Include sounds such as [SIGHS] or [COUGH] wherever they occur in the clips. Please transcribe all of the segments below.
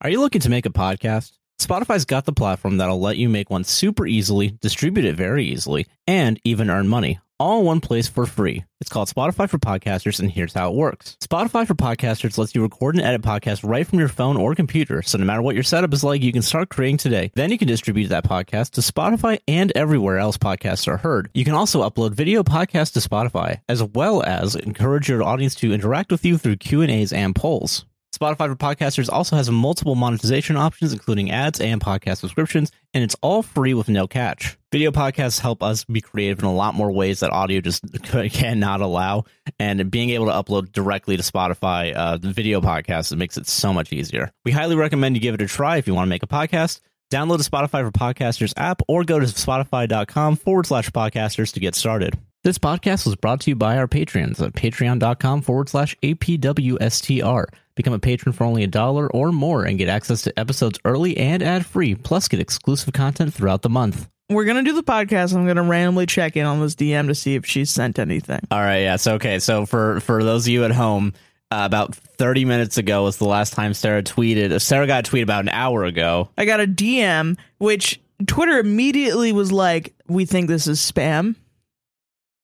Are you looking to make a podcast? Spotify's got the platform that'll let you make one super easily, distribute it very easily, and even earn money. All in one place for free. It's called Spotify for Podcasters, and here's how it works. Spotify for Podcasters lets you record and edit podcasts right from your phone or computer, so no matter what your setup is like, you can start creating today. Then you can distribute that podcast to Spotify and everywhere else podcasts are heard. You can also upload video podcasts to Spotify, as well as encourage your audience to interact with you through Q&As and polls. Spotify for Podcasters also has multiple monetization options, including ads and podcast subscriptions, and it's all free with no catch. Video podcasts help us be creative in a lot more ways that audio just [LAUGHS] cannot allow, and being able to upload directly to Spotify uh, the video podcasts it makes it so much easier. We highly recommend you give it a try if you want to make a podcast. Download the Spotify for Podcasters app or go to spotify.com forward slash podcasters to get started. This podcast was brought to you by our patrons at patreon.com forward slash APWSTR. Become a patron for only a dollar or more and get access to episodes early and ad free, plus get exclusive content throughout the month. We're gonna do the podcast. I'm gonna randomly check in on this DM to see if she's sent anything. All right, yeah. So okay, so for for those of you at home, uh, about 30 minutes ago was the last time Sarah tweeted. Sarah got a tweet about an hour ago. I got a DM, which Twitter immediately was like, "We think this is spam,"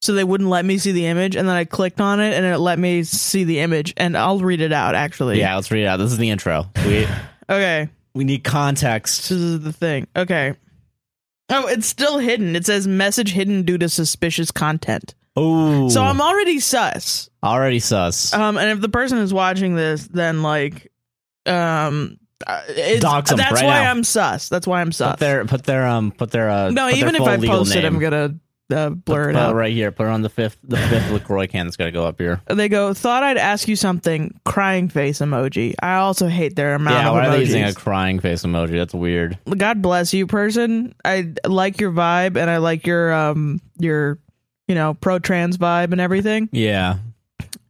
so they wouldn't let me see the image. And then I clicked on it, and it let me see the image. And I'll read it out. Actually, Yeah, let's read it out. This is the intro. We [LAUGHS] Okay. we need context. This is the thing. Okay. Oh, it's still hidden. It says message hidden due to suspicious content. Oh, So I'm already sus. already sus. Um, and if the person is watching this, then like, um, uh, it's, Dox 'em that's right why now. I'm sus. That's why I'm sus. put their put their um put their uh no, put their even if full I legal post it, name. I'm gonna uh, blur put, it out. right here. Put it on the fifth the fifth Lacroix can that's gonna go up here. They go, thought I'd ask you something. Crying face emoji. I also hate their amount Yeah, of why are they emojis. using a crying face emoji? That's weird. God bless you, person. I like your vibe, and I like your um your you know pro trans vibe and everything. Yeah.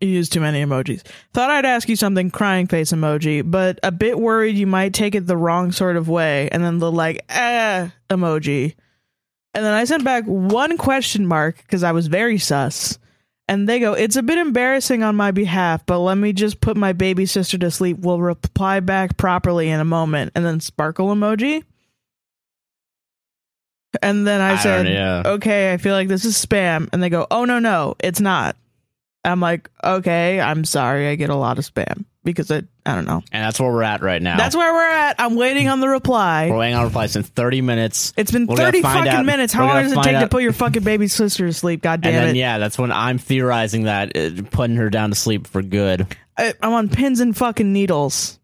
You use too many emojis. Thought I'd ask you something, crying face emoji, but a bit worried you might take it the wrong sort of way. And then the like, eh, emoji. And then I sent back one question mark because I was very sus. And they go, it's a bit embarrassing on my behalf, but let me just put my baby sister to sleep. We'll reply back properly in a moment. And then sparkle emoji. And then I, I don't said, know. okay, I feel like this is spam. And they go, oh, no, no, it's not. I'm like, okay, I'm sorry. I get a lot of spam because I, I don't know. And that's where we're at right now. That's where we're at. I'm waiting on the we're reply. waiting on replies in thirty minutes. It's been We're gonna 30 find fucking out- minutes. we're How gonna long does it find take to out- put your fucking baby sister to sleep? God [LAUGHS] damn and then it. yeah, that's when I'm theorizing that uh, putting her down to sleep for good. I, I'm on pins and fucking needles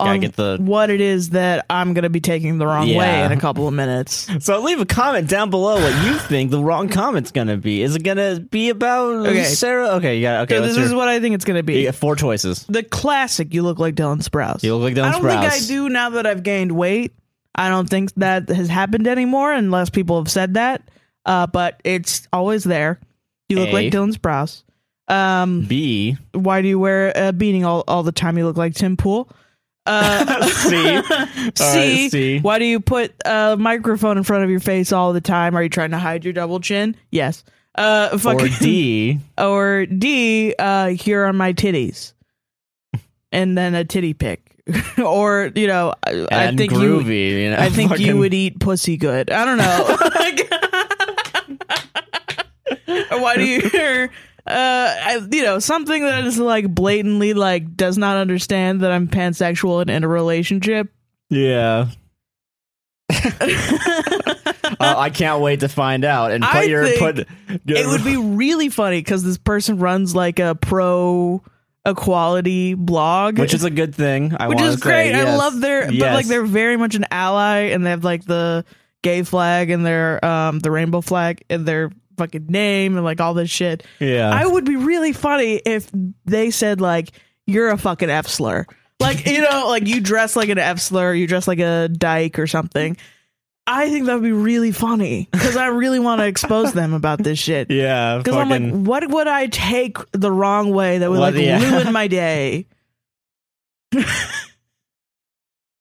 Gotta on get the- what it is that I'm going to be taking the wrong way Yeah. in a couple of [LAUGHS] minutes. So leave a comment down below what [SIGHS] you think the wrong comment's gonna be. Is it gonna be about Okay. Sarah? Okay, you got okay. so what's this your- is what I think it's going to be. you got four choices. The classic, you look like Dylan Sprouse. You look like Dylan I don't think I Sprouse. do now that I've gained weight. I don't think that has happened anymore unless people have said that. Uh, but it's always there. You look A. like Dylan Sprouse. Um, [LAUGHS] B why do you wear a beanie all, all the time? You look like Tim Pool. Uh, C. C, C. Why do you put a microphone in front of your face all the time? Are you trying to hide your double chin? Yes. Uh, or fucking, D. [LAUGHS] or D, uh, here are my titties, and then a titty pic, [LAUGHS] or you know, I, I And think groovy. you, You, know, I think you fucking- would eat pussy good. I [LAUGHS] don't know. Like- [LAUGHS] Or why do you hear? Uh, I, you know, something that is like blatantly like does not understand that I'm pansexual and in a relationship. [LAUGHS] Yeah. Uh, I can't wait to find out and put I your think put. Your, it would be really funny because this person runs like a pro equality blog, [LAUGHS] which is a good thing. I which wanna is great. Say, I yes. love their, but Yes. like they're very much an ally, and they have like the gay flag and their um the rainbow flag and their fucking name and like all this shit. yeah. I would be really funny if they said like you're a fucking F slur, [LAUGHS] like you know, like you dress like an F slur, you dress like a dyke or something. I think that would be really funny because I really want to expose them about this shit. yeah. Because I'm fucking- like, what would I take the wrong way that would What- like yeah. ruin [LAUGHS] my day?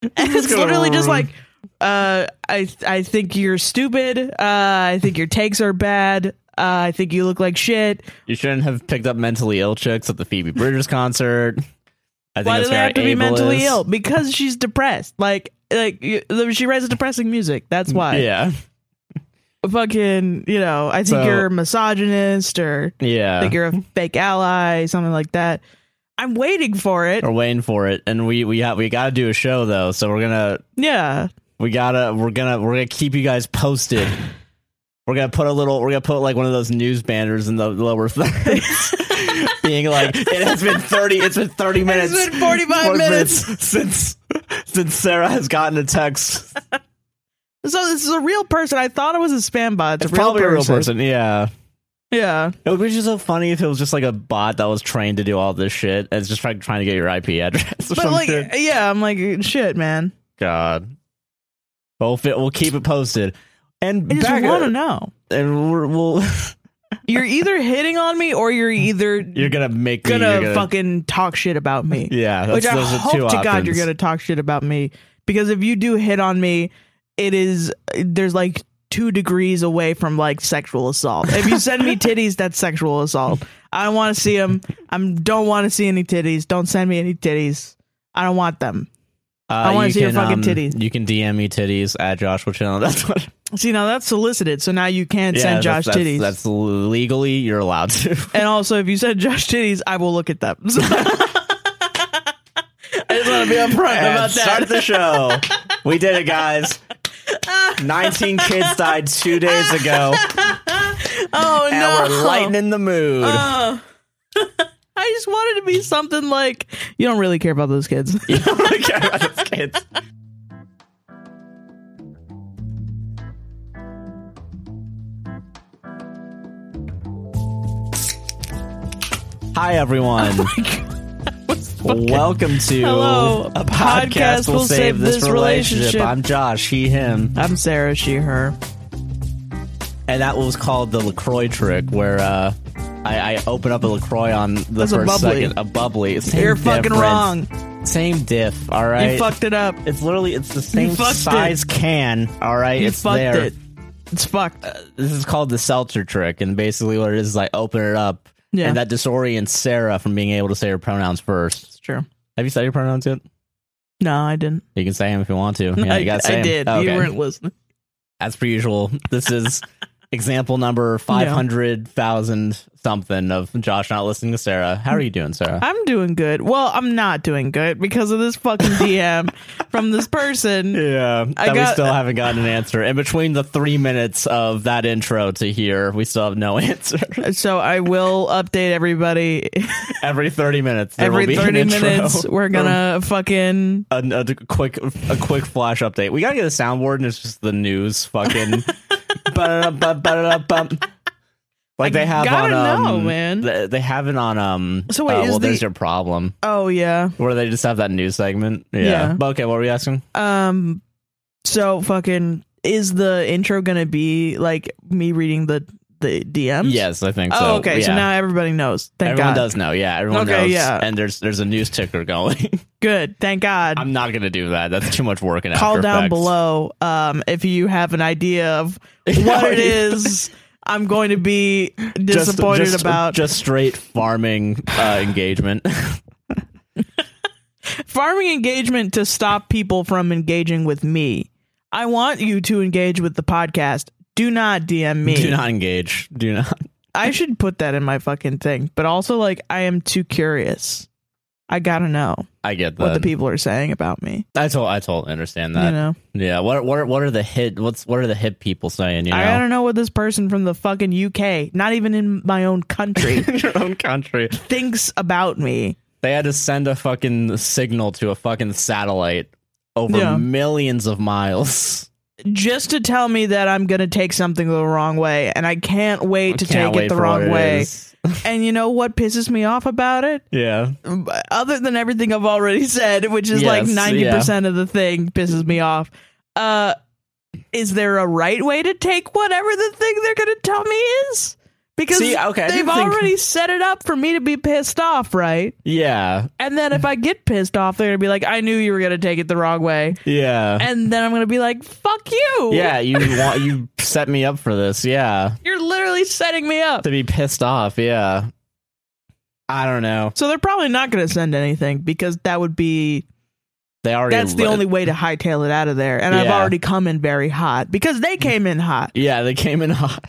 and it's gonna literally just ruin- like, uh, I I think you're stupid. Uh, I think your takes are bad. Uh, I think you look like shit. You shouldn't have picked up mentally ill chicks at the Phoebe Bridgers concert. I think Why do that's they very have to be mentally ableist. ill? Because she's depressed. Like, like y- she writes depressing music. That's why. Yeah. Fucking, you know, I think So- you're a misogynist or Yeah. I [LAUGHS] think you're a fake ally, something like that. I'm waiting for it. We're waiting for it, and we we ha- we gotta do a show though, so we're gonna Yeah. we gotta we're gonna we're gonna keep you guys posted. We're gonna put a little. We're gonna put like one of those news banners in the lower thirds, being like, "It has been thirty. It's been thirty minutes. been [LAUGHS] 45 since since Sarah has gotten a text. So this is a real person. I thought it was a spam bot. It's, It's probably a real person. Yeah, Yeah. it would be just so funny if it was just like a bot that was trained to do all this shit and it's just like trying to get your IP address. Or But some like, shit. yeah, I'm like, shit, man. God. But we'll, fit, we'll keep it posted. And I just back want to know. and we're, [LAUGHS] we'll You're either hitting on me or [LAUGHS] you're either you're gonna make me, gonna, you're gonna fucking talk shit about me. yeah. That's, Which I those are two hope to God you're options. gonna talk shit about me because if you do hit on me, it is there's like two degrees away from like sexual assault. If you send [LAUGHS] me titties, that's sexual assault. I don't want to see them. I don't want to see any titties. Don't send me any titties. I don't want them. Uh, I wanna you see your can, fucking titties. You can DM me titties at Joshua Channel. [LAUGHS] That's what. See now that's solicited, so now you can yeah, send Josh that's, that's, titties. That's legally you're allowed [LAUGHS] to. And also, if you send Josh titties, I will look at them. [LAUGHS] So- I just want to be upfront And about Start that. the [LAUGHS] show. we did it, guys. Nineteen kids died two days ago, [LAUGHS] oh and no! we're lightening the mood. Uh, I just wanted to be something like you don't really care about those kids. [LAUGHS] You don't really care about those kids. Hi everyone. Oh Welcome to Hello, a podcast will save this, relationship. relationship. I'm Josh, he him. I'm Sarah, she, her. And that was called the LaCroix trick where uh I, I open up a LaCroix on the That's a first bubbly. second. A bubbly. Same You're fucking difference. wrong. Same diff, alright? You fucked it up. It's literally it's the same fucked size can. All right, You it's fucked there. Uh, it. It's fucked. This is called the seltzer trick, and basically what it is is I open it up, Yeah. and that disorients Sarah from being able to say her pronouns first. It's true. Have you said your pronouns yet? No, I didn't. You can say them if you want [LAUGHS] to. Yeah, I, you gotta say I 'em. did. Okay. You weren't listening. As per usual, this [LAUGHS] is example number five hundred thousand something of Josh not listening to Sarah. How are you doing, Sarah? [LAUGHS] I'm doing good. Well, I'm not doing good because of this [LAUGHS] fucking DM from this person. Yeah, that we got- still haven't gotten an answer. In between the three minutes of that intro to here, we still have no [LAUGHS] answer. So I will update everybody Every thirty minutes, there will every be an 30 intro. [LAUGHS] minutes. We're gonna fucking a, a d- quick a quick flash update. We gotta get a soundboard, and it's just the news. [LAUGHS] Fucking Ba-da-da-bum, ba-da-da-bum. like they have on gotta um, know, man. They, they have it on um. So wait, uh, is well, there's the- your problem. oh yeah. Where they just have that news segment. Yeah. Yeah. But okay, what were you asking? Um so fucking is the intro gonna be like me reading the the DMs? yes, I think so. Oh, okay. So Yeah. now everybody knows. Thank everyone God. does know. Yeah, everyone Okay, knows. yeah. And there's there's a news ticker going. [LAUGHS] Good. Thank God. I'm not gonna do that. That's too much work. And Call down below um, if you have an [LAUGHS] idea of what it is I'm going to be disappointed oh, just, about. just straight farming uh, engagement. [LAUGHS] farming engagement to stop people from engaging with me. I want you to engage with the podcast. Do not DM me. Do not engage. Do not. [LAUGHS] I should put that in my fucking thing. But also, like, I am too curious. I gotta know I get that. what the people are saying about me. I told I totally understand that. you know, Yeah. What what are- what are the hit? What's what are the hip people saying? You know, I gotta know what this person from the fucking UK, not even in my [LAUGHS] own country, [LAUGHS] in your own country, thinks about me. they had to send a fucking signal to a fucking satellite over Yeah. millions of miles. [LAUGHS] just to tell me that I'm going to take something the wrong way and I can't wait to Can't take wait it the for what wrong it way. is. [LAUGHS] and you know what pisses me off about it? Yeah. Other than everything I've already [LAUGHS] said, which is like Yes, 90% of the thing pisses me off. Uh is there a right way to take whatever the thing they're going to tell me is? Because See, okay, I they've didn't think- already set it up for me to be pissed off, right? Yeah. And then if I get pissed off, they're going to be like, "I knew you were going to take it the wrong way." Yeah. And then I'm going to be like, "Fuck you." yeah. You want you set me up for this. Yeah. You're literally setting me up. To be pissed off. Yeah. I don't know. So they're probably not going to send anything because that would be They already. that's the let- only way to hightail it out of there. And I've Yeah. Mm. already come in very hot because they came in hot. Yeah, they came in [LAUGHS] hot,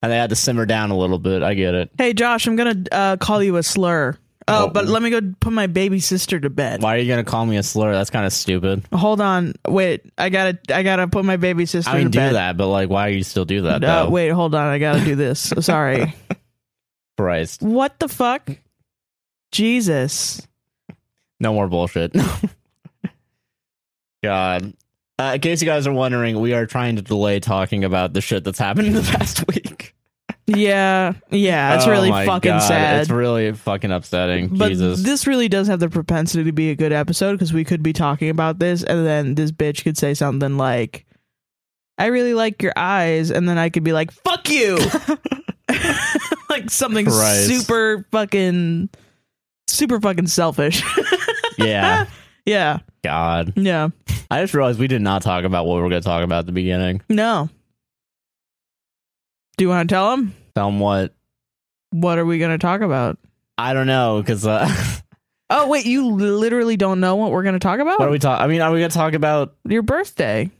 and they had to simmer down a little bit. I get it. Hey Josh, I'm going to uh, call you a slur. Oh, Oh. but let me go put my baby sister to bed. Why are you gonna call me a slur? That's kind of stupid. Hold on. Wait, I got to I got to put my baby sister I mean, to do bed. that, but like, why you still do that? Uh, though? wait, hold on. I got to do this. [LAUGHS] Sorry. Christ, What the fuck? Jesus. no more bullshit. [LAUGHS] God. Uh, in case you guys are wondering, we are trying to delay talking about the shit that's happened in the [LAUGHS] past week. Yeah. Yeah, it's Oh really my fucking God, sad. It's really fucking upsetting. but Jesus. [LAUGHS] this really does have the propensity to be a good episode because we could be talking about this and then this bitch could say something like, I really like your eyes. And then I could be like, [LAUGHS] fuck you. [LAUGHS] like something Christ. super fucking, super fucking selfish. [LAUGHS] yeah. yeah. God. Yeah. I just realized we did not talk about what we were going to talk about at the beginning. No. Do you want to tell him? Somewhat. What are we going to talk about? I don't know because uh, [LAUGHS] Oh wait, you literally don't know what we're going to talk about? what are we talking? I mean, are we going to talk about? Your birthday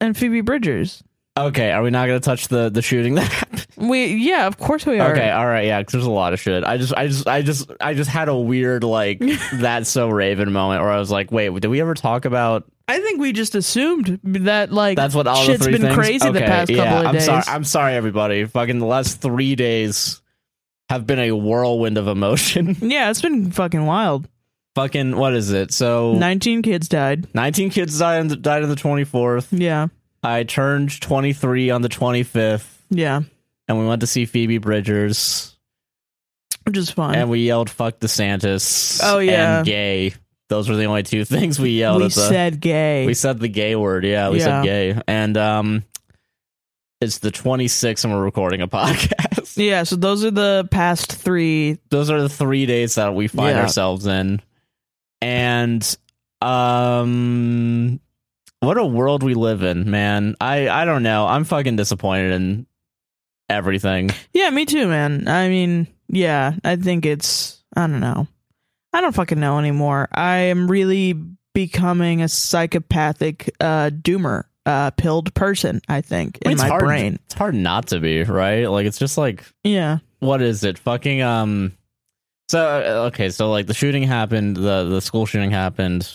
and Phoebe Bridgers. Okay, are we not going to touch the the shooting that [LAUGHS] happened? We yeah, of course we are. Okay, uh, all right, yeah, 'cause there's a lot of shit. I just, I just, I just, I just had a weird [LAUGHS] like that's so Raven moment where I was like, wait, did we ever talk about? I think we just assumed that like That's what all shit's the 3 been things. crazy the Okay, past yeah, couple of I'm days. sorry, I'm sorry, everybody. Fucking the last three days have been a whirlwind of emotion. [LAUGHS] yeah, it's been fucking wild. Fucking what is it? So 19 kids died. 19 kids died on the, died on the 24th. Yeah. I turned 23 on the 25th, Yeah. and we went to see Phoebe Bridgers, Which is fun. and we yelled "fuck DeSantis." Oh, yeah. and gay. Those were the only two [LAUGHS] things we yelled. we at the, said gay. We said the gay word. Yeah, we said gay. And um, it's the 26th, and we're recording a [LAUGHS] podcast. yeah, so those are the past 3 Those are the three dates that we find Yeah. ourselves in. And um, what a world we live in, man. I I don't know. I'm fucking disappointed in everything. Yeah, me too, man. I mean, yeah, I think it's I don't know. I don't fucking know anymore. I am really becoming a psychopathic uh doomer, uh pilled person, I think, in it's my hard, brain. It's hard not to be right. Like it's just like Yeah. what is it? Fucking um. So uh, okay, so like the shooting happened, the the school shooting happened,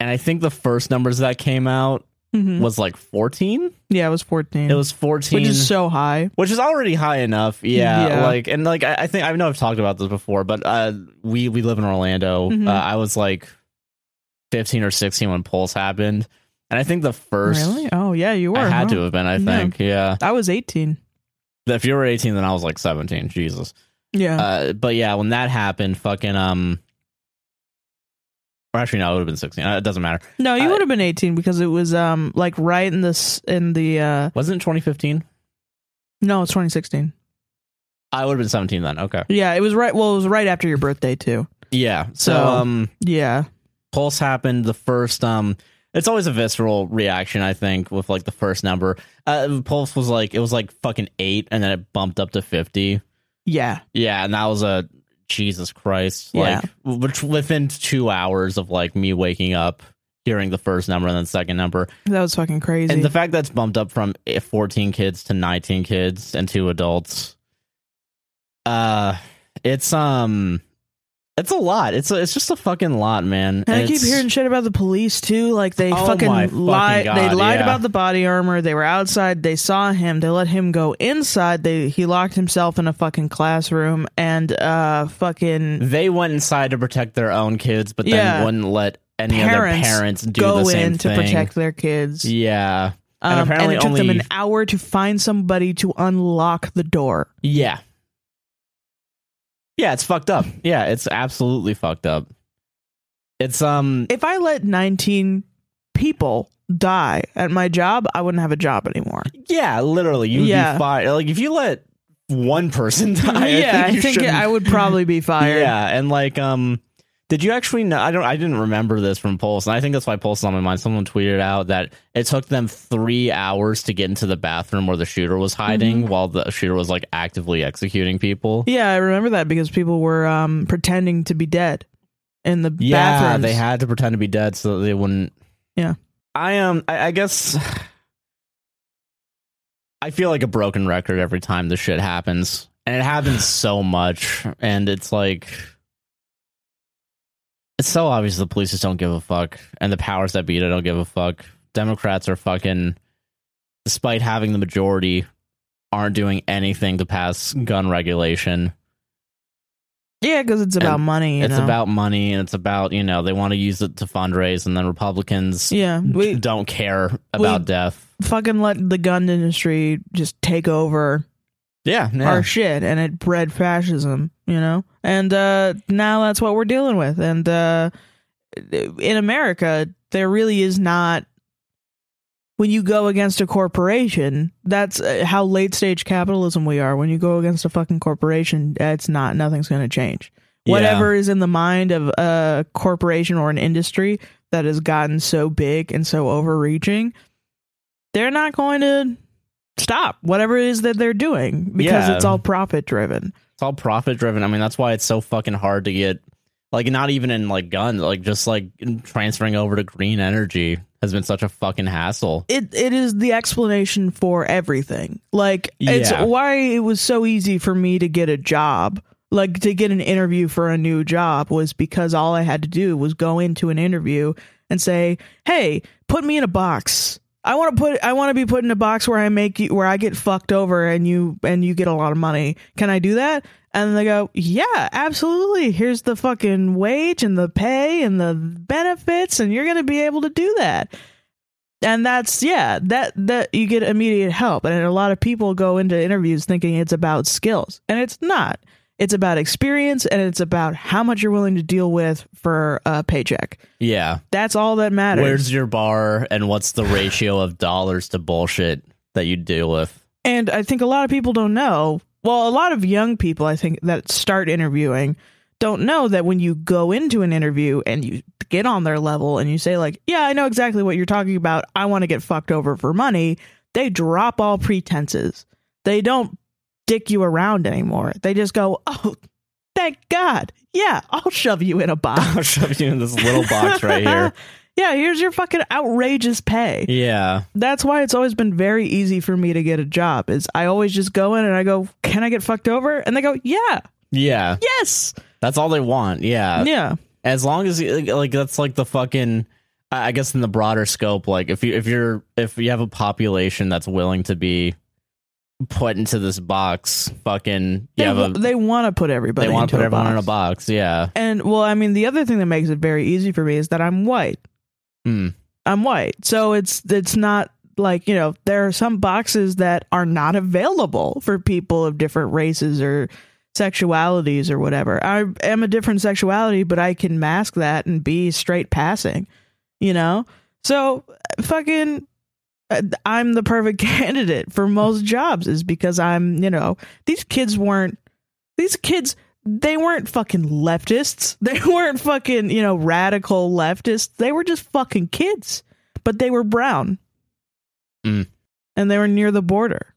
and I think the first numbers that came out Mhm. was like fourteen. Yeah, I was 14. It was fourteen, which is so high. which is already high enough. Yeah, Yeah. like and like I, I think I know I've talked about this before, but uh, we we live in Orlando. Mhm. Uh, I was like fifteen or sixteen when Pulse happened, and I think the first Really? Oh, yeah, you were. I had huh? to have been. I Yeah. think yeah. I was 18. If you were eighteen, then I was like seventeen. Jesus. Yeah. Uh, but yeah, when that happened, fucking um, or actually no, it would have been sixteen. Uh, It doesn't matter. no, you I- would have been 18 because it was um like right in this in the uh Wasn't it twenty fifteen? no, it's 2016. I would have been seventeen then. Okay. Yeah, it was right well, it was right after your birthday too. Yeah. So, So- um, Yeah. pulse happened. The first um, it's always a visceral reaction. I think with like the first number, uh, pulse was like it was like fucking eight, and then it bumped up to fifty. Yeah. Yeah, and that was a Jesus Christ. Yeah. Like w- which within two hours of like me waking up, hearing the first number and then second number. That was fucking crazy. And the fact that's bumped up from 14 kids to 19 kids and two adults. Uh it's um it's a lot. It's a, it's just a fucking lot, man. And I keep It's- hearing shit about the police too. Like they Oh fucking my lied. fucking they God, lied yeah. about the body armor. They were outside. They saw him. They let him go inside. They he locked himself in a fucking classroom and uh fucking they went inside to protect their own kids, but then Yeah. wouldn't let any other Parents parents do the go same in to thing. protect their kids. Yeah. Um, and apparently it took them only- an hour to find somebody to unlock the door. Yeah. Yeah, it's fucked up. Yeah, it's absolutely fucked up. It's um If I let nineteen people die at my job, I wouldn't have a job anymore. yeah, literally you'd Yeah. be fired. Like if you let one person [LAUGHS] die, yeah, [LAUGHS] I think, you I think shouldn't- [LAUGHS] I would probably be fired. Yeah, and like um Did you actually know? I don't. I didn't remember this from Pulse, and I think that's why Pulse is on my mind. Someone tweeted out that it took them three hours to get into the bathroom where the shooter was hiding, Mm-hmm. while the shooter was like actively executing people. Yeah, I remember that because people were um, pretending to be dead in the Yeah, bathrooms. they had to pretend to be dead so that they wouldn't. Yeah. I am. Um, I, I guess. I feel like a broken record every time this shit happens, and it [SIGHS] happens so much, and it's like. It's so obvious the police just don't give a fuck, and the powers that be don't give a fuck. Democrats are fucking, despite having the majority, aren't doing anything to pass gun regulation yeah, because it's about And money. you it's know? about money and it's about you know they want to use it to fundraise and then republicans yeah. We don't care about we- death fucking let the gun industry just take over yeah, our shit, and it bred fascism. You know, and uh, now that's what we're dealing with. And uh, in America, there really is not. When you go against a corporation, that's uh, how late stage capitalism we are. When you go against a fucking corporation, it's not nothing's going to change. whatever is in the mind of a corporation or an industry that has gotten so big and so overreaching, they're not going to stop whatever it is that they're doing because Yeah. it's all profit driven. it's all profit driven i mean that's why it's so fucking hard to get like not even in like guns like just like transferring over to green energy has been such a fucking hassle It it is the explanation for everything. Like it's Yeah. why it was so easy for me to get a job. Like to get an interview for a new job was because all I had to do was go into an interview and say, "Hey, put me in a box. I want to put I want to be put in a box where I make you, where I get fucked over and you and you get a lot of money. Can I do that?" And they go, "Yeah, absolutely. Here's the fucking wage and the pay and the benefits and you're going to be able to do that." And that's yeah, that that you get immediate help and a lot of people go into interviews thinking it's about skills and it's not. It's about experience and it's about how much you're willing to deal with for a paycheck. yeah That's all that matters. where's your bar and what's the ratio of dollars to bullshit that you deal with [LAUGHS] And I think a lot of people don't know. Well, a lot of young people, I think, that start interviewing don't know that when you go into an interview and you get on their level and you say, like, yeah, I know exactly what you're talking about. I want to get fucked over for money. They drop all pretenses. They don't dick you around anymore. They just go, oh, thank God. Yeah, I'll shove you in a box. i'll shove you in this [LAUGHS] little box right here [LAUGHS] yeah, here's your fucking outrageous pay yeah that's why it's always been very easy for me to get a job is i always just go in and i go can i get fucked over and they go yeah yeah yes that's all they want yeah yeah they, have a, wa- they want to put everybody they want to into put a everyone box. in a box yeah and well i mean the other thing that makes it very easy for me is that i'm white Hmm. i'm white so it's it's not like you know there are some boxes that are not available for people of different races or sexualities or whatever i am a different sexuality but i can mask that and be straight passing you know so fucking uh, i'm the perfect [LAUGHS] candidate for most jobs is because i'm you know these kids weren't these kids they weren't fucking leftists [LAUGHS] they weren't fucking you know radical leftists they were just fucking kids but they were brown Mm. and they were near the border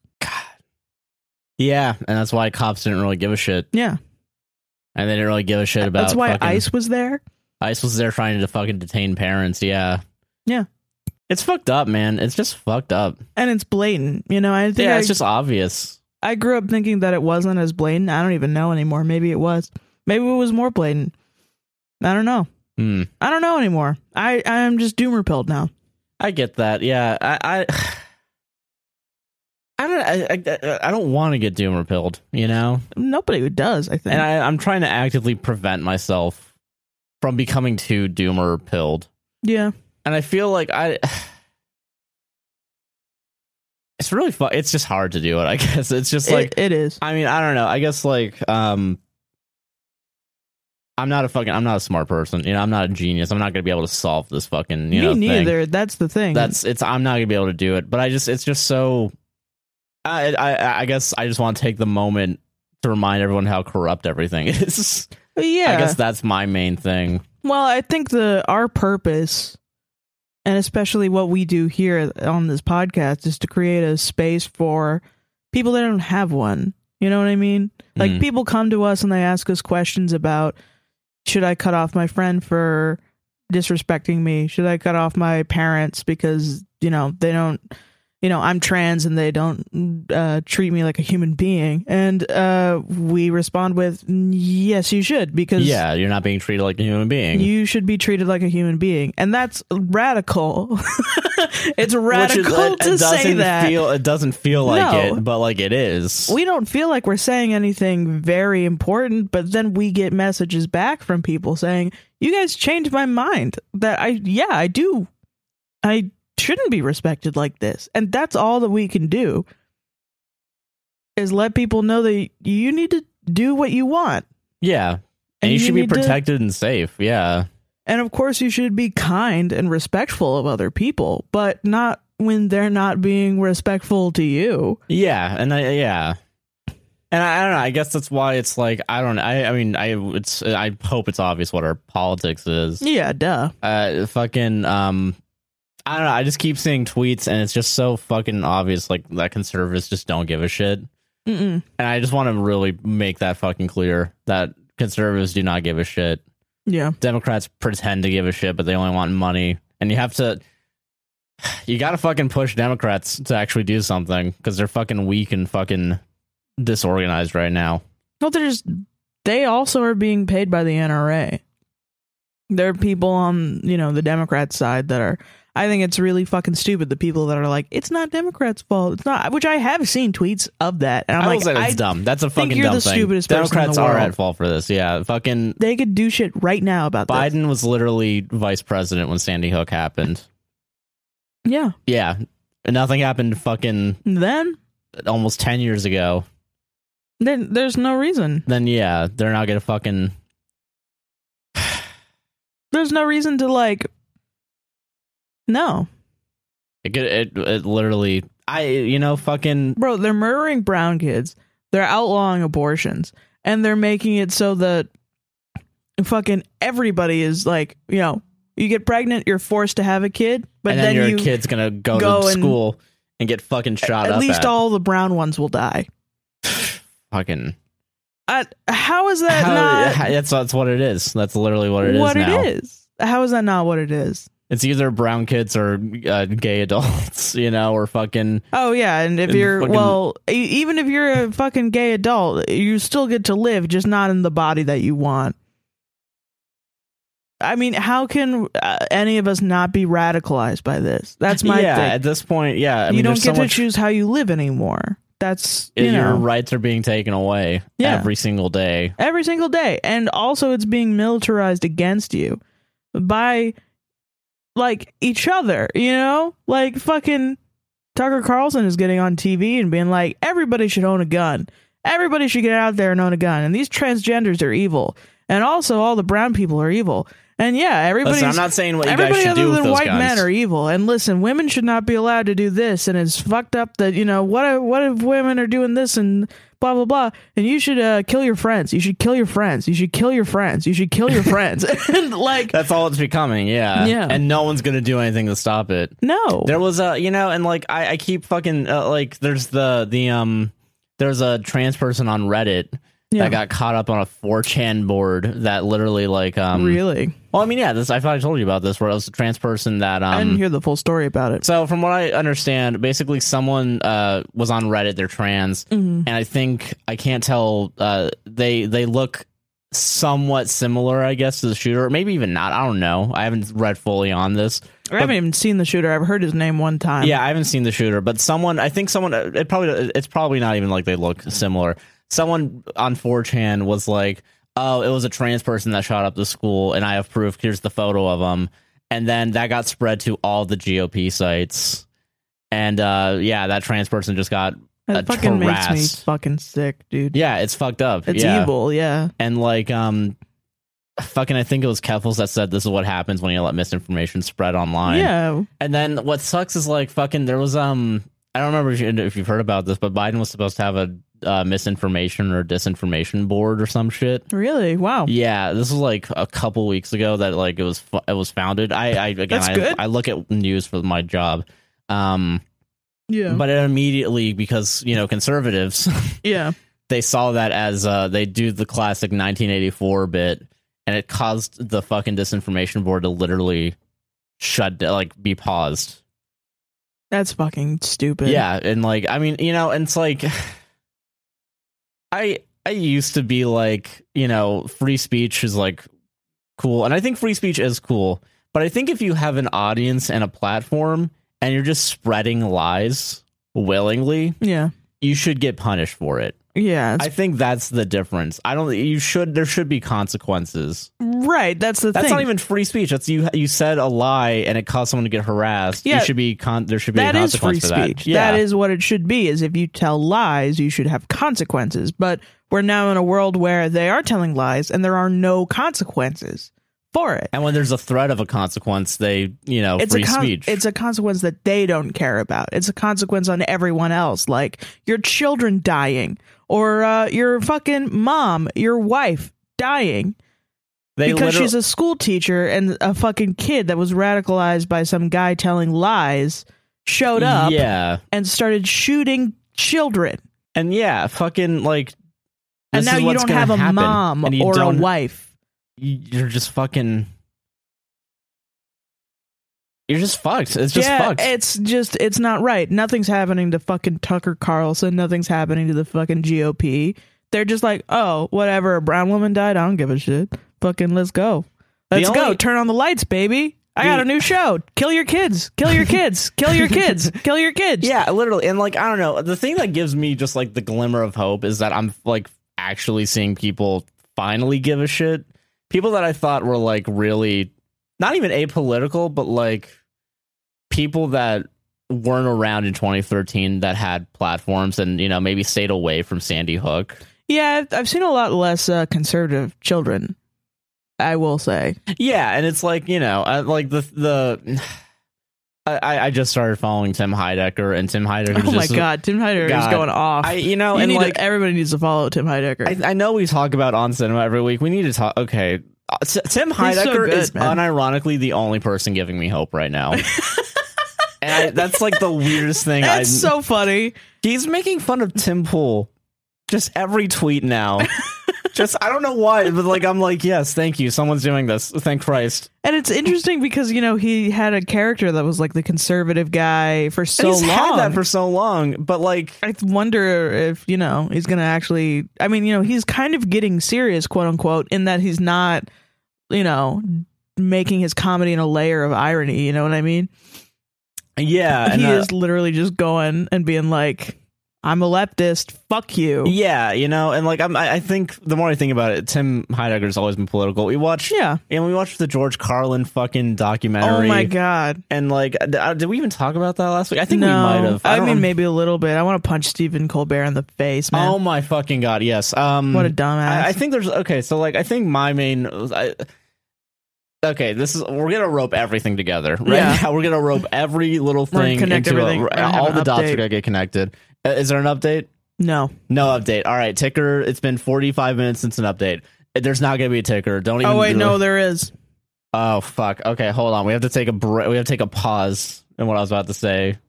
yeah and that's why cops didn't really give a shit yeah and they didn't really give a shit about that's why fucking- ice was there ice was there trying to fucking detain parents yeah Yeah. it's fucked up man it's just fucked up and it's blatant you know i think yeah I, it's just obvious I grew up thinking that it wasn't as blatant i don't even know anymore maybe it was maybe it was more blatant i don't know Hmm. i don't know anymore i i'm just doom repelled now I get that. Yeah, I, [SIGHS] I, I don't, I, I, I don't want to get doom repelled. You know, nobody who does i think and I, I'm trying to actively prevent myself from becoming too doom or pilled. yeah And I feel like I, [SIGHS] it's really fun. It's just hard to do it. I [LAUGHS] guess it's just it- like it is I mean, I don't know. I guess like um I'm not a fucking I'm not a smart person. You know, I'm not a genius. I'm not going to be able to solve this fucking, you me know, thing. neither that's the thing That's it's I'm not going to be able to do it. But I just it's just so I I I guess I just want to take the moment to remind everyone how corrupt everything [LAUGHS] is. yeah. I guess that's my main thing. Well, I think the our purpose and especially what we do here on this podcast is to create a space for people that don't have one. You know what I mean? Like Mhm. people come to us and they ask us questions about should I cut off my friend for disrespecting me? Should I cut off my parents because, you know, they don't you know, I'm trans and they don't uh, treat me like a human being. And uh, we respond with, yes, you should, because Yeah, you're not being treated like a human being. you should be treated like a human being, and that's radical. [LAUGHS] it's Which is- it, radical to it doesn't say that. feel it doesn't feel like No. it, but like it is. we don't feel like we're saying anything very important, but then we get messages back from people saying, "You guys changed my mind. That I, yeah, I do. I shouldn't be respected like this." And that's all that we can do is let people know that you need to do what you want. yeah, and, you, should be need to- protected and safe. Yeah, And of course, you should be kind and respectful of other people, but not when they're not being respectful to you. yeah, and I, yeah, and I, I don't know. I guess that's why it's like I don't. I I mean I it's I hope it's obvious what our politics is. Yeah, duh. uh fucking um I don't know, I just keep seeing tweets and it's just so fucking obvious like that conservatives just don't give a shit. Mm-mm. And I just want to really make that fucking clear that conservatives do not give a shit. Yeah. Democrats pretend to give a shit, but they only want money. And you have to [SIGHS] you got to fucking push Democrats to actually do something cuz they're fucking weak and fucking disorganized right now. Well, they're just, they also are being paid by the NRA. There are people on, you know, the Democrat side that are, I think it's really fucking stupid. The people that are like, it's not Democrats' fault. It's not, which I have seen tweets of that. And I'm I will like, say that's I- dumb. That's a fucking you're dumb the thing. stupidest person in the Democrats are world. at fault for this. Yeah, fucking they could do shit right now about that. Biden was literally vice president when Sandy Hook happened. Yeah. Yeah. Nothing happened fucking And then, almost 10 years ago. then there's no reason. Then, yeah, they're not going to fucking. there's no reason to like no It, could- it, it literally. I, you know, fucking. bro they're murdering brown kids they're outlawing abortions and they're making it so that fucking everybody is like you know you get pregnant you're forced to have a kid but and then, then, your you kid's going to go, go to and- school and get fucking shot at up. least at. all the brown ones will die Fucking. I, how is that How- not how- that's, that's what it is. That's literally what it is what now. it is how is that not what it is It's either brown kids or uh, gay adults, [LAUGHS] you know, or fucking. oh yeah and if And you're fucking- well e- even if you're a fucking gay adult you still get to live just not in the body that you want I mean, how can uh, any of us not be radicalized by this? That's my yeah, thing. at this point, yeah. I you mean, don't there's get so to much choose how you live anymore. That's you your know rights are being taken away Yeah. every single day. every single day, and also it's being militarized against you by like each other. You know, like fucking Tucker Carlson is getting on TV and being like, everybody should own a gun. Everybody should get out there and own a gun. And these transgenders are evil, and also all the brown people are evil. And yeah, everybody's Listen, I'm not saying what you guys Everybody should other do with than those white guns. men are evil. And listen, women should not be allowed to do this. And it's fucked up that you know what? If, what if women are doing this and blah blah blah? And you should uh, kill your friends. You should kill your friends. You should kill your friends. You should kill your [LAUGHS] friends. [LAUGHS] and like, That's all it's becoming, yeah. Yeah. And no one's gonna do anything to stop it. no, There was a, you know, and like I, I keep fucking uh, like there's the the um there's a trans person on Reddit Yeah. that got caught up on a 4chan board that literally like um really. well I mean yeah this I thought I told you about this where it was a trans person that um I didn't hear the full story about it. So from what I understand, basically someone uh, was on Reddit. They're trans, and I think I can't tell. Uh, they they look somewhat similar, I guess, to the shooter. or Maybe even not. I don't know. I haven't read fully on this. I haven't even seen the shooter. I've heard his name one time. Yeah, I haven't seen the shooter, but someone. I think someone. uh, It probably. It's probably not even like they look similar. Someone on 4chan was like, "Oh, it was a trans person that shot up the school, and I have proof. Here's the photo of him." And then that got spread to all the GOP sites, and uh, yeah, that trans person just got. that uh, fucking makes harassed. me fucking sick, dude. Yeah, it's fucked up. It's yeah. evil. Yeah, And like, um, fucking, I think it was Keffels that said this is what happens when you let misinformation spread online. yeah. And then what sucks is like fucking there was um I don't remember if, you, if you've heard about this, but Biden was supposed to have a uh, misinformation or disinformation board or some shit. Really? Wow. Yeah, this was like a couple weeks ago that like it was fu- it was founded. I, I again That's I, good. I look at news for my job. Um Yeah. but it immediately because, you know, conservatives [LAUGHS] yeah. they saw that as uh they do the classic 1984 bit and it caused the fucking disinformation board to literally shut down, like be paused. That's fucking stupid. Yeah, and like I mean, you know, and it's like [SIGHS] I I used to be like, you know, free speech is like cool, and I think free speech is cool, but I think if you have an audience and a platform and you're just spreading lies willingly, Yeah. you should get punished for it. Yeah. it's- I think that's the difference. I don't you should there should be consequences. right. That's the That's thing. not even free speech. That's you you said a lie and it caused someone to get harassed. Yeah. you should be con- there should be that a is free consequence speech. for that. Yeah. That is what it should be. Is if you tell lies, you should have consequences. But we're now in a world where they are telling lies and there are no consequences for it. And when there's a threat of a consequence, they, you know, It's free a con- speech. it's a consequence that they don't care about. It's a consequence on everyone else, like your children dying or uh, your fucking mom, your wife dying they because literal- she's a school teacher and a fucking kid that was radicalized by some guy telling lies showed up Yeah. and started shooting children. And yeah, fucking like. And this now is you what's don't gonna have a happen. mom And you or a don't- wife. you- You're just fucking. You're just fucked. It's just yeah, fucked. it's just it's not right. Nothing's happening to fucking Tucker Carlson. Nothing's happening to the fucking GOP. They're just like, oh, whatever. A brown woman died. I don't give a shit. Fucking let's go. The Let's go. only- Turn on the lights, baby. I got The- a new show. Kill your kids. Kill [LAUGHS] your kids. Kill your kids. Kill your kids. yeah, literally. And like, I don't know. The thing that gives me just like the glimmer of hope is that I'm like actually seeing people finally give a shit. People that I thought were like really not even apolitical, but like people that weren't around in 2013 that had platforms and, you know, maybe stayed away from Sandy Hook. Yeah. I've, I've seen a lot less uh, conservative children. I will say. Yeah, and it's like you know, I, like the the. [SIGHS] I- I, I just started following Tim Heidecker, and Tim Heidecker. Oh my just, god, Tim Heidecker is God. going off. I you know, You and need to- like everybody needs to follow Tim Heidecker. I, I know we talk about on cinema every week. We need to talk. Okay, Uh, S- Tim Heidecker good, is man. unironically the only person giving me hope right [LAUGHS] now. and I, that's like the weirdest thing. I, That's so funny. he's making fun of Tim Pool. Just every tweet [LAUGHS] now. just I don't know why, but like I'm like yes, thank you. Someone's doing this. Thank Christ. And it's interesting because you know he had a character that was like the conservative guy for so And he's long. had that for so long, but like I wonder if you know he's going to actually. I mean, you know, he's kind of getting serious, quote unquote, in that he's not, you know, making his comedy in a layer of irony. You know what I mean? Yeah, and, he uh, is literally just going and being like, "I'm a leftist. Fuck you." Yeah, you know, and like I'm, I I think the more I think about it, Tim Heidecker's always been political. We watched, Yeah. and we watched the George Carlin fucking documentary. Oh my god. And like, d- uh, did we even talk about that last week? I think no, we might have. I, don't mean, rem- maybe a little bit. I want to punch Stephen Colbert in the face, man. Oh my fucking god! Yes. Um, what a dumbass. I, I think there's okay. So like, I think my main. I, okay, this is we're gonna rope everything together right Yeah. now. We're gonna rope every little We're gonna thing connect into a- everything. We're gonna have all an the dots update. are gonna get connected. Uh, Is there an update? no. No update. All right, ticker. It's been 45 minutes since an update. There's not going to be a ticker. Don't even. Oh wait, do- no, there is. Oh fuck. Okay, hold on. We have to take a break. We have to take a pause in what I was about to say.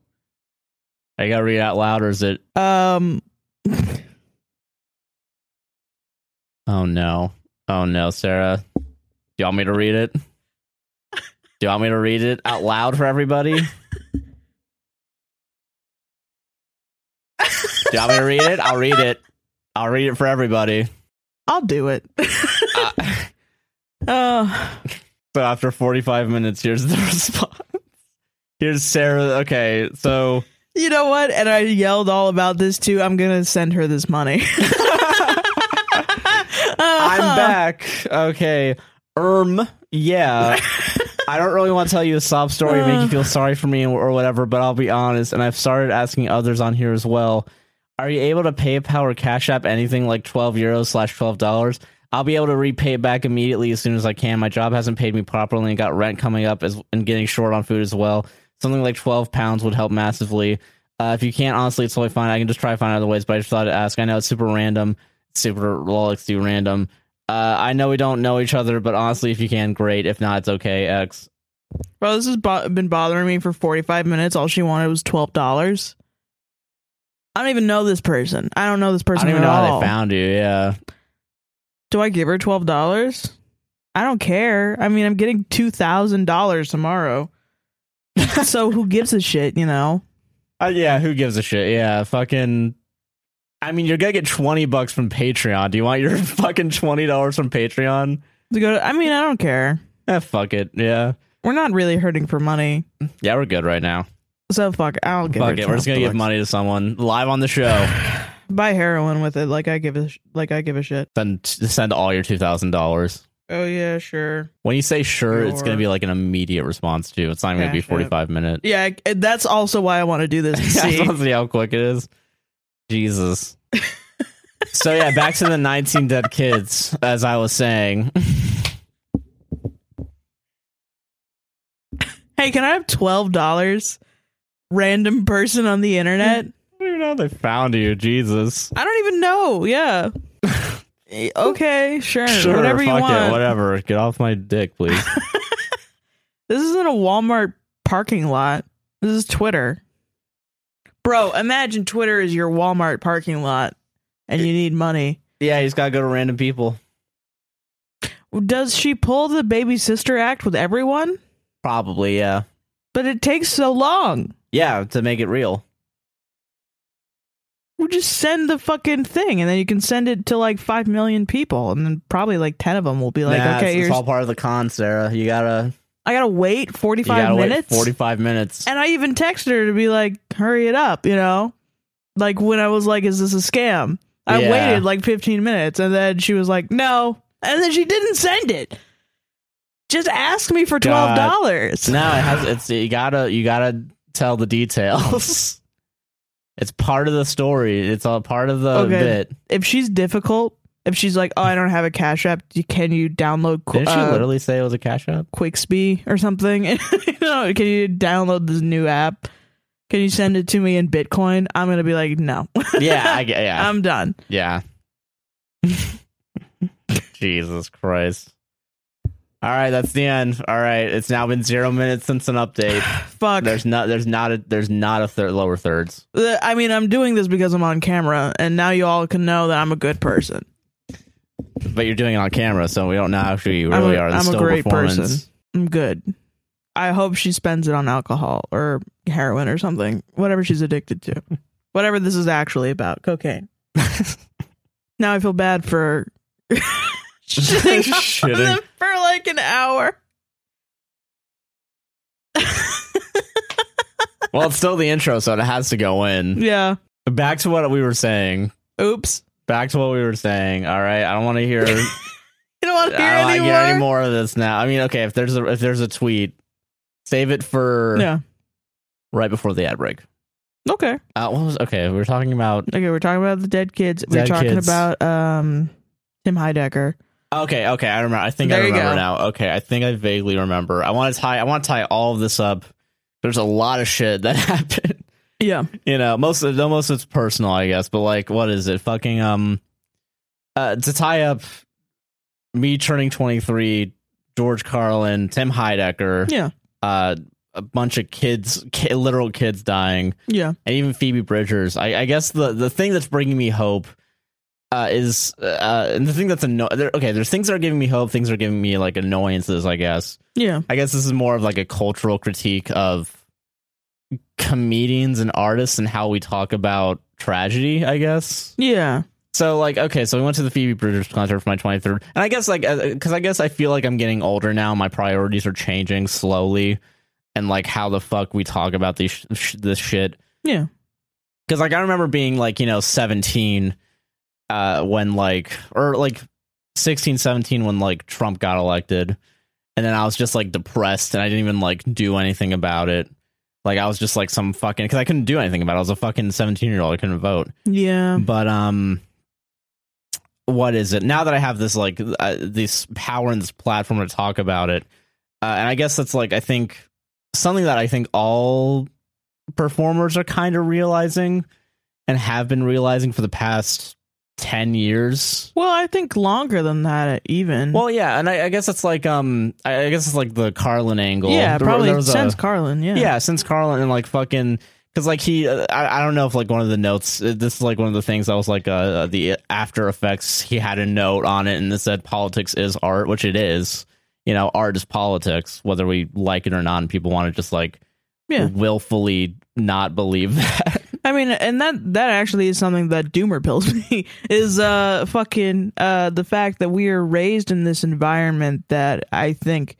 I got to read it out loud, or is it? Um, Oh no. Oh no, Sarah. Do you want me to read it? Do you want me to read it out loud for everybody? Do you want me to read it? I'll read it. I'll read it for everybody. I'll do it. [LAUGHS] Uh, uh, So after 45 minutes, here's the [LAUGHS] response. Here's Sarah. Okay, so you know what? And I yelled all about this too. I'm gonna send her this money. [LAUGHS] Uh, I'm back. Okay, erm, yeah. I don't really want to tell you a sob story, make you feel sorry for me, or whatever. But I'll be honest, and I've started asking others on here as well. Are you able to PayPal or Cash App anything like 12 euros slash 12 dollars? I'll be able to repay it back immediately as soon as I can. My job hasn't paid me properly and got rent coming up as, and getting short on food as well. Something like 12 pounds would help massively. Uh, if you can't, honestly, it's totally fine. I can just try to find other ways, but I just thought to ask. I know it's super random, super Rolex random. Uh, I know we don't know each other, but honestly, if you can, great. If not, it's okay. X. Bro, this has bo- been bothering me for 45 minutes. All she wanted was $12. I don't even know this person. I don't know this I person don't even at know how all. they found you. Yeah. Do I give her $12? I don't care. I mean, I'm getting $2,000 [LAUGHS] tomorrow. so who gives a shit, you know? Uh, yeah. Who gives a shit? Yeah. Fucking. I mean, you're gonna get twenty bucks from Patreon. Do you want your [LAUGHS] fucking twenty dollars from Patreon? To go to, I mean, I don't care. Eh, fuck it. Yeah. We're not really hurting for money. Yeah, we're good right now. So fuck, it. I'll give Fuck her it. We're just gonna give $12. money to someone live on the show. [LAUGHS] Buy heroin with it like I give a sh- like I give a shit. Then t- send all your two thousand dollars. Oh yeah, sure. When you say sure, it's Sure. gonna be like an immediate response too. It's not even gonna be Cash app. forty five minutes. Yeah, I- and that's also why I want to do this. [LAUGHS] I to just see. want to see how quick it is. [LAUGHS] Jesus. so yeah, back to the nineteen dead kids. As I was saying, [LAUGHS] hey, can I have twelve dollars? Random person on the internet. you know they found you. Jesus. I don't even [LAUGHS] know. Yeah. Eh, okay, sure. Sure, whatever you fuck want. it, whatever. Get off my dick, please. This isn't a Walmart parking lot. This is Twitter. Bro, imagine Twitter is your Walmart parking lot and you need money. [LAUGHS] yeah, you just gotta go to random people. Does she pull the baby sister act with everyone? Probably, yeah, But it takes so long. yeah, to make it real. Well, just send the fucking thing, and then you can send it to like five million people, and then probably like ten of them will be like, Nah, "Okay, it's, it's here's, all part of the con, Sarah. You gotta, I gotta wait forty you gotta five minutes." wait forty five minutes. and I even texted her to be like, "Hurry it up," you know, like when I was like, "Is this a scam?" I Yeah. waited like fifteen minutes, and then she was like, "No," and then she didn't send it. Just ask me for God. twelve dollars. No, it has. It's you gotta you gotta tell the details. [LAUGHS] it's part of the story. It's all part of the Okay. bit. If she's difficult, if she's like, "Oh, I don't have a Cash App," can you download? Qu- Didn't she uh, literally say it was a cash app? Quixby or something. [LAUGHS] you know, can you download this new app? Can you send it to me in Bitcoin? I'm gonna be like, no, [LAUGHS] [LAUGHS] Yeah, I, get- yeah, I'm done. [LAUGHS] yeah. Jesus Christ! All right, that's the end. All right, it's now been zero minutes since an [SIGHS] update. Fuck. There's not. There's not a. There's not a third lower thirds. Uh, I mean, I'm doing this because I'm on camera, and now you all can know that I'm a good person. But you're doing it on camera, so we don't know how true you I'm really a- are. The I'm a still great performance. person. I'm good. I hope she spends it on alcohol or heroin or something, whatever she's [LAUGHS] addicted to, whatever this is actually about, cocaine. [LAUGHS] now I feel bad for [LAUGHS] [LAUGHS] shitting on Shitting. them for like an hour. [LAUGHS] Well, it's still the intro, so it has to go in. Yeah. Back to what we were saying. Oops. back to what we were saying. All right, I don't want to hear. You don't want to hear I don't want to anymore. hear any more of this now. I mean, okay, if there's a if there's a tweet, save it for Yeah. right before the ad break. Okay. Uh, what was okay? We were talking about Okay. We're talking about the dead kids. we're Dead talking kids. about um Tim Heidecker. okay, okay. I remember. I think I There you remember go. now. Okay, I think I vaguely remember. I want to tie. I want to tie all of this up. There's a lot of shit that [LAUGHS] happened. Yeah. You know, most of most of it's personal, I guess. But like, what is it? Fucking um, uh, to tie up me turning 23, George Carlin, Tim Heidecker. Yeah. uh, a bunch of kids, ki- literal kids dying, Yeah. and even Phoebe Bridgers. I, I guess the the thing that's bringing me hope uh, is, uh, and the thing that's anno- there, okay. There's things that are giving me hope. Things that are giving me like annoyances. I guess. Yeah. I guess this is more of like a cultural critique of comedians and artists and how we talk about tragedy. I guess. Yeah. So like okay, so we went to the Phoebe Bridgers concert for my 23rd, and I guess like because I guess I feel like I'm getting older now. My priorities are changing slowly, and like how the fuck we talk about these sh- sh- this shit. Yeah. Because like I remember being like you know 17, uh, when like or like 16, 17 when like Trump got elected, and then I was just like depressed and I didn't even like do anything about it. Like I was just like some fucking because I couldn't do anything about it. I was a fucking 17 year old. I couldn't vote Yeah. but um what is it now that i have this like uh, this power and this platform to talk about it uh, and i guess that's like i think something that i think all performers are kind of realizing and have been realizing for the past 10 years. Well, I think longer than that, even. Well, yeah, and I, I guess it's like um, I, I guess it's like the Carlin angle. yeah, There- probably there was a- since Carlin. Yeah. yeah. since Carlin and like fucking because like he, uh, I, I don't know if like one of the notes. uh, This is like one of the things I was like uh, uh, the After Effects. He had a note on it and it said politics is art, which it is. You know, art is politics, whether we like it or not. And people want to just like Yeah. willfully not believe [LAUGHS] that. I mean, and that that actually is something that doomer pills [LAUGHS] me is uh fucking uh the fact that we are raised in this environment that I think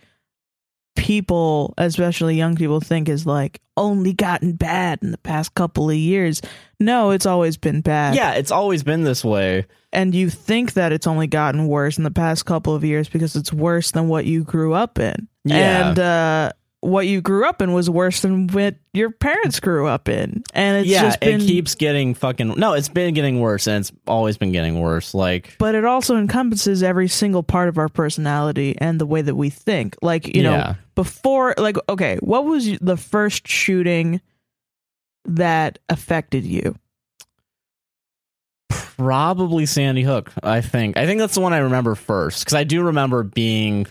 people, especially young people, think is like only gotten bad in the past couple of years. No, it's always been bad. yeah, it's always been this way. and you think that it's only gotten worse in the past couple of years because it's worse than what you grew up in. Yeah. And uh what you grew up in was worse than what your parents grew up in. And it's yeah, just been it keeps getting fucking no. It's been getting worse, and it's always been getting worse. Like but it also encompasses every single part of our personality and the way that we think. Like, you Yeah. know, before, like, okay, what was y- the first shooting that affected you? probably Sandy Hook. I think. I think that's the one I remember first because I do remember being.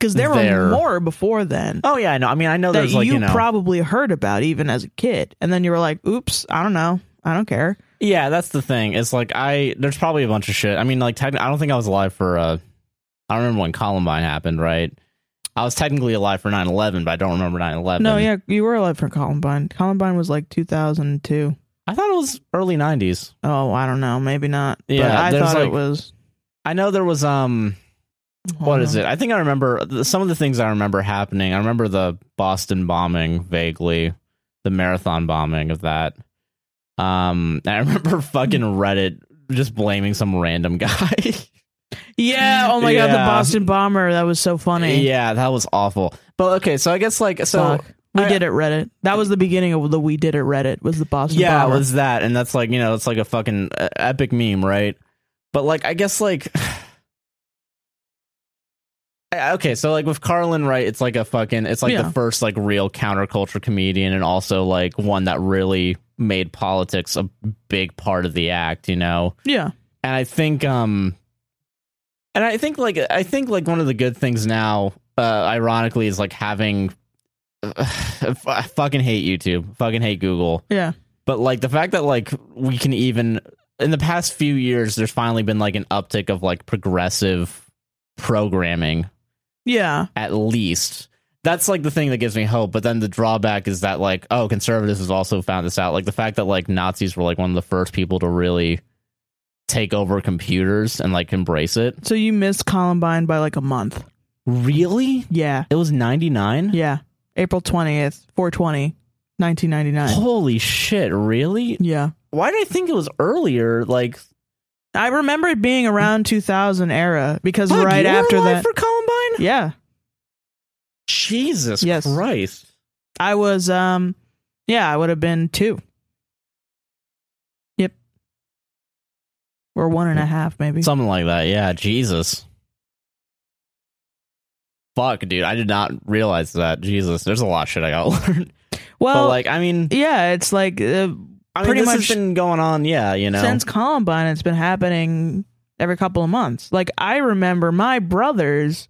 Because there, There. were more before then Oh yeah, I know. I mean, I know that there's like you, you, know. probably heard about even as a kid. And then you were like, oops, I don't know. I don't care. yeah, that's the thing. It's like I there's probably a bunch of shit. I mean, like techni- I don't think I was alive for. uh I don't remember when Columbine happened, right? I was technically alive for 9-11, but I don't remember 9-11. No, yeah, you were alive for Columbine. Columbine was like 2002. I thought it was early 90s. Oh, I don't know. Maybe not. but Yeah, I there's thought like- it was. I know there was um What is it? it? I think I remember th- some of the things I remember happening. I remember the Boston bombing vaguely, the marathon bombing of that. Um, [LAUGHS] I remember fucking Reddit just blaming some random [LAUGHS] guy. Yeah. Oh my god, the Yeah. Boston bomber. That was so funny. yeah, that was awful. But okay, so I guess like so Fuck. we I- did it Reddit. That was the beginning of the we did it Reddit. Was the Boston yeah, bomber? it was that, and that's like you know, it's like a fucking uh, epic meme, right? But like, I guess like, [SIGHS] I- okay, so like with Carlin, right? It's like a fucking, it's like Yeah. the first like real counterculture comedian, and also like one that really made politics a big part of the act, you know? yeah. and I think um and I think like I think like one of the good things now uh ironically is like having [SIGHS] I fucking hate YouTube, fucking hate Google. Yeah. But like the fact that like we can even in the past few years there's finally been like an uptick of like progressive programming Yeah. at least. That's like the thing that gives me hope. But then the drawback is that like, oh, conservatives has also found this out. Like the fact that like Nazis were like one of the first people to really take over computers and like embrace it. So you missed Columbine by like a month. Really? Yeah. It was ninety nine? Yeah. April 20th, 420, 1999. Holy shit, really? Yeah. Why did I think it was earlier? Like I remember it being around 2000 era because fuck, right you were after alive that. for Columbine? yeah. Jesus Yes. Christ. I was um yeah, I would have been 2. Yep. Or one and a half maybe. Something like that, yeah. Jesus. Fuck, dude. I did not realize that. Jesus. There's a lot of shit I gotta [LAUGHS] learn. well, but like, I mean, yeah, it's like uh, I mean, pretty this has much- been going on. Yeah, you know. since Columbine, it's been happening every couple of months. Like I remember my brothers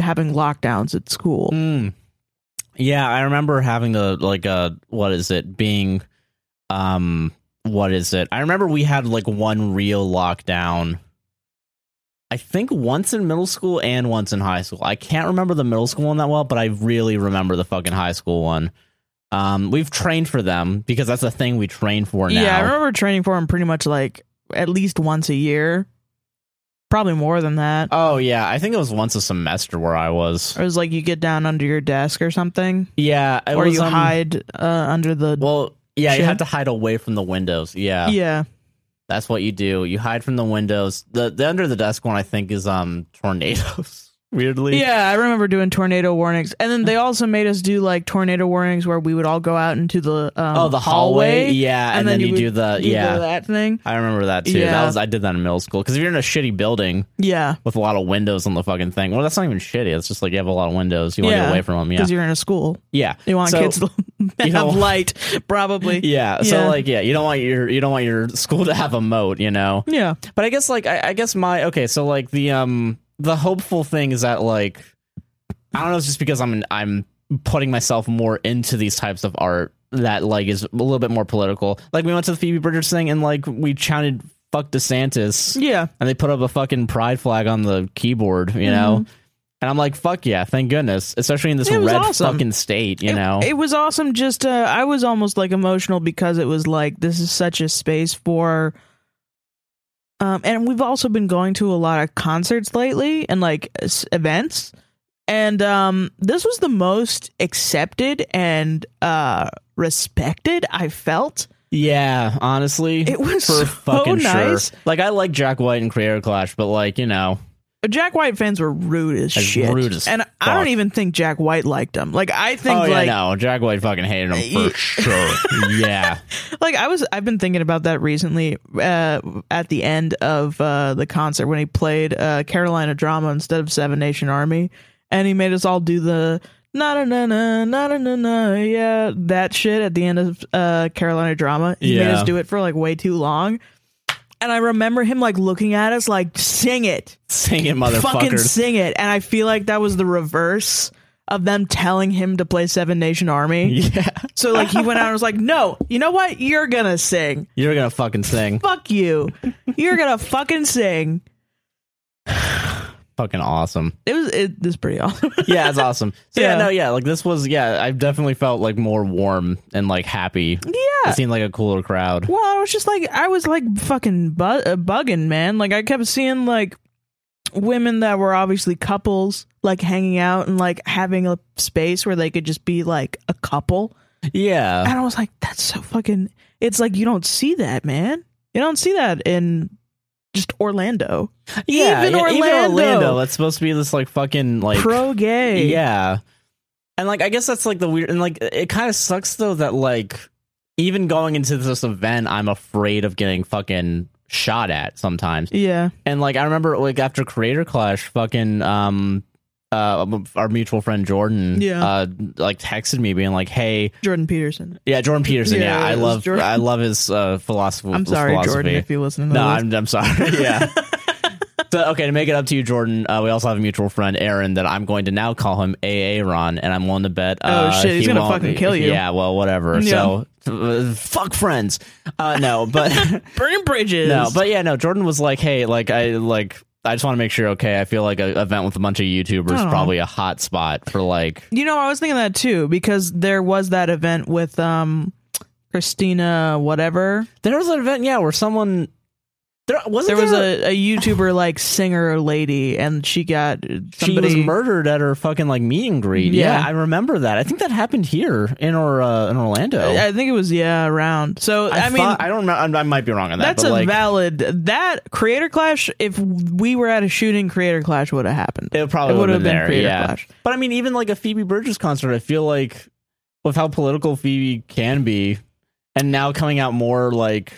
having lockdowns at school. Mm. Yeah, I remember having to like uh what is it being, um, what is it? I remember we had like one real lockdown. I think once in middle school and once in high school. I can't remember the middle school one that well, but I really remember the fucking high school one. Um, we've trained for them because that's the thing we train for now. Yeah, I remember training for them pretty much like at least once a year, probably more than that. oh yeah, I think it was once a semester where I was. It was like you get down under your desk or something, Yeah, it or was, you um, hide uh, under the Well, yeah, you Shit. have to hide away from the windows. Yeah, yeah. that's what you do. You hide from the windows. The the under the desk one, I think, is um [LAUGHS] tornadoes. Weirdly, Yeah, I remember doing tornado warnings, and then they also made us do like tornado warnings where we would all go out into the um, Oh, the hallway. Yeah, and, and then, then you, you do the do yeah. the- that thing. I remember that too. Yeah. That was I did that in middle school because if you're in a shitty building Yeah, with a lot of windows on the fucking thing, well, that's not even shitty. It's just like you have a lot of windows. You want to Yeah. get away from them. Yeah, because you're in a school, yeah. you want So- kids to [LAUGHS] You know- have light, [LAUGHS] probably. Yeah. So Yeah. like, yeah, you don't want your you don't want your [LAUGHS] school to have a moat, you know. Yeah. But I guess like I, I guess my okay, so like the um the hopeful thing is that like I don't know, it's just because I'm I'm putting myself more into these types of art that like is a little bit more political. Like we went to the Phoebe Bridgers thing and like we chanted fuck DeSantis Yeah. and they put up a fucking pride flag on the keyboard, Mm-hmm. you know? And I'm like, fuck yeah, thank goodness. Especially in this It was red awesome. fucking state, you It- know. it, was awesome just uh i was almost like emotional because it was like this is such a space for um and we've also been going to a lot of concerts lately and like s- events and um this was the most accepted and uh respected i felt Yeah, honestly, It was for so fucking nice. sure. Like I like Jack White and Creator Clash, but like you know, jack white fans were rude as, As shit rude as and i fuck. don't even think jack white liked them like i think oh like yeah, no, Jack White fucking hated him [LAUGHS] Ye- for sure. yeah, [LAUGHS] like i was i've been thinking about that recently uh at the end of uh the concert when he played uh carolina drama instead of seven nation army and he made us all do the na na na na na na na na yeah that shit at the end of uh carolina drama he made Yeah. us do it for like way too long and i remember him like looking at us like sing it singing fucking motherfuckers. sing it and i feel like that was the reverse of them telling him to play seven nation [LAUGHS] army yeah, so like he went out and was like, "No, you know what? You're gonna sing. you're gonna fucking sing. Fuck you. You're gonna fucking sing." Fucking awesome. It was it this pretty awesome. [LAUGHS] Yeah, it's awesome. So yeah. Yeah. no, yeah, like this was yeah. I definitely felt like more warm and like happy. yeah. It seemed like a cooler crowd. Well, I was just like, I was like fucking bu- uh, bugging, man. Like I kept seeing like women that were obviously couples like hanging out and like having a space where they could just be like a couple. Yeah, And I was like, that's so fucking. It's like you don't see that, man. You don't see that in just Orlando. yeah, even yeah, Orlando. even Orlando. That's supposed to be this like fucking like Pro gay. Yeah. And like I guess that's like the weird and like it kind of sucks though that like even going into this event I'm afraid of getting fucking shot at sometimes. Yeah. And like I remember like after Creator Clash fucking um uh our mutual friend Jordan Yeah. uh like texted me being like hey Jordan Peterson. yeah Jordan Peterson yeah, Yeah, I it was love Jordan. I love his uh philosophy I'm sorry, philosophy. Jordan, if you listen to No, this. I'm, I'm sorry. [LAUGHS] Yeah. [LAUGHS] so, okay, to make it up to you, Jordan, uh, we also have a mutual friend, Aaron, that I'm going to now call him AA Ron, and I'm willing to bet. Uh, Oh, shit, he's he gonna won't- fucking kill you. Yeah, well, whatever. So, uh, fuck friends. Uh, no, but [LAUGHS] burning bridges. no, but yeah, no. Jordan was like, hey, like I like. I just want to make sure you're okay. I feel like an event with a bunch of YouTubers is Aw. probably a hot spot for like. you know, I was thinking that too because there was that event with um Christina whatever. There was an event, yeah, where someone there wasn't There was a, a YouTuber like singer lady, and she got somebody. she was murdered at her fucking like meet and greet. Yeah. Yeah. I remember that. I think that happened here in or uh, in Orlando. I I think it was yeah around. So I, mean. thought- I don't know. I, I might be wrong on that. that's but a like, valid that creator clash. If we were at a shooting, creator clash would have happened. it probably it would have would've been been Oh, there. Creator yeah, Clash. but I mean, even like a Phoebe Bridgers concert, I feel like with how political Phoebe can be, and now coming out more like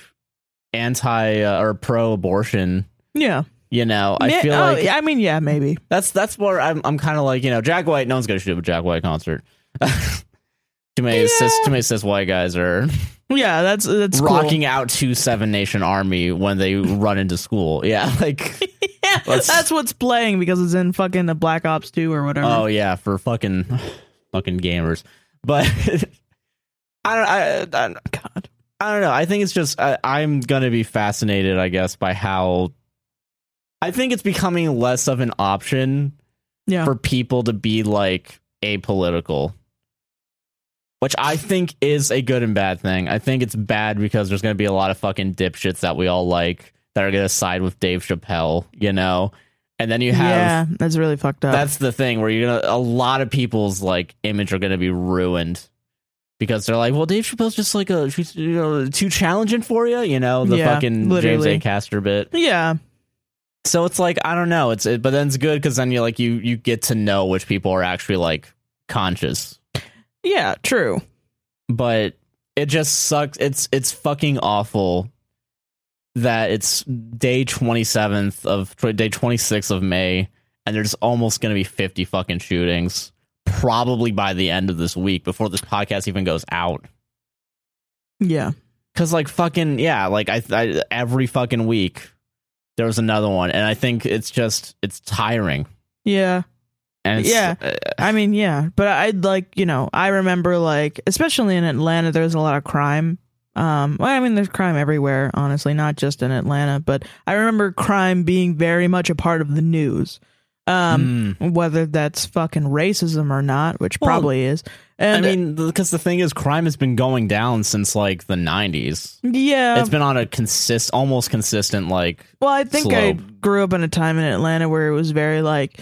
anti uh, or pro-abortion. Yeah, You know, I Ma- feel oh, like I mean, yeah, maybe. that's that's where I'm. I'm kind of like you know, Jack White. No one's gonna shoot up a Jack White concert. [LAUGHS] too many cis, Yeah. too many cis white guys are Yeah, that's that's cool. rocking out to Seven Nation Army when they run into school. [LAUGHS] Yeah, [LAUGHS] like Yeah, Let's- that's what's playing because it's in fucking the Black Ops 2 or whatever. oh yeah, for fucking fucking gamers. But [LAUGHS] I don't. I, I, don't- God. I don't know. I think it's just I, I'm gonna be fascinated, I guess, by how. I think it's becoming less of an option Yeah. for people to be like apolitical. Which I think is a good and bad thing. I think it's bad because there's going to be a lot of fucking dipshits that we all like that are going to side with Dave Chappelle, you know? And then you have yeah, that's really fucked up. that's the thing where you're gonna a lot of people's like image are gonna be ruined because they're like, well, Dave Chappelle's just like a she's you know too challenging for you, you know, the Yeah, fucking James literally. A. Castor bit. yeah. So it's like I don't know, it's it, but then it's good because then you like you you get to know which people are actually like conscious, Yeah, true. but it just sucks. It's it's fucking awful that it's day twenty seventh of day twenty sixth of May, and there's almost gonna be fifty fucking shootings. probably by the end of this week before this podcast even goes out. Yeah. Cause like fucking yeah, like I, I every fucking week there was another one, and I think it's just it's tiring. Yeah. And it's, Yeah. uh, I mean, yeah, but I like you know I remember like especially in Atlanta there was a lot of crime. Um, well, I mean, there's crime everywhere, honestly, not just in Atlanta, but I remember crime being very much a part of the news. Um, mm. whether that's fucking racism or not, which Well, probably is. I And mean, because the thing is, crime has been going down since like the '90s. yeah, it's been on a consist, almost consistent like Well, I think I slope. grew up in a time in Atlanta where it was very like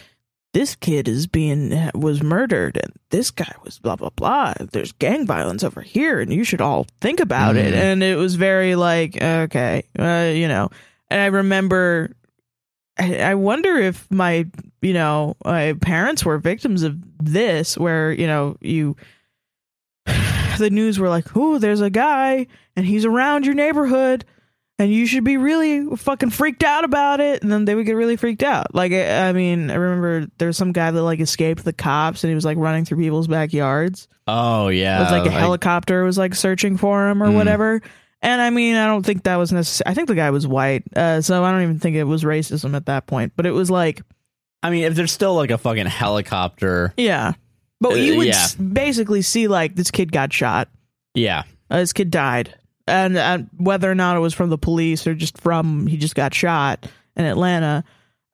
this kid is being was murdered and this guy was blah blah blah. There's gang violence over here and you should all think about it. Mm. And it was very like okay, uh, you know. And I remember I, I wonder if my you know my parents were victims of this where you know you [SIGHS] the news were like, "Ooh, there's a guy and he's around your neighborhood and you should be really fucking freaked out about it." And then they would get really freaked out. Like I, I mean, I remember there was some guy that like escaped the cops and he was like running through people's backyards. oh It yeah, was like a like- helicopter was like searching for him or Mm. whatever. And I mean, I don't think that was necessary. I think the guy was white, uh, so I don't even think it was racism at that point. But it was like, I mean, if there's still like a fucking helicopter, yeah. But Uh, you would yeah. s- basically see like this kid got shot. yeah, Uh, this kid died, and uh, whether or not it was from the police or just from he just got shot in Atlanta.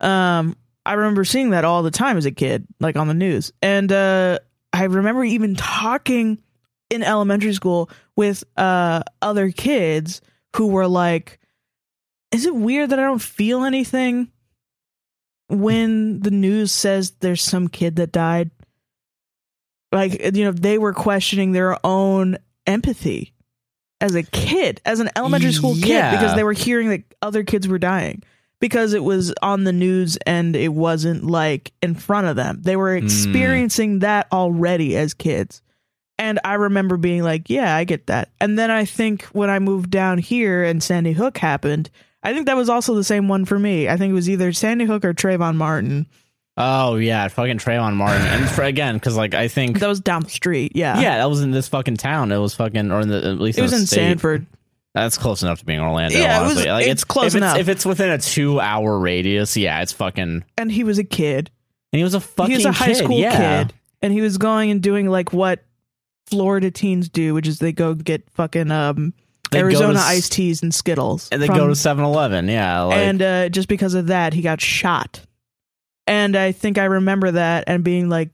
Um, I remember seeing that all the time as a kid, like on the news, and uh, I remember even talking in elementary school with uh, other kids who were like, "Is it weird that I don't feel anything?" when the news says there's some kid that died like you know they were questioning their own empathy as a kid as an elementary school Yeah. kid because they were hearing that other kids were dying because it was on the news and it wasn't like in front of them they were experiencing that already as kids and i remember being like yeah i get that and then i think when i moved down here and sandy hook happened I think that was also the same one for me. I think it was either Sandy Hook or Trayvon Martin. oh yeah, fucking Trayvon Martin, and for, again, because like I think That was down the street. Yeah. yeah, that was in this fucking town. It was fucking or in the at least It was in state. Sanford. That's close enough to being Orlando. Yeah, it was- honestly. like, it's close if enough. It's, if it's within a two-hour radius, yeah, it's fucking. And he was a kid. And he was a fucking. He was a high kid, school yeah. kid. And he was going and doing like what Florida teens do, which is they go get fucking um They go to Arizona s- iced teas and Skittles. and they from- go to 7-Eleven. Yeah, like, and uh, just because of that, he got shot. And I think I remember that and being like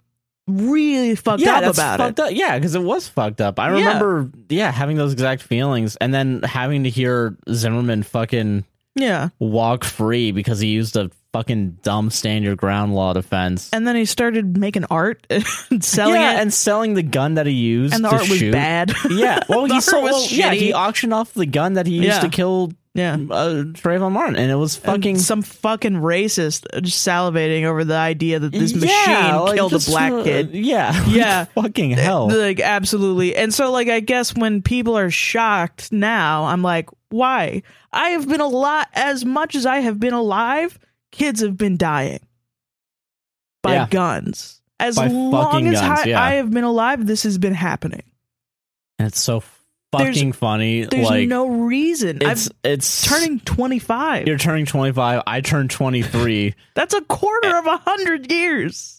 really fucked yeah, up that's about it. fucked up. Yeah, because it was fucked up. I Yeah. remember, yeah, having those exact feelings, and then having to hear Zimmerman fucking Yeah. walk free because he used a fucking dumb stand your ground law defense. And then he started making art [LAUGHS] and selling yeah, it. and selling the gun that he used. and the to art was shoot. bad. [LAUGHS] Yeah, well, The he art sold. was well, yeah, shitty. he auctioned off the gun that he used Yeah. to kill yeah, uh, Trayvon Martin, and it was fucking fucking some fucking racist just salivating over the idea that this machine Yeah, like, killed just, a black uh, kid. [LAUGHS] Yeah, Yeah. fucking hell. Like absolutely. And so like I guess when people are shocked now, I'm like, why? I have been alive as much as I have been alive, kids have been dying by Yeah. guns. As By long fucking as guns, I, yeah. I have been alive, this has been happening. and it's so There's- fucking funny. There's like no reason. I'm it's it's turning 25. You're turning 25. I turn 23 That's a quarter of a hundred years.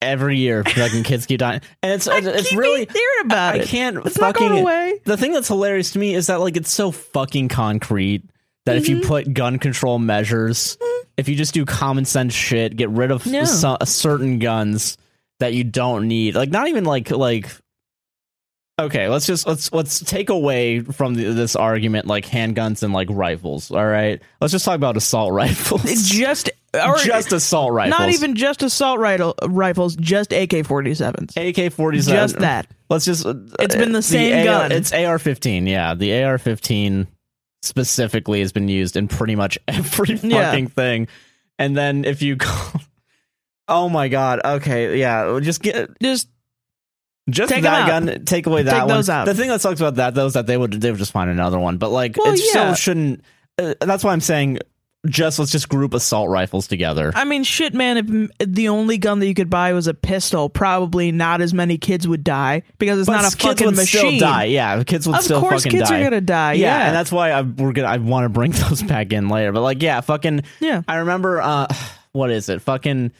every year. Fucking kids keep dying, and it's I it's keep really hearing about I it. can't It's not fucking going away. the thing that's hilarious to me is that like it's so fucking concrete that if you Mm-hmm. put gun control measures, if you just do common sense shit, get rid of Yeah. so- uh, certain guns that you don't need, like not even like like okay, let's just let's let's take away from the, this argument like handguns and like rifles. All right, let's just talk about assault [LAUGHS] rifles. It just or just assault rifles. not even just assault rifle, rifles, just AK forty sevens. AK forty seven. Just that. Let's just. uh, It's been the same AR gun. It's AR fifteen. Yeah, the AR fifteen specifically has been used in pretty much [LAUGHS] every fucking Yeah. thing. And then if you go, oh my god, okay, yeah, just get Just just Take 'em that out. gun. Take away that Take one. those out. The thing that sucks about that though is that they would they would just find another one. But like Well, it yeah. still shouldn't. Uh, that's why I'm saying just let's just group assault rifles together. I mean, shit, man. If m- the only gun that you could buy was a pistol, probably not as many kids would die because it's not a kids fucking would machine. still die. Yeah, kids would Of still course, fucking kids die. are gonna die. Uh, yeah, Yeah, and that's why I we're gonna I want to bring [LAUGHS] those back in later. But like, yeah, fucking. yeah. I remember. uh [SIGHS] What is it? Fucking.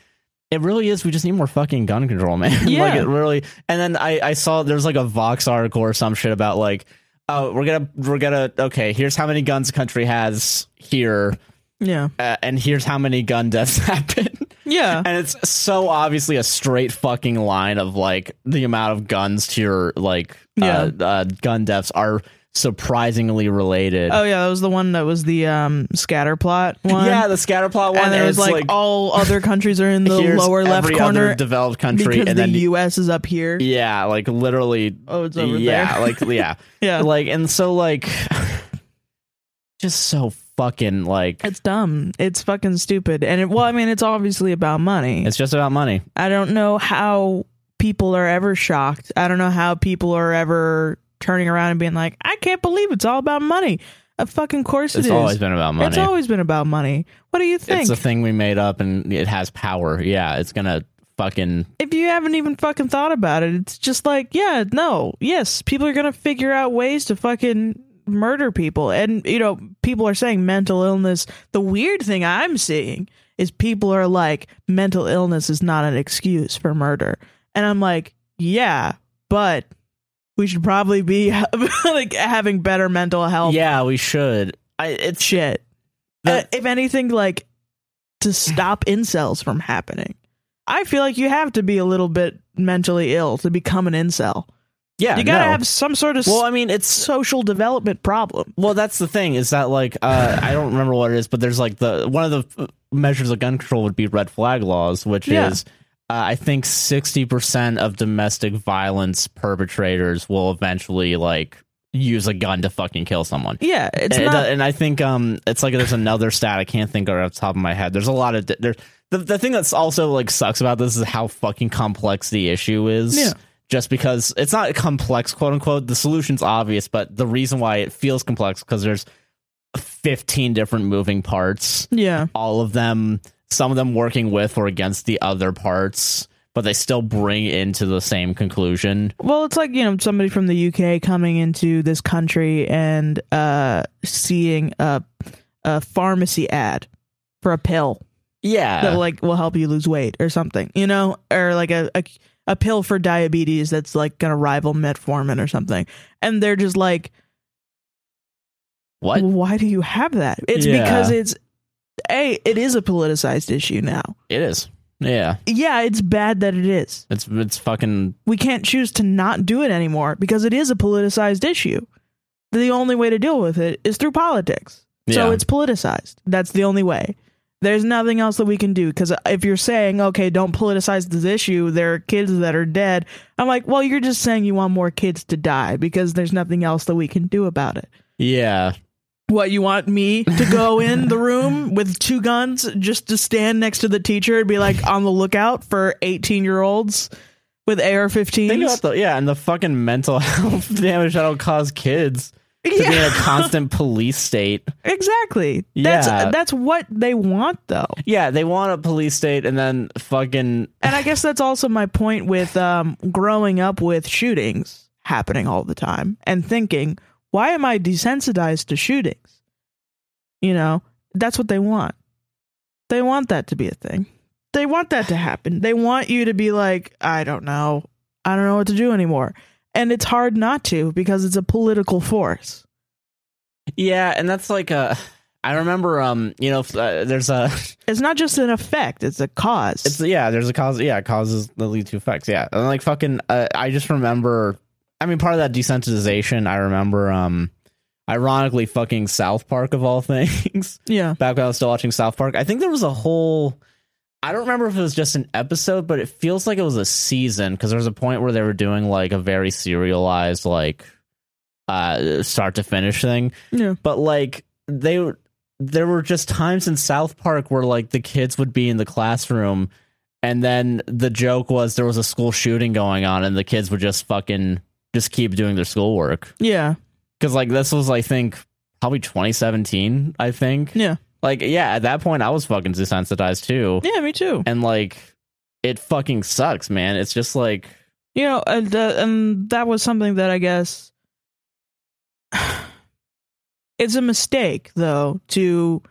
It really is. We just need more fucking gun control, [LAUGHS] man. like Yeah. it really. And then I I saw there's like a Vox article or some shit about like, oh, we're gonna we're gonna okay. Here's how many guns the country has here, Yeah, uh, and here's how many gun deaths [LAUGHS] happen. yeah, and it's so obviously a straight fucking line of like the amount of guns to your like Yeah. uh, uh, gun deaths are surprisingly related. oh yeah. That was the one that was the um scatter plot one. yeah, the scatter plot one. and it and was it's like, all other countries are in the [LAUGHS] here's lower left every corner other developed country, because and the then U.S. is up here. yeah, like literally, Oh, it's over yeah, there. like [LAUGHS] yeah, yeah, like and so like, [SIGHS] just so fucking like. it's dumb. It's fucking stupid. And it, well, I mean, it's obviously about money. It's just about money. I don't know how people are ever shocked. I don't know how people are ever turning around and being like, I can't believe it's all about money. Of fucking course it it's is. always been about money. It's always been about money. What do you think? it's a thing we made up, and it has power. Yeah, it's gonna fucking if you haven't even fucking thought about it, it's just like, yeah, no, yes, people are gonna figure out ways to fucking murder people, and you know, people are saying mental illness. The weird thing I'm seeing is people are like, mental illness is not an excuse for murder, and I'm like, yeah, but we should probably be [LAUGHS] like having better mental health Yeah, we should. I, it's shit. The- Uh, if anything, like [LAUGHS] to stop incels from happening. I feel like you have to be a little bit mentally ill to become an incel. yeah. You gotta no. have some sort of s- Well, I mean, it's social development problem. well. That's the thing is that like uh, I don't remember what it is, but there's like the one of the uh, measures of gun control would be red flag laws, which Yeah. is uh, I think sixty percent of domestic violence perpetrators will eventually like use a gun to fucking kill someone. Yeah, it's and, it not. do- and I think um, it's like there's another stat I can't think of off the top of my head. There's a lot of di- there. The, the thing that's also like sucks about this is how fucking complex the issue is. Yeah. Just because it's not complex, quote unquote. The solution's obvious, but the reason why it feels complex because there's 15 different moving parts. yeah, All of them, some of them working with or against the other parts, but they still bring into the same conclusion. well, it's like you know somebody from the UK coming into this country and uh seeing a a pharmacy ad for a pill. that Yeah. like will help you lose weight or something, you know, or like a, a a pill for diabetes that's like gonna rival metformin or something, and they're just like, what? why do you have that? It's Yeah. because it's a it is a politicized issue now. It is. Yeah. Yeah, it's bad that it is. It's it's fucking We can't choose to not do it anymore because it is a politicized issue. The only way to deal with it is through politics. So Yeah. it's politicized. That's the only way. There's nothing else that we can do because if you're saying, okay, don't politicize this issue, there are kids that are dead. I'm like, well, you're just saying you want more kids to die because there's nothing else that we can do about it. Yeah. What, you want me to [LAUGHS] go in the room with two guns just to stand next to the teacher and be like on the lookout for 18 year olds with AR 15s? Think about the yeah, and the fucking mental [LAUGHS] health damage that'll cause kids to be in a constant police state. Exactly. That's Yeah. that's what they want though. Yeah, they want a police state and then fucking And I guess that's also my point with um growing up with shootings happening all the time and thinking, why am I desensitized to shootings? You know, that's what they want. They want that to be a thing. They want that to happen. They want you to be like, I don't know. I don't know what to do anymore. And it's hard not to because it's a political force. yeah, and that's like a. I remember um, you know, f- uh, there's a It's not just an effect, it's a cause. It's yeah, there's a cause. Yeah, causes that lead to effects. Yeah, and like fucking, uh, I just remember. I mean, part of that desensitization. I remember. Um, ironically, fucking South Park of all [LAUGHS] things. yeah. Back when I was still watching South Park, I think there was a whole. I don't remember if it was just an episode, but it feels like it was a season because there was a point where they were doing like a very serialized, like, uh, start to finish thing Yeah. but like they were- there were just times in South Park where like the kids would be in the classroom and then the joke was there was a school shooting going on and the kids would just fucking just keep doing their schoolwork Yeah. cuz like this was I think probably 2017 I think Yeah. Like, yeah, at that point, I was fucking desensitized too. Yeah, me too. And like, it fucking sucks, man. It's just like, you know and, uh, and that was something that i guess [SIGHS] it's a mistake though to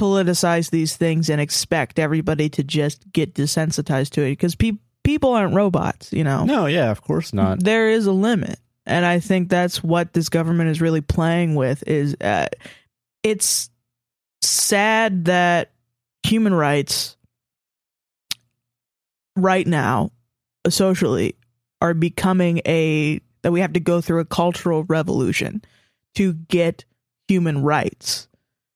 politicize these things and expect everybody to just get desensitized to it because pe- people aren't robots you know no, yeah, of course not. there is a limit and i think that's what this government is really playing with is uh, it's sad that human rights right now socially are becoming a that we have to go through a cultural revolution to get human rights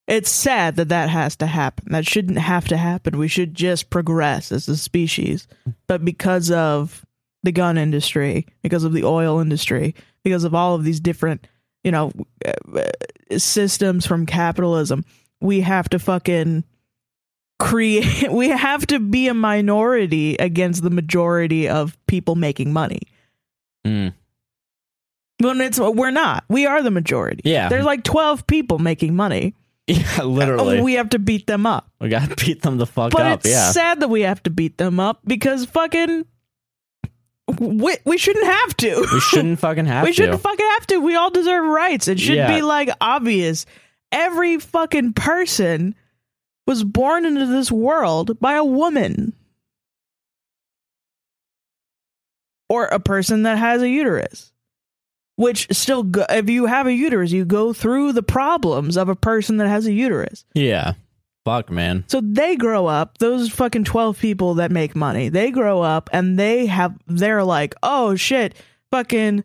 it's sad that that has to happen that shouldn't have to happen we should just progress as a species but because of the gun industry because of the oil industry because of all of these different you know uh, systems from capitalism we have to fucking create [LAUGHS] we have to be a minority against the majority of people making money Mm. when it's we're not we are the majority Yeah. there's like 12 people making money [LAUGHS] Yeah, literally. oh, we, we have to beat them up gotta beat them the fuck but up. it's Yeah. sad that we have to beat them up because fucking we, we shouldn't have to [LAUGHS] we shouldn't fucking have we to. shouldn't fucking have to. We all deserve rights. It should Yeah. be like obvious. Every fucking person was born into this world by a woman or a person that has a uterus. Which still, go- if you have a uterus, you go through the problems of a person that has a uterus. yeah. Fuck, man. So they grow up, those fucking 12 people that make money, they grow up and they have, they're like, oh shit, fucking,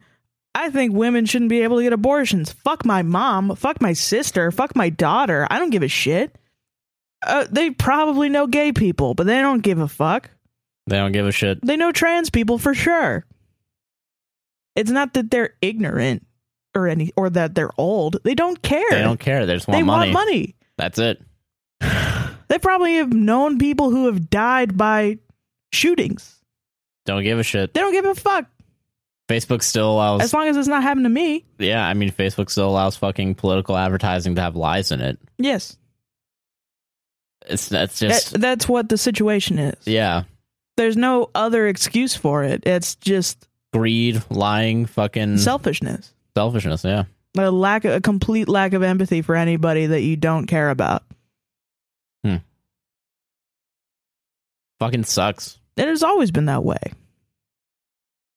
I think women shouldn't be able to get abortions. Fuck my mom, fuck my sister, fuck my daughter. I don't give a shit. Uh, they probably know gay people, but they don't give a fuck. They don't give a shit. They know trans people for sure. It's not that they're ignorant or any, or that they're old. They don't care. They don't care. They just want They money. want money. That's it. They probably have known people who have died by shootings. Don't give a shit. They don't give a fuck Facebook still allows. as long as it's not happened to me. yeah, I mean, Facebook still allows fucking political advertising to have lies in it. Yes, It's that's That- just that's what the situation is. yeah, There's no other excuse for it. It's just greed, lying, fucking selfishness, selfishness. Yeah, a lack, a complete lack of empathy for anybody that you don't care about. fucking sucks. It has always been that way.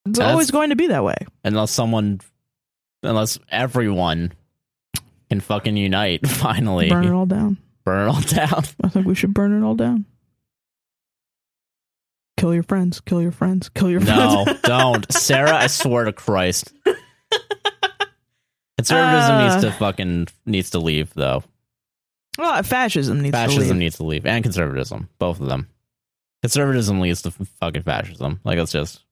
It's That's- always going to be that way. Unless someone, unless everyone can fucking unite, [LAUGHS] finally Burn it all down. burn it all down. I think we should burn it all down. Kill your friends. Kill your friends. Kill your No, friends. [LAUGHS] [LAUGHS] don't, Sarah. I swear to Christ, conservatism Uh. needs to fucking needs to leave though. Well, fascism needs fascism to leave. needs to leave and conservatism both of them conservatism leads to f- fucking fascism like it's just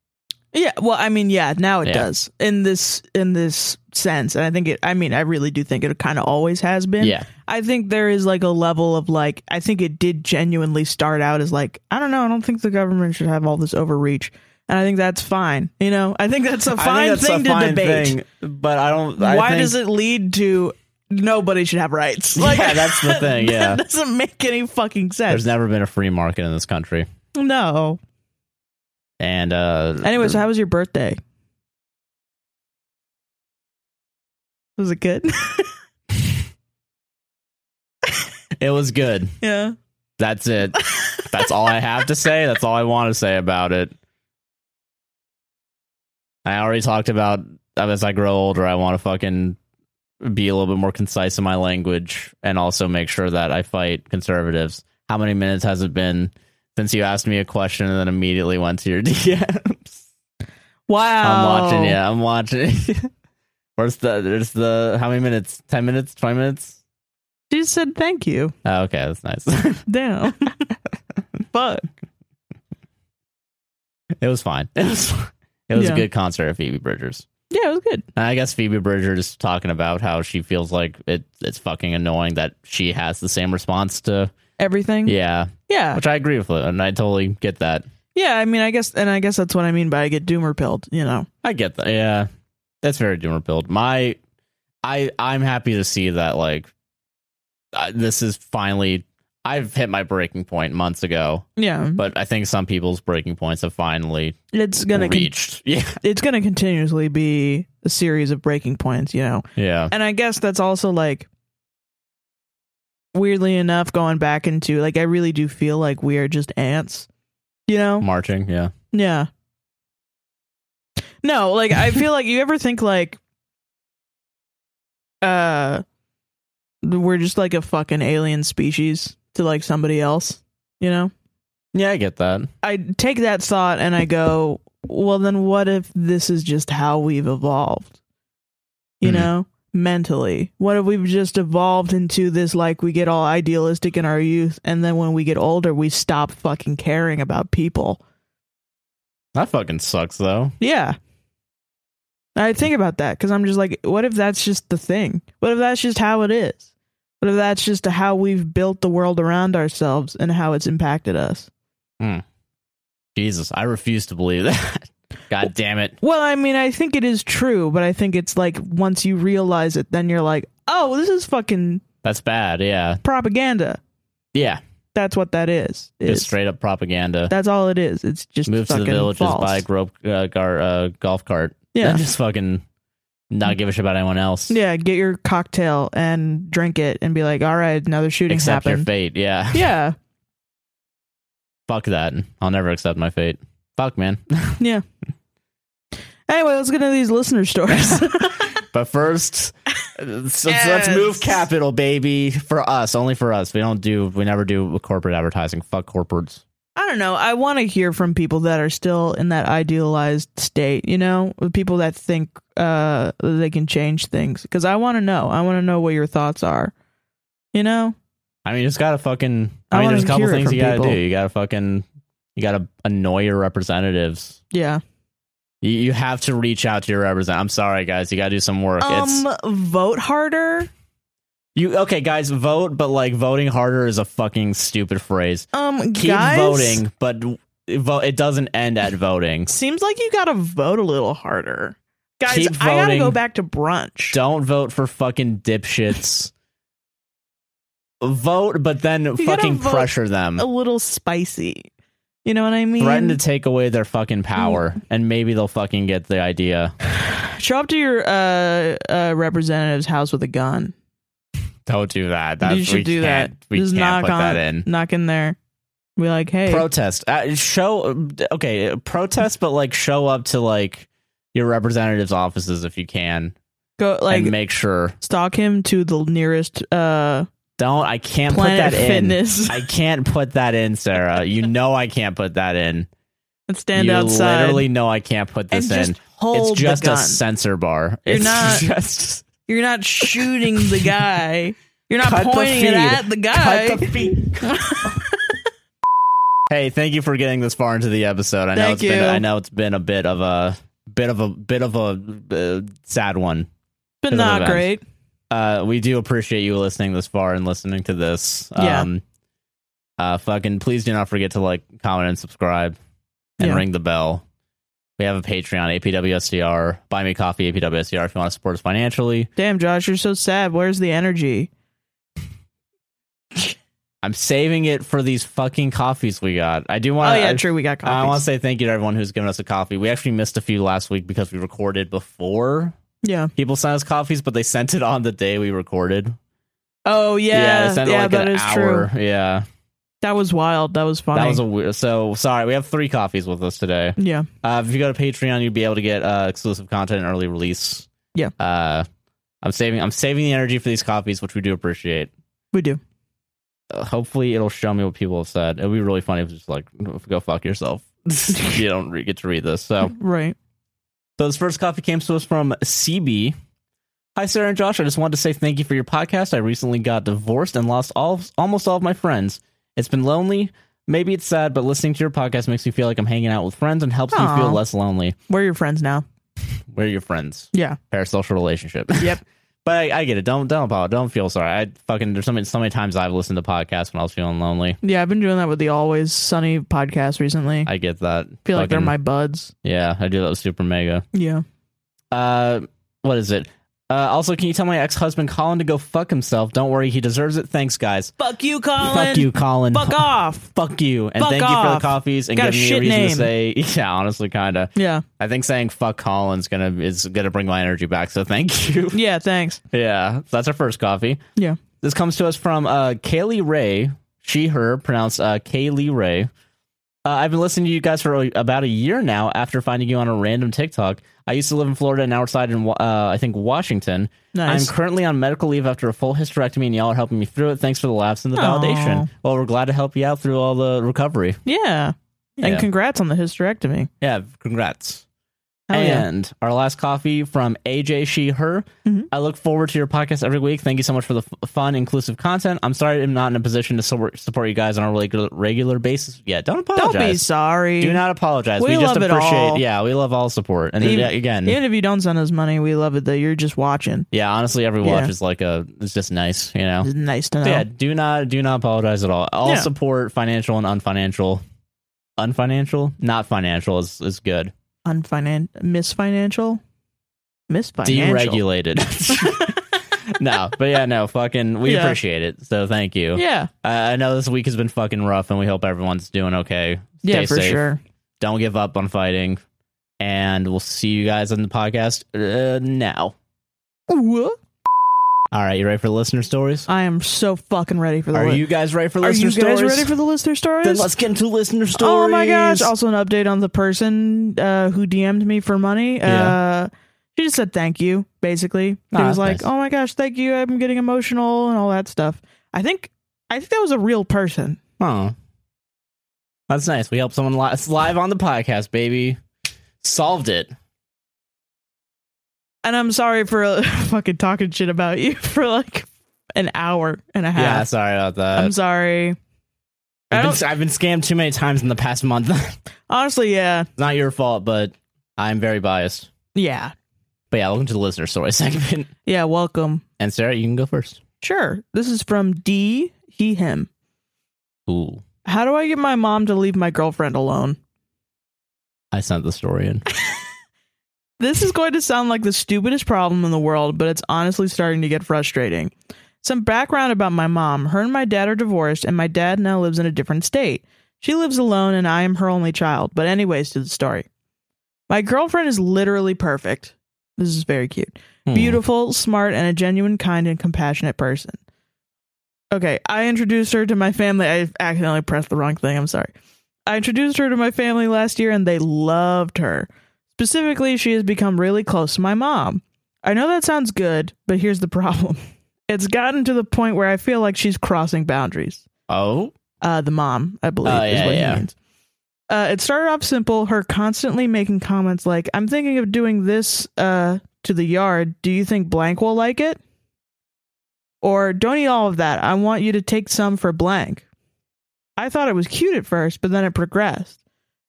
yeah, well, I mean, yeah, now it Yeah. does in this in this sense, and I think it. I mean, I really do think it kind of always has been. yeah I think there is like a level of like I think it did genuinely start out as like I don't know, I don't think the government should have all this overreach, and I think that's fine. You know, I think that's a fine thing to debate. but i don't Why does it lead to nobody should have rights? Yeah, that's the [LAUGHS] thing, that yeah. doesn't make any fucking sense. there's never been a free market in this country no. and uh Anyway, so how was your birthday? Was it good? [LAUGHS] it was good yeah. that's it that's all i have to say that's all i want to say about it i already talked about as i grow older i want to fucking be a little bit more concise in my language and also make sure that I fight conservatives. How many minutes has it been since you asked me a question and then immediately went to your [LAUGHS] DMs? Wow. I'm watching. Oh. Yeah, I'm watching. [LAUGHS] Where's the? There's the. How many minutes? Ten minutes? Twenty minutes? She said thank you. Oh, okay, that's nice. [LAUGHS] Damn. Fuck. it was fine. It was. fine. It was Yeah. a good concert of Phoebe Bridgers. Yeah, it was good. And I guess Phoebe Bridgers talking about how she feels like it, it's fucking annoying that she has the same response to Everything. yeah, Yeah. which I agree with, and I totally get that. Yeah, I mean I guess and I guess that's what I mean by I get doomer pilled, you know. I get that. Yeah, that's very doomer build. My, I, I'm happy to see that like uh, this is finally. I've hit my breaking point months ago, Yeah, but I think some people's breaking points have finally it's gonna con- reached. [LAUGHS] yeah, it's gonna continuously be a series of breaking points, you know. [LAUGHS] yeah, And I guess that's also like weirdly enough going back into like I really do feel like we are just ants, you know. marching. Yeah, Yeah. No, like I feel like you ever think like uh we're just like a fucking alien species to like somebody else, you know? yeah, I get that. I take that thought and I go, well then what if this is just how we've evolved? You Mhm. know, mentally. What if we've just evolved into this like we get all idealistic in our youth and then when we get older we stop fucking caring about people? That fucking sucks, though. Yeah. I think about that because I'm just like, what if that's just the thing? What if that's just how it is? What if that's just how we've built the world around ourselves and how it's impacted us? Jesus, I refuse to believe [LAUGHS] that. God damn it. Well, I mean, I think it is true, but I think it's like once you realize it, then you're like, oh, this is fucking That's bad. Yeah. propaganda. Yeah. That's what that is. Just It's- straight up propaganda. that's all it is. It's just Move to fucking the villages, false. buy a gro- uh, gar- uh, golf cart. Yeah. And just fucking not give a shit about anyone else. Yeah, get your cocktail and drink it and be like, all right, another shooting Accept your happened. fate. [LAUGHS] Yeah. yeah. Fuck that. I'll never accept my fate. Fuck, man. Anyway, let's get into these [LAUGHS] listener stories. But first, [LAUGHS] uh, so, so let's Yes. move capital, baby. For us, only for us. We don't do, we never do corporate advertising. Fuck corporates. I don't know. I want to hear from people that are still in that idealized state, you know, people that think uh, they can change things. Because I want to know. I want to know what your thoughts are. You know, I mean, you just gotta fucking. I, I mean, wanna there's a couple hear it things from you gotta people. do. You gotta fucking. You gotta annoy your representatives. yeah. You, you have to reach out to your represent. I'm sorry, guys. You gotta do some work. it's Um, vote harder. you. Okay, guys, vote, but like voting harder is a fucking stupid phrase. Um, Keep guys, voting, but vote. It doesn't end at voting. Seems like you got to vote a little harder, guys. Keep I gotta voting. go back to brunch. Don't vote for fucking dipshits. vote, but then gotta fucking vote pressure them. A little spicy. You know what I mean? Threaten to take away their Mm. fucking power, and maybe they'll fucking get the idea. Show up to your uh, uh, representative's house with a gun. Don't do that. you should do that. Just knock on, Knock in there. Be like, hey, Protest. Uh, show. Okay, protest, but like show up to like your representative's offices if you can, go like and make sure. stalk him to the nearest uh Don't. I can't put Planet that in. Fitness [LAUGHS] I can't put that in, Sarah. You know I can't put that in. and stand you outside literally know I can't put and this in. just hold It's just the gun. a sensor bar. You're it's not- [LAUGHS] just You're not shooting the guy. You're not Cut the pointing feed. it at the guy. cut the feet. [LAUGHS] hey, thank you for getting this far into the episode. I know Thank it's been you. I know it's been a bit of a bit of a bit of a uh, sad one. but to the not event. great. Uh, we do appreciate you listening this far and listening to this. Yeah. Um, uh, fucking please do not forget to like, comment, and subscribe, and Yeah. ring the bell. We have a Patreon, APWSDR. Buy me coffee, APWSDR, if you want to support us financially. Damn, Josh, you're so sad. Where's the energy? I'm saving it for these fucking coffees we got. I do want oh to. yeah, I, true. We got I want to coffee. say thank you to everyone who's given us a coffee. We actually missed a few last week because we recorded before Yeah. people sent us coffees, but they sent it on the day we recorded. Oh yeah. they Yeah, sent it like that an is hour. true. Yeah. That was wild. That was funny. That was a weird. So sorry, we have three coffees with us today. yeah. Uh, if you go to Patreon, you'll be able to get uh, exclusive content, and early release. Yeah. Uh, I'm saving. I'm saving the energy for these coffees, which we do appreciate. We do. Uh, hopefully, it'll show me what people have said. It'd be really funny if it's just like go fuck yourself. [LAUGHS] you don't re- get to read this. So, Right. so this first coffee came to us from CB. Hi, Sarah and Josh. I just wanted to say thank you for your podcast. I recently got divorced and lost all almost all of my friends. It's been lonely. Maybe it's sad, but listening to your podcast makes me feel like I'm hanging out with friends and helps Aw. me feel less lonely. We're your friends now. We're your friends. Yeah. Parasocial relationship. [LAUGHS] Yep. but I, I get it. Don't don't apologize. Don't feel sorry. I fucking there's so many so many times I've listened to podcasts when I was feeling lonely. Yeah, I've been doing that with the Always Sunny podcast recently. I I get that. feel like they're Fucking- my buds. yeah. I do that with Super Mega. Yeah. Uh, what is it? Uh, also, can you tell my ex husband Colin to go fuck himself? Don't worry, he deserves it. Thanks, guys. Fuck you, Colin. Fuck you, Colin. Fuck off. Fuck you. And Fuck thank you for the off. coffees and Got a giving me a shit reason to name. say, [LAUGHS] yeah, honestly, kind of. Yeah. I think saying fuck Colin's gonna is gonna bring my energy back. So thank [LAUGHS] you. Yeah. Thanks. yeah, that's our first coffee. Yeah. This comes to us from uh, Kaylee Ray. She, her, pronounced uh, Kaylee Ray. Uh, I've been listening to you guys for a- about a year now after finding you on a random TikTok. I used to live in Florida and now we're side in, Wa- uh, I think, Washington. Nice. I'm currently on medical leave after a full hysterectomy and y'all are helping me through it. Thanks for the laughs and the Aw. validation. Well, we're glad to help you out through all the recovery. yeah. And Yeah. congrats on the hysterectomy. Yeah, congrats. Hell Oh, yeah. and our last coffee from AJ She Her. Mhm. I look forward to your podcast every week. Thank you so much for the f- fun, inclusive content. I'm sorry I'm not in a position to so- support you guys on a regular regular basis. Yeah, don't Don't be apologize. sorry. Do not apologize. We We, just love it appreciate. all. Yeah, we love all support. And Even- yeah, again, Even if you don't send us money, we love it that you're just watching. yeah, honestly, every watch Yeah. is like a. It's just nice, you know. It's nice to know. So yeah, do not do not apologize at all. All Yeah. support, financial and unfinancial. Unfinancial, not financial is is good. Unfinan- misfinancial? Misfinancial. deregulated. [LAUGHS] no, but yeah, no, fucking, we Yeah. appreciate it. So thank you. Yeah. I, I know this week has been fucking rough, and we hope everyone's doing okay. Yeah, Stay for safe. sure. Don't give up on fighting, and we'll see you guys on the podcast uh, now. What? All right, you ready for listener stories? I am so fucking ready for the Are li- you guys ready for Uh, Are listener you guys stories? ready for the listener stories? then let's get into listener stories. Oh my gosh. Also an update on the person uh, who DM'd me for money. Yeah. Uh she just said thank you, basically. It Ah, was like, nice. Oh my gosh, thank you. I'm getting emotional and all that stuff. I think I think that was a real person. Oh. That's nice. We helped someone li- it's live on the podcast, baby. Solved it. And I'm sorry for uh, [LAUGHS] fucking talking shit about you [LAUGHS] for like an hour and a yeah, half. sorry about that. I'm sorry. I I've don't, been, I've been scammed too many times in the past month. [LAUGHS] it's honestly, yeah. not your fault, but I'm very biased. Yeah. But yeah, welcome to the listener story [LAUGHS] segment. Yeah, welcome. And Sarah, you can go first. Sure. This is from D, he, him. Ooh, How do I get my mom to leave my girlfriend alone? I sent the story in. This is going to sound like the stupidest problem in the world, but it's honestly starting to get frustrating. Some background about my mom. Her and my dad are divorced, and my dad now lives in a different state. She lives alone, and I am her only child. But, anyways, to the story. My girlfriend is literally perfect. This is very cute. Hmm. beautiful, smart, and a genuine, kind, and compassionate person. Okay, I introduced her to my family. I accidentally pressed the wrong thing. I'm sorry. I introduced her to my family last year and they loved her. Specifically, she has become really close to my mom. I know that sounds good, but here's the [LAUGHS] problem it's gotten to the point where I feel like she's crossing boundaries Oh, uh, the mom, I believe, Oh, is yeah, what yeah. he means. Uh, it started off simple. Her constantly making comments like, "I'm thinking of doing this uh, to the yard. Do you think blank will like it?" Or don't eat all of that. I want you to take some for blank. I thought it was cute at first, but then it progressed.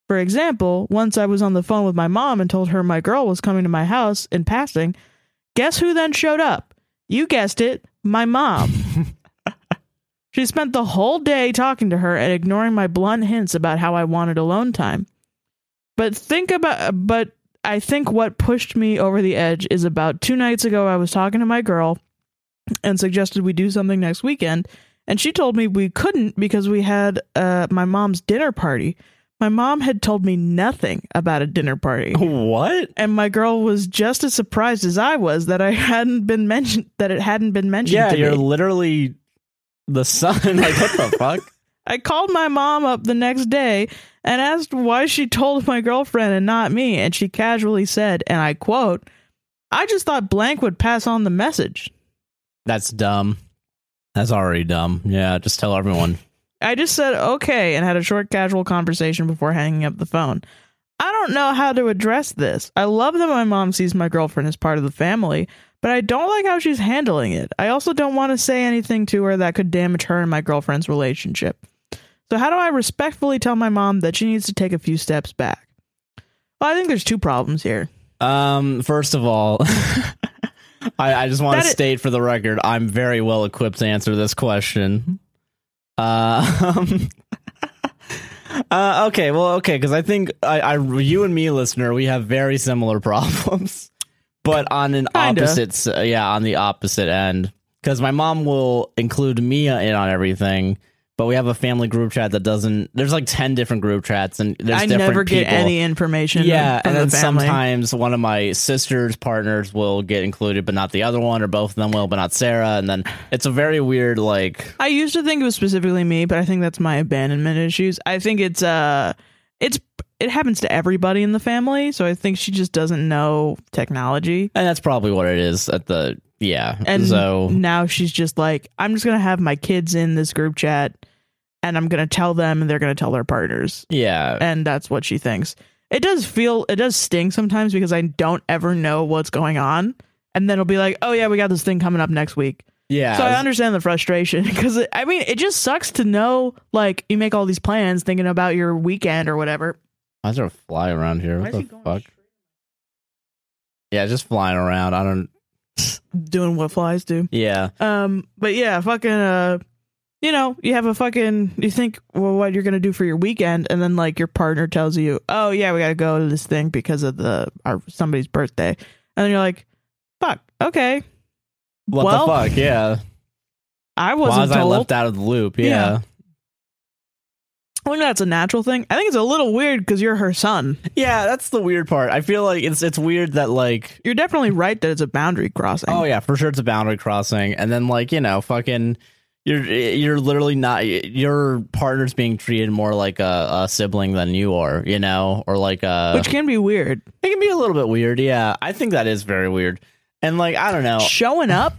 For example, once I was on the phone with my mom and told her my girl was coming to my house in passing. Guess who then showed up? You guessed it, my mom. She spent the whole day talking to her and ignoring my blunt hints about how I wanted alone time. But think about but I think what pushed me over the edge is about 2 nights ago I was talking to my girl and suggested we do something next weekend and she told me we couldn't because we had uh, my mom's dinner party. My mom had told me nothing about a dinner party [LAUGHS] what? and my girl was just as surprised as I was that I hadn't been mentioned that it hadn't been mentioned Yeah, to you're me. literally the sun. [LAUGHS] like, what the fuck? I called my mom up the next day and asked why she told my girlfriend and not me, and she casually said, and I quote, I just thought blank would pass on the message. That's dumb. That's already dumb. Yeah, just tell everyone. I just said okay and had a short casual conversation before hanging up the phone. I don't know how to address this. I love that my mom sees my girlfriend as part of the family, but I don't like how she's handling it. I also don't want to say anything to her that could damage her and my girlfriend's relationship. So, how do I respectfully tell my mom that she needs to take a few steps back? Well, I think there's two problems here. Um, first of all, [LAUGHS] I, I just want That to is- state for the record, I'm very well equipped to answer this question. Uh, [LAUGHS] uh, okay, well, okay, because I think I, I, you and me, listener, we have very similar [LAUGHS] problems. but on an Kinda. opposite s- uh, yeah on the opposite end because my mom will include mia in on everything but we have a family group chat that doesn't there's like 10 different group chats and there's I different never get people. any information. yeah from and then the family. sometimes one of my sister's partners will get included but not the other one or both of them will but not sarah and then it's a very weird like I used to think it was specifically me, but I think that's my abandonment issues. I think it's uh it's it happens to everybody in the family, so I think she just doesn't know technology. and that's probably what it is at the yeah And so now she's just like, I'm just gonna have my kids in this group chat and I'm gonna tell them and they're gonna tell their partners. yeah And that's what she thinks. It does feel it does sting sometimes because I don't ever know what's going on. And then it'll be like, Oh yeah, we got this thing coming up next week. yeah So I understand the frustration [LAUGHS] because I mean it just sucks to know like you make all these plans thinking about your weekend or whatever. Why is there a fly around here? What the fuck? Yeah, just flying around. I don't. Doing what flies do. Yeah, Um, but yeah, fucking uh, you know, you have a fucking you think well what you're gonna do for your weekend, and then like your partner tells you, oh yeah, we gotta go to this thing because of the our somebody's birthday, and then you're like, fuck, okay, what Well, the fuck? Yeah, I why was [LAUGHS] wasn't I told. left out of the loop? Yeah, Yeah. I think that's a natural thing. I think it's a little weird because you're her son. yeah, that's the weird part. I feel like it's it's weird that like. You're definitely right that it's a boundary crossing. Oh yeah, for sure it's a boundary crossing, and then like you know, fucking, you're you're literally not your partner's being treated more like a, a sibling than you are, you know, or like a which can be weird. it can be a little bit weird. Yeah, I think that is very weird, and like I don't know, showing up,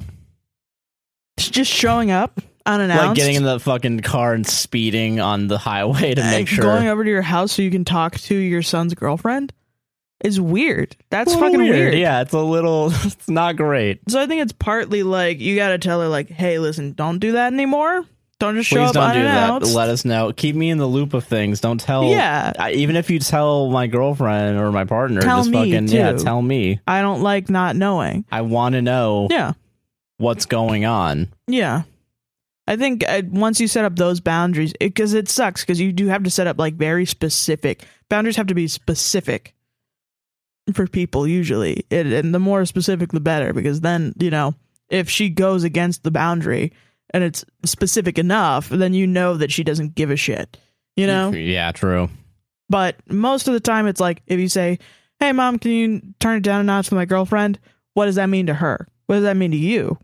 just showing up unannounced, like getting in the fucking car and speeding on the highway to make and sure. going over to your house so you can talk to your son's girlfriend is weird. That's It's a little fucking weird. Yeah, it's a little. [LAUGHS] It's not great. So I think it's partly like you got to tell her like, hey, listen, don't do that anymore. Don't just show Please up don't do that. unannounced. Let us know. Keep me in the loop of things. Don't tell. yeah, I, even if you tell my girlfriend or my partner, Tell just me, fucking yeah, too. tell me. I don't like not knowing. I want to know Yeah, what's going on. yeah. I think uh, once you set up those boundaries, because it sucks, because you do have to set up like very specific boundaries. Have to be specific. for people usually it, and the more specific the better because then you know if she goes against the boundary and it's specific enough then you know that she doesn't give a shit you know Yeah, true. but most of the time it's like if you say hey mom can you turn it down a notch for my girlfriend what does that mean to her what does that mean to you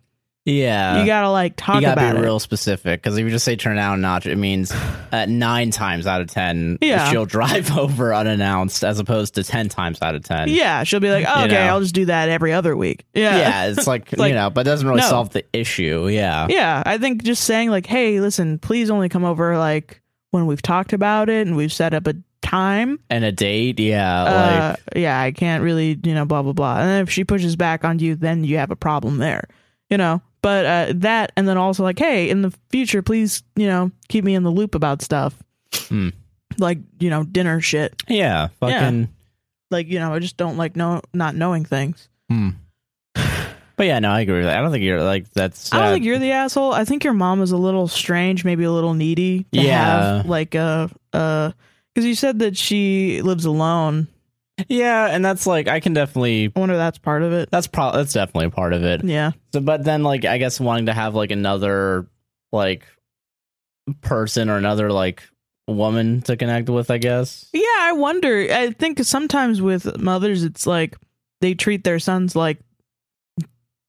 Yeah, you gotta like talk Uh, you gotta about be it real specific because if you just say turn down a notch, it [SIGHS] means uh, nine times out of ten, Yeah. she'll drive [LAUGHS] over unannounced, as opposed to ten times out of ten. yeah she'll be like [LAUGHS] oh, You okay know. i'll just do that every other week yeah yeah, [LAUGHS] it's like, like, you know, but it doesn't really no. solve the issue. Yeah. yeah i think just saying like hey listen please only come over like when we've talked about it and we've set up a time and a date. Yeah, uh, like yeah i can't really you know blah blah blah and if she pushes back on you then you have a problem there you know but uh, that and then also like hey in the future please you know keep me in the loop about stuff Hmm. like you know dinner shit yeah, fucking. like you know i just don't like no not knowing things Hmm. [SIGHS] But yeah, no, I agree with that. I don't think you're like that's. I don't uh, think you're the asshole. I think your mom is a little strange, maybe a little needy. To Yeah. have, like a uh, because you said that she lives alone. yeah, and that's like I can definitely. I wonder if that's part of it. That's pro. That's definitely a part of it. Yeah, So, but then like I guess wanting to have like another like person or another like woman to connect with. I guess. yeah. I wonder. I think sometimes with mothers, it's like they treat their sons like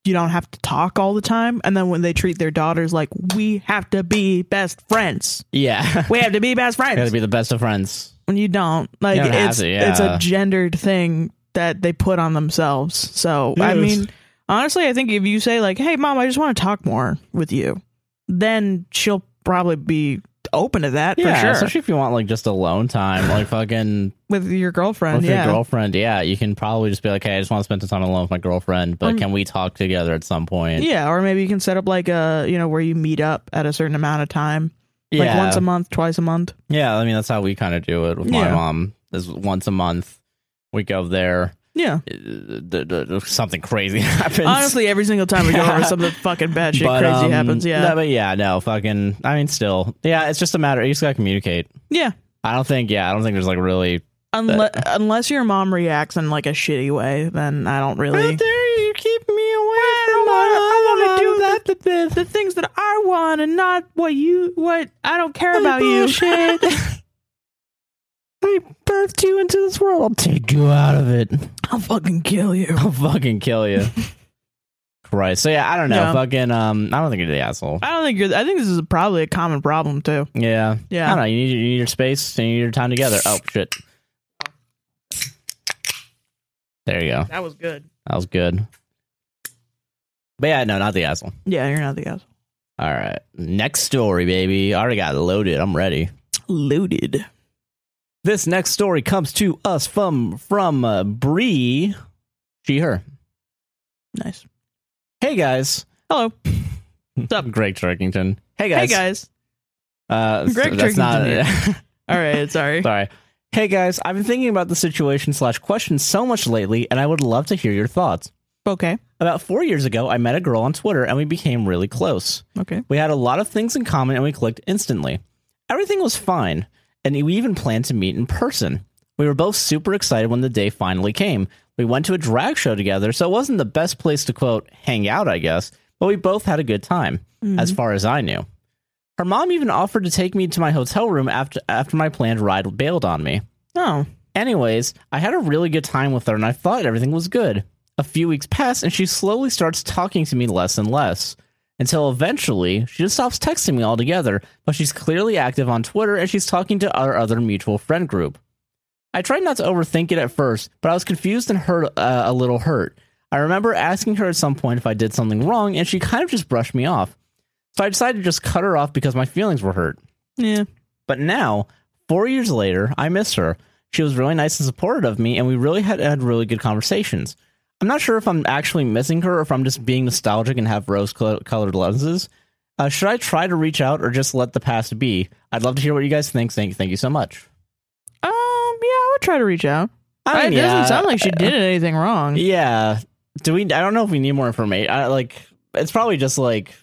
you don't have to talk all the time, and then when they treat their daughters like we have to be best friends, Yeah. [LAUGHS] we have to be best Gotta friends. be the best of friends. when you don't, like You don't have it's to, yeah. it's a gendered thing that they put on themselves. So I Yes. mean. Honestly, I think if you say like, "Hey, mom, I just want to talk more with you," then she'll probably be open to that yeah, for sure. especially if you want like just alone time, [SIGHS] like fucking with your girlfriend, with yeah, your girlfriend. Yeah, you can probably just be like, "Hey, I just want to spend some time alone with my girlfriend, but Um, can we talk together at some point?" yeah, or maybe you can set up like a you know where you meet up at a certain amount of time, like Yeah. once a month, twice a month. Yeah, I mean that's how we kind of do it with my Yeah. mom. Is once a month we go there. Yeah, uh, d- d- d- Something crazy [LAUGHS] happens. honestly, every single time we go [LAUGHS] over, something fucking bad shit But, crazy um, happens. Yeah, no, but yeah, no, fucking. I mean, still, yeah, it's just a matter. You just gotta communicate. yeah. I don't think. Yeah, I don't think there's like really. Unless unless your mom reacts in like a shitty way, then I don't How really. dare you the things that I want and not what you what I don't care about you. [LAUGHS] Bullshit. I birthed you into this world. I'll take you out of it. [LAUGHS] I'll fucking kill you. I'll fucking kill [LAUGHS] you. Christ. So yeah, I don't know. Yeah. Fucking um, I don't think you're the asshole. I don't think you're I think this is probably a common problem too. Yeah. I don't Yeah. know. You need, you need your space. and You need your time together. Oh shit. There you go. That was good. That was good. But yeah, no, not the asshole. Yeah, you're not the asshole. All right. Next story, baby. I already got loaded. I'm ready. Loaded. This next story comes to us from from uh, Bree. She her. Nice. Hey guys. Hello. What's up, Greg Turkington? Hey Hey guys. guys. Uh, so Greg that's Turkington not. All [LAUGHS] right, [LAUGHS] sorry. Sorry. Hey guys, I've been thinking about the situation slash question so much lately, and I would love to hear your thoughts. Okay. About four years ago, I met a girl on Twitter, and we became really close. Okay. We had a lot of things in common, and we clicked instantly. Everything was fine, and we even planned to meet in person. We were both super excited when the day finally came. We went to a drag show together, so it wasn't the best place to quote hang out, I guess, but we both had a good time, as far as I knew. Her mom even offered to take me to my hotel room after after my planned ride bailed on me. Oh. Anyways, I had a really good time with her and I thought everything was good. A few weeks pass and she slowly starts talking to me less and less. Until eventually, she just stops texting me altogether, but she's clearly active on Twitter and she's talking to our other mutual friend group. I tried not to overthink it at first, but I was confused and hurt uh, a little hurt. I remember asking her at some point if I did something wrong and she kind of just brushed me off. So I decided to just cut her off because my feelings were hurt. Yeah. But now, four years later, I miss her. She was really nice and supportive of me, and we really had, had really good conversations. I'm not sure if I'm actually missing her or if I'm just being nostalgic and have rose col- colored lenses. Uh, should I try to reach out or just let the past be? I'd love to hear what you guys think. Thank, thank you so much. Um, yeah, I would try to reach out. I mean, it yeah, doesn't sound like she did anything wrong. Yeah. Do we? I don't know if we need more information. I, like, it's probably just like,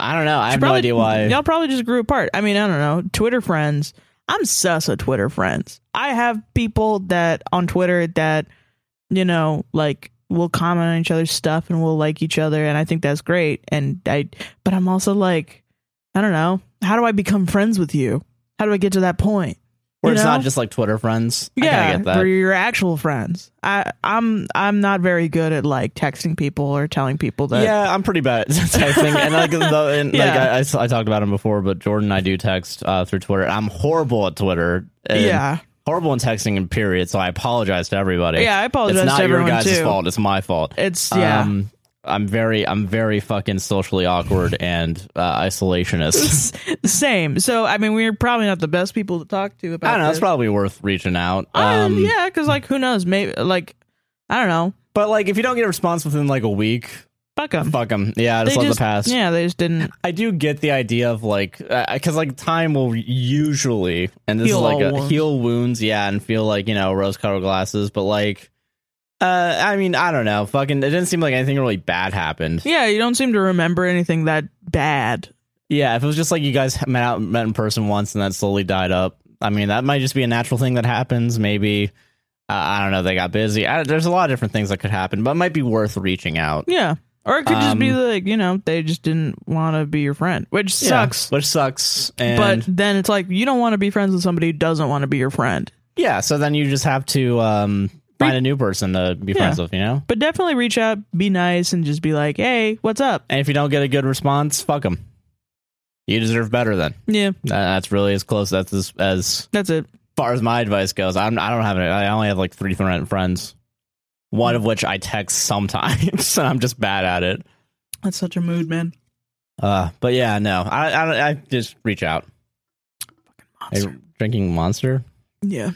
I don't know. I She have no probably- idea why. Y'all probably just grew apart. I mean, I don't know. Twitter friends. I'm sus of Twitter friends. I have people that on Twitter that, you know, like will comment on each other's stuff and will like each other and I think that's great. And I but I'm also like, I don't know, how do I become friends with you? How do I get to that point? Where you it's know? not just like Twitter friends. I kinda Yeah, get that. for your actual friends. I I'm I'm not very good at like texting people or telling people that yeah, I'm pretty bad at [LAUGHS] texting, and like, the, and like Yeah. I, I s- I talked about him before, but Jordan, and I do text uh, through Twitter. I'm horrible at Twitter. and yeah. horrible in texting and period. So I apologize to everybody. Yeah, I apologize it's not to your everyone guys' too. fault. It's my fault. It's yeah. Um, I'm very, I'm very fucking socially awkward and uh, isolationist. Same. So I mean, we're probably not the best people to talk to [LAUGHS] about. I don't know. This. It's probably worth reaching out. Um, Uh, yeah, because like, who knows? Maybe like, I don't know. But like, if you don't get a response within like a week, Fuck them. fuck them. Yeah, just let the past. Yeah, they just didn't. I do get the idea of like because like time will usually and this Heal is like all a wounds. heal wounds, yeah, and feel like you know rose colored glasses, but like uh, I mean I don't know, fucking it didn't seem like anything really bad happened. Yeah, you don't seem to remember anything that bad. Yeah, if it was just like you guys met out met in person once and that slowly died up, I mean that might just be a natural thing that happens. Maybe uh, I don't know, they got busy. I, there's a lot of different things that could happen, but it might be worth reaching out. Yeah, or it could just be Um, like you know they just didn't want to be your friend, which Yeah, sucks. which sucks. And But then it's like you don't want to be friends with somebody who doesn't want to be your friend. Yeah, so then you just have to um, find a new person to be friends Yeah. with, you know? But definitely reach out, be nice, and just be like, "Hey, what's up?" And if you don't get a good response, fuck them. You deserve better then. Yeah, That- That's really as close that's as, as that's it. far as my advice goes. I'm, I don't have any, I only have like three friend- friends, one of which I text sometimes, [LAUGHS] and I'm just bad at it. That's such a mood, man. Uh, but yeah, no, I, I, don't- I just reach out. Hey, Monster. drinking Monster? Yeah.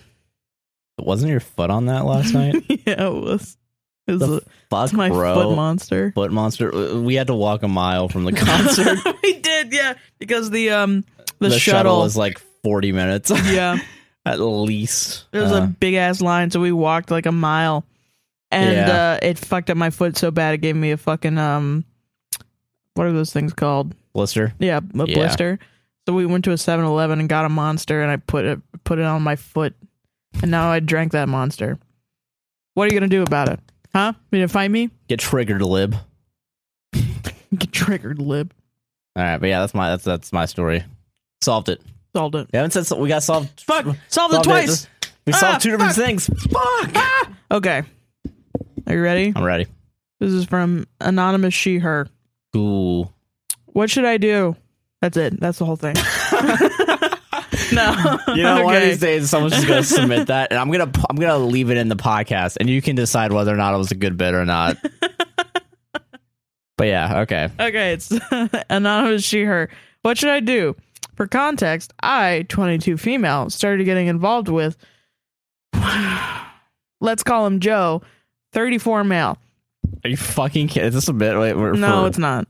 Wasn't your foot on that [LAUGHS] last night? yeah, it was. It was The a- Fuck, it's my bro. foot monster. Foot monster. We had to walk a mile [LAUGHS] from the [LAUGHS] concert. we did, yeah, because the um the, shuttle. shuttle. is like 40 minutes [LAUGHS] [LAUGHS] yeah, at least. there was a Uh, big ass line, so we walked like a mile, and Yeah. uh, it fucked up my foot so bad it gave me a fucking um, what are those things called? blister. Yeah, a Yeah. blister. So we went to a 7-Eleven and got a monster, and I put it put it on my foot, and now I drank that monster. What are you gonna do about it, huh? You gonna fight me? Get triggered, lib. [LAUGHS] Get triggered, lib. All right, but yeah, that's my that's that's my story. Solved it. Solved it. We haven't said so, we got solved. Fuck, Solved it twice. We Ah, solved two different fuck. things. Fuck. Okay. Are you ready? I'm ready. This is from anonymous she her. Cool. What should I do? That's it. That's the [LAUGHS] whole thing. no. You know, one of Okay. these days someone's just gonna submit that, and I'm gonna I'm gonna leave it in the podcast, and you can decide whether or not it was a good bit or [LAUGHS] not. but yeah, okay. Okay, it's [LAUGHS] anonymous she her. What should I do? For context, I, 22 female, started getting involved with [SIGHS] let's call him Joe, 34 male. Are you fucking kidding? Is this a bit? Wait, we're, No, for- it's not.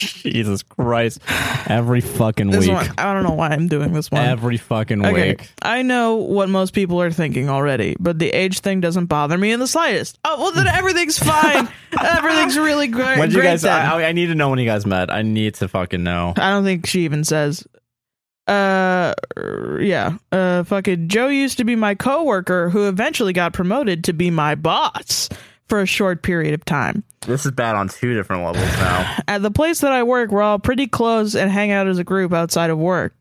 Jesus Christ! Every fucking This week. one, I don't know why I'm doing this one. Every fucking Okay. week. I know what most people are thinking already, but the age thing doesn't bother me in the slightest. Oh, well, [LAUGHS] then everything's fine. everything's really great. When did you great guys? then. I, I- I need to know when you guys met. I need to fucking know. I don't think she even says. Uh, yeah. Uh, fucking Joe used to be my coworker, who eventually got promoted to be my boss for a short period of time. This is bad on two different levels [LAUGHS] now. At the place that I work, we're all pretty close and hang out as a group outside of work.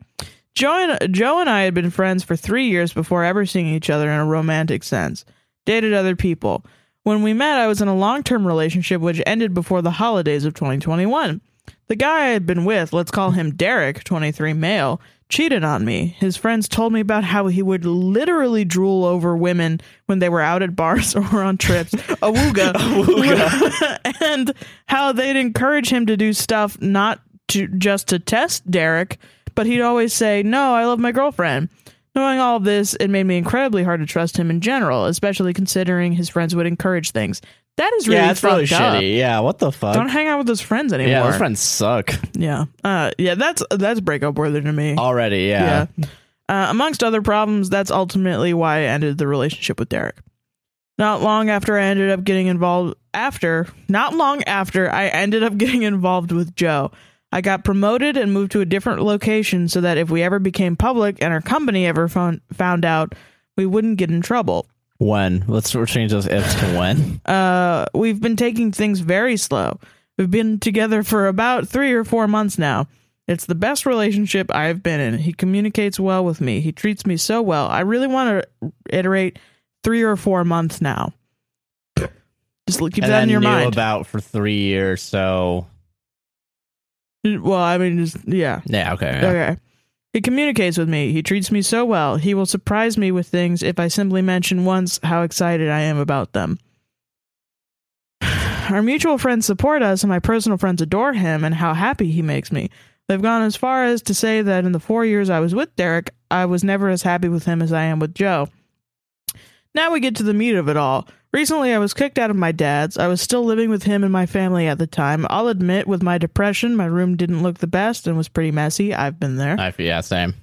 Joe and, Joe and I had been friends for three years before ever seeing each other in a romantic sense, dated other people. When we met, I was in a long term relationship which ended before the holidays of 2021. The guy I had been with, let's call him Derek, 23 male, cheated on me. His friends told me about how he would literally drool over women when they were out at bars [LAUGHS] or on trips. [LAUGHS] Awooga. [LAUGHS] and how they'd encourage him to do stuff not to just to test Derek, but he'd always say, No, I love my girlfriend. Knowing all of this, it made me incredibly hard to trust him in general, especially considering his friends would encourage things. That is really yeah, it's really fucked up. shitty. Yeah, what the fuck? Don't hang out with his friends anymore. yeah, those friends suck [LAUGHS] Yeah. Uh, yeah, that's that's breakup worthy to me. already. yeah. Yeah. Uh, amongst other problems, that's ultimately why I ended the relationship with Derek. Not long after I ended up getting involved after, not long after I ended up [LAUGHS] getting involved with Joe. I got promoted and moved to a different location so that if we ever became public and our company ever found found out, we wouldn't get in trouble. When? Let's sort of change those ifs to when. Uh, we've been taking things very slow. We've been together for about three or four months now. It's the best relationship I've been in. He communicates well with me. He treats me so well. I really want to iterate three or four months now. Just keep and that in then your knew mind. about for three years. So well, I mean, just yeah. yeah, okay. yeah. Okay. He communicates with me. He treats me so well. He will surprise me with things if I simply mention once how excited I am about them. [SIGHS] Our mutual friends support us, and my personal friends adore him and how happy he makes me. They've gone as far as to say that in the four years I was with Derek, I was never as happy with him as I am with Joe. Now we get to the meat of it all. Recently, I was kicked out of my dad's. I was still living with him and my family at the time. I'll admit, with my depression, my room didn't look the best and was pretty messy. I've been there. I, yeah, same.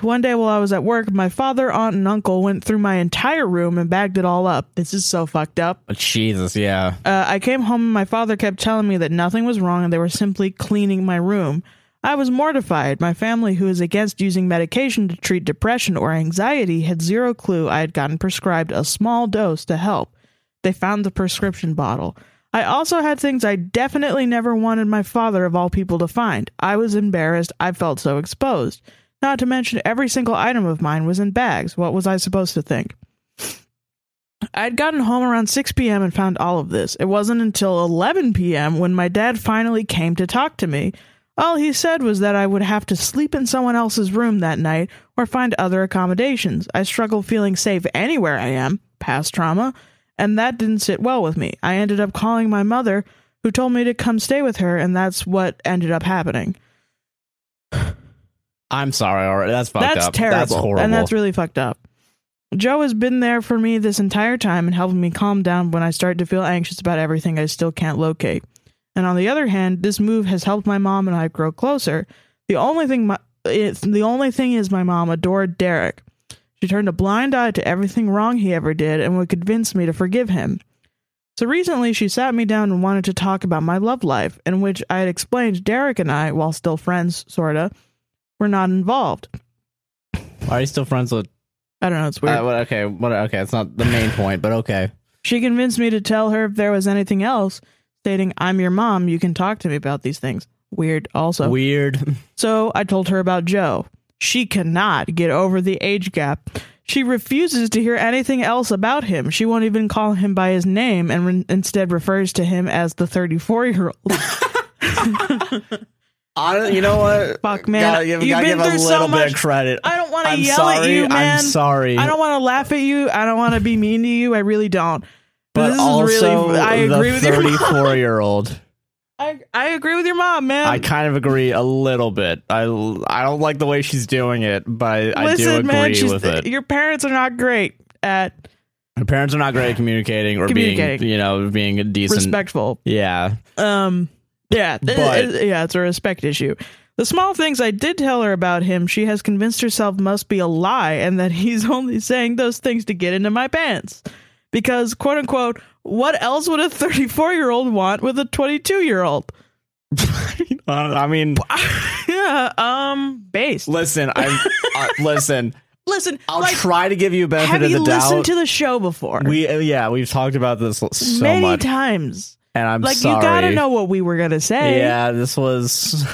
One day while I was at work, my father, aunt, and uncle went through my entire room and bagged it all up. This is so fucked up. But Jesus, yeah. Uh, I came home and my father kept telling me that nothing was wrong and they were simply cleaning my room. I was mortified. My family, who is against using medication to treat depression or anxiety, had zero clue I had gotten prescribed a small dose to help. They found the prescription bottle. I also had things I definitely never wanted my father, of all people, to find. I was embarrassed. I felt so exposed. Not to mention, every single item of mine was in bags. What was I supposed to think? I'd gotten home around 6 p.m. and found all of this. It wasn't until 11 p.m. when my dad finally came to talk to me. All he said was that I would have to sleep in someone else's room that night or find other accommodations. I struggle feeling safe anywhere I am, past trauma, and that didn't sit well with me. I ended up calling my mother, who told me to come stay with her, and that's what ended up happening. I'm sorry already. That's fucked that's up. terrible. That's horrible. And that's really fucked up. Joe has been there for me this entire time and helping me calm down when I start to feel anxious about everything I still can't locate. And on the other hand, this move has helped my mom and I grow closer. The only thing my it's, the only thing is my mom adored Derek. She turned a blind eye to everything wrong he ever did and would convince me to forgive him. So recently, she sat me down and wanted to talk about my love life, in which I had explained Derek and I, while still friends, sorta, were not involved. Are you still friends with? I don't know. It's weird. Uh, what, okay, what, okay. It's not the main point, but okay. she convinced me to tell her if there was anything else. stating, I'm your mom, you can talk to me about these things. Weird, also. Weird. [LAUGHS] So I told her about Joe. She cannot get over the age gap. She refuses to hear anything else about him. She won't even call him by his name and re- instead refers to him as the 34 year old. I don't, you know what? Fuck, man. Gotta give, You've gotta been give a through little so bit much. of credit. I don't want to I'm yell at sorry. you, man. I'm sorry. I don't want to laugh at you. I don't want to be mean to you. I really don't. but this also, is really. I agree the with your mom. 34 year old. [LAUGHS] I, I agree with your mom, man. I kind of agree a little bit. I, I don't like the way she's doing it, but I do Listen, agree man, she's- with it. your parents are not great at Her parents are not great at communicating or Communicating. being, you know, being decent. respectful. Yeah. [LAUGHS] Um, yeah, th- But- it- yeah, it's a respect issue. The small things I did tell her about him, she has convinced herself must be a lie, and that he's [LAUGHS] only saying those things to get into my pants. Because, quote unquote, what else would a 34 year old want with a 22 year old? Uh, I mean, [LAUGHS] yeah, um, based. listen, I'm, [LAUGHS] uh, listen, Listen, I'll like, try to give you a benefit have of you the doubt. listened to the show before? we, uh, yeah, we've talked about this so Many much, times. and I'm Like, sorry. you gotta know what we were gonna say. Yeah, this was.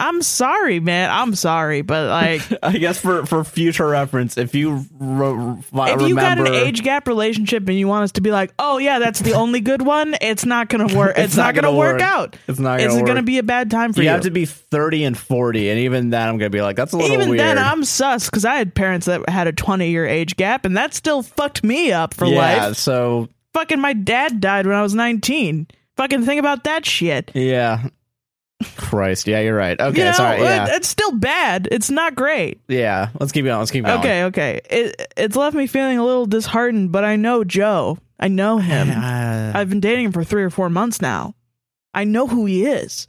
I'm sorry, man. I'm sorry, [LAUGHS] but like. I guess for for future reference, if you re- re- if remember, you got an age gap relationship and you want us to be like, oh yeah, that's the only good one, it's not gonna [LAUGHS] work. It's, not, gonna, work, out. it's not gonna It's work. gonna be a bad time for you you. have to be thirty and forty, and even then, I'm gonna be like, that's a little Even weird. then, I'm sus because I had parents that had a 20 year age gap, and that still fucked me up for yeah, life. so Fucking my dad died when I was 19. Fucking think about that shit. yeah, Christ, yeah, you're right. Okay, you know, uh, sorry, it- yeah, it's still bad. It's not great. yeah. Let's keep going. Let's keep going. Okay, okay. It, it's left me feeling a little disheartened, but I know Joe. I know him. Uh, I've been dating him for three or four months now. I know who he is.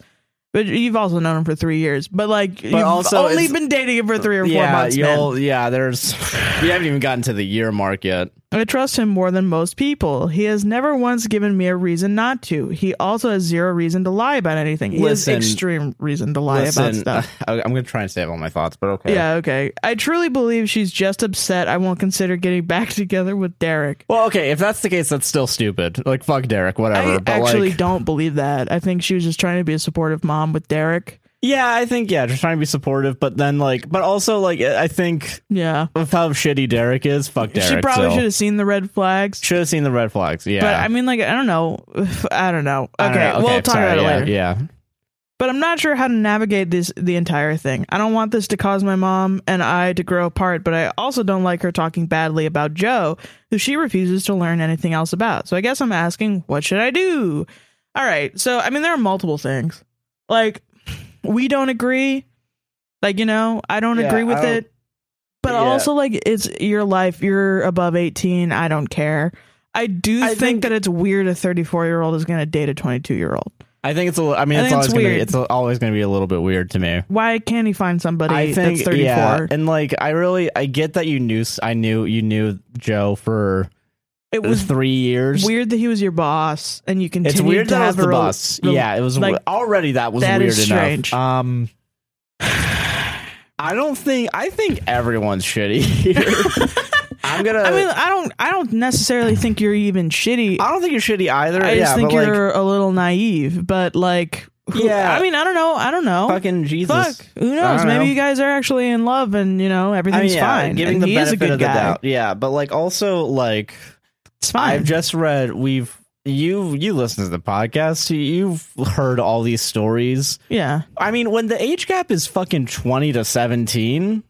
But you've also known him for three years. But like you've also only it's- been dating him for three or four yeah, months. Man. you'll, yeah. There's we haven't even gotten to the year mark yet. I trust him more than most people. He has never once given me a reason not to. He also has zero reason to lie about anything. He Listen- has extreme reason to lie about Listen, [LAUGHS] stuff. I, I'm gonna try and save all my thoughts, but okay. Yeah, okay. I truly believe she's just upset I won't consider getting back [LAUGHS] together with Derek. Well, okay, if that's the case, that's still stupid. Like, fuck Derek, whatever. I but actually like, don't believe that. I think she was just trying to be a supportive mom with Derek. yeah, I think yeah, just trying to be supportive, but then like, but also like, I think Yeah. with how shitty Derek is, fuck Derek. she probably should have seen the red flags. should have seen the red flags. Yeah, But I mean, like, I don't know. [SIGHS] I don't know. Okay, I don't know. we'll talk sorry, about it yeah, later. Yeah, But I'm not sure how to navigate this the entire thing. I don't want this to cause my mom and I to grow apart, but I also don't like her talking badly about Joe, who she refuses to learn anything else about. So I guess I'm asking, what should I do? All right. So I mean, there are multiple things. Like, we don't agree. Like, you know, I don't Yeah, agree with I don't- it. But Yeah. also, like, it's your life. You're above 18. I don't care. I do I think, think- that it's weird a 34 year old is going to date a 22 year old. I think it's a. li- I mean, I it's think always it's gonna be, weird. it's always gonna be a little bit weird to me. Why can't he find somebody I think that's 34? yeah, and like I really I get that you knew I knew you knew Joe for it [LAUGHS] was three years. weird that he was your boss and you It's continued weird to that have was the a rel- bus. rel- yeah, it was like, like, already that was that weird is enough. strange. Um, [SIGHS] I don't think I think everyone's shitty [LAUGHS] here. [LAUGHS] I'm gonna. I I, mean, I don't, I don't necessarily think you're even shitty. don't think you're shitty either. I yeah, just think but like, you're a little naive. But like, who- Yeah. I mean, I don't know. I don't know. fucking Jesus. Fuck. Who I knows? don't Maybe know. you guys are actually in love and you know I everything's mean, yeah, fine. giving and the he is benefit a good of the guy. doubt. Yeah, but like also like It's fine. I've just read we've you you listen to the podcast you've heard all these stories. yeah, I mean, when the age gap is fucking twenty to seventeen,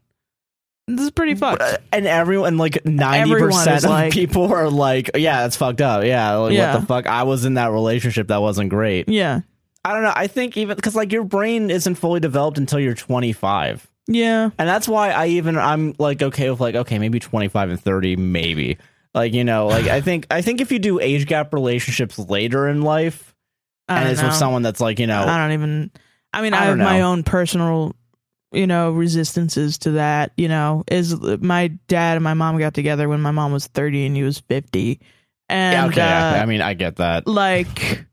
this is pretty fucked. Uh, [LAUGHS] and everyone like 90 Everyone is percent of like- people are like yeah that's fucked up yeah like, Yeah. what the fuck i was in that relationship that wasn't great yeah, i don't know i think even because like your brain isn't fully developed until you're 25 yeah. and that's why i even i'm like okay with like okay maybe 25 and 30 maybe like you know like [SIGHS] i think i think if you do age gap relationships later in life I and don't it's know. with someone that's like you know I don't even. I mean, I I, have don't my know. own personal, you know, resistances to that. You know, is my dad and my mom got together when my mom was thirty and he was fifty, and yeah, okay uh, i mean i get that like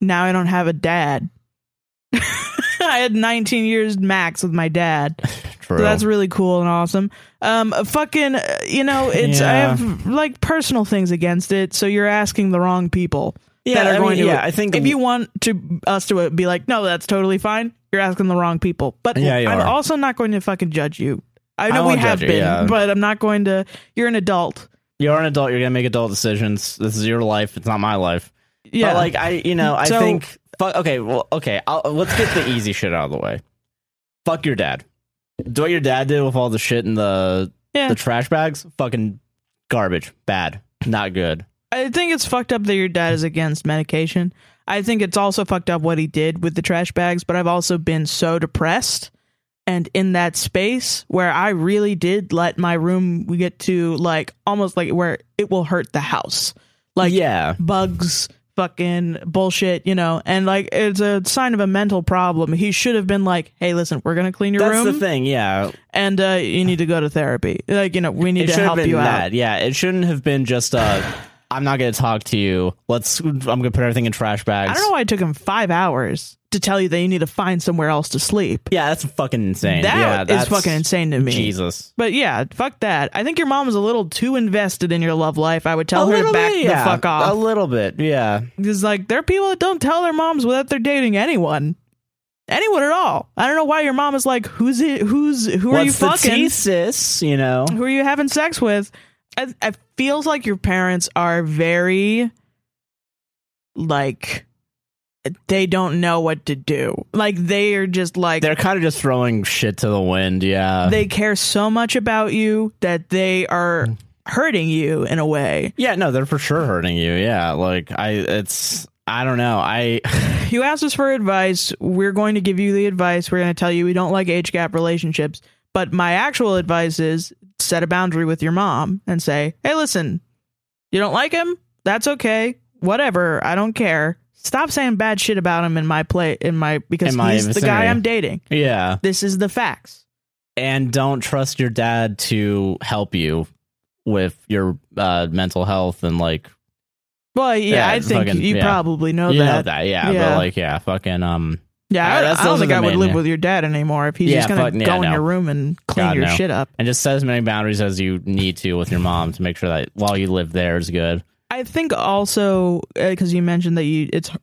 now I don't have a dad. [LAUGHS] I had nineteen years max with my dad. true So that's really cool and awesome. Um, fucking, uh, you know, it's I Yeah. have like personal things against it. So you're asking the wrong people. that are I going mean, to yeah, I think if you want to us to be like, no, that's totally fine. You're asking the wrong people. But Yeah, you I'm are. also not going to fucking judge you. I know we won't have judge you, been, yeah. but I'm not going to. You're an adult. you're an adult, you're gonna make adult decisions. This is your life. It's not my life. Yeah, But like I, you know, I So- think. Fuck. Okay. Well. Okay. I'll, let's get the easy shit out of the way. Fuck your dad. Do what your dad did with all the shit in the Yeah. the trash bags. Fucking garbage. Bad. Not good. I think it's fucked up that your dad is against medication. I think it's also fucked up what he did with the trash bags. But I've also been so depressed and in that space where I really did let my room we get to like almost like where it will hurt the house. Like yeah. bugs fucking bullshit you know and like it's a sign of a mental problem he should have been like hey listen we're gonna clean your That's the room thing. Yeah. and uh you need to go to therapy like you know we need It to should have help been you that. out Yeah. It shouldn't have been just. uh I'm not gonna talk to you. Let's. I'm gonna put everything in trash bags. i don't know why it took him five hours to tell you that you need to find somewhere else to sleep Yeah. That's fucking insane. That is yeah. that's fucking insane to me Jesus. but yeah fuck that i think your mom was a little too invested in your love life i would tell her to back the yeah. fuck A off little bit. Yeah. because like there are people that don't tell their moms without they're dating anyone anyone at all i don't know why your mom is like who's it who's who are What's you the fucking tea, sis? You know. who are you having sex with? It, it feels like your parents are very like they don't know what to do. Like they are just like They're kind of just throwing shit to the wind, yeah. they care so much about you that they are hurting you in a way. yeah, no, they're for sure hurting you. Yeah, like I, it's I don't know. I [LAUGHS] You asked us for advice. We're going to give you the advice. We're going to tell you we don't like age gap relationships. But my actual advice is set a boundary with your mom and say, hey, listen, you don't like him? That's okay. Whatever. I don't care. Stop saying bad shit about him in my play, in my, because In my he's the guy vicinity. I'm dating. yeah, This is the facts. and don't trust your dad to help you with your uh, mental health and like Well, yeah, Yeah, I think fucking- you yeah. probably know you know that. that, yeah, Yeah. But like, yeah, fucking um, Yeah, Uh, I, that's- I don't those are think the I would main, live yeah. with your dad anymore if he's Yeah, just going fuck, to yeah, go in no. your room and clean God, your no. shit up. and just set as many boundaries as you need to with your mom to make sure that while you live there is good. I think also because you mentioned that you it's h-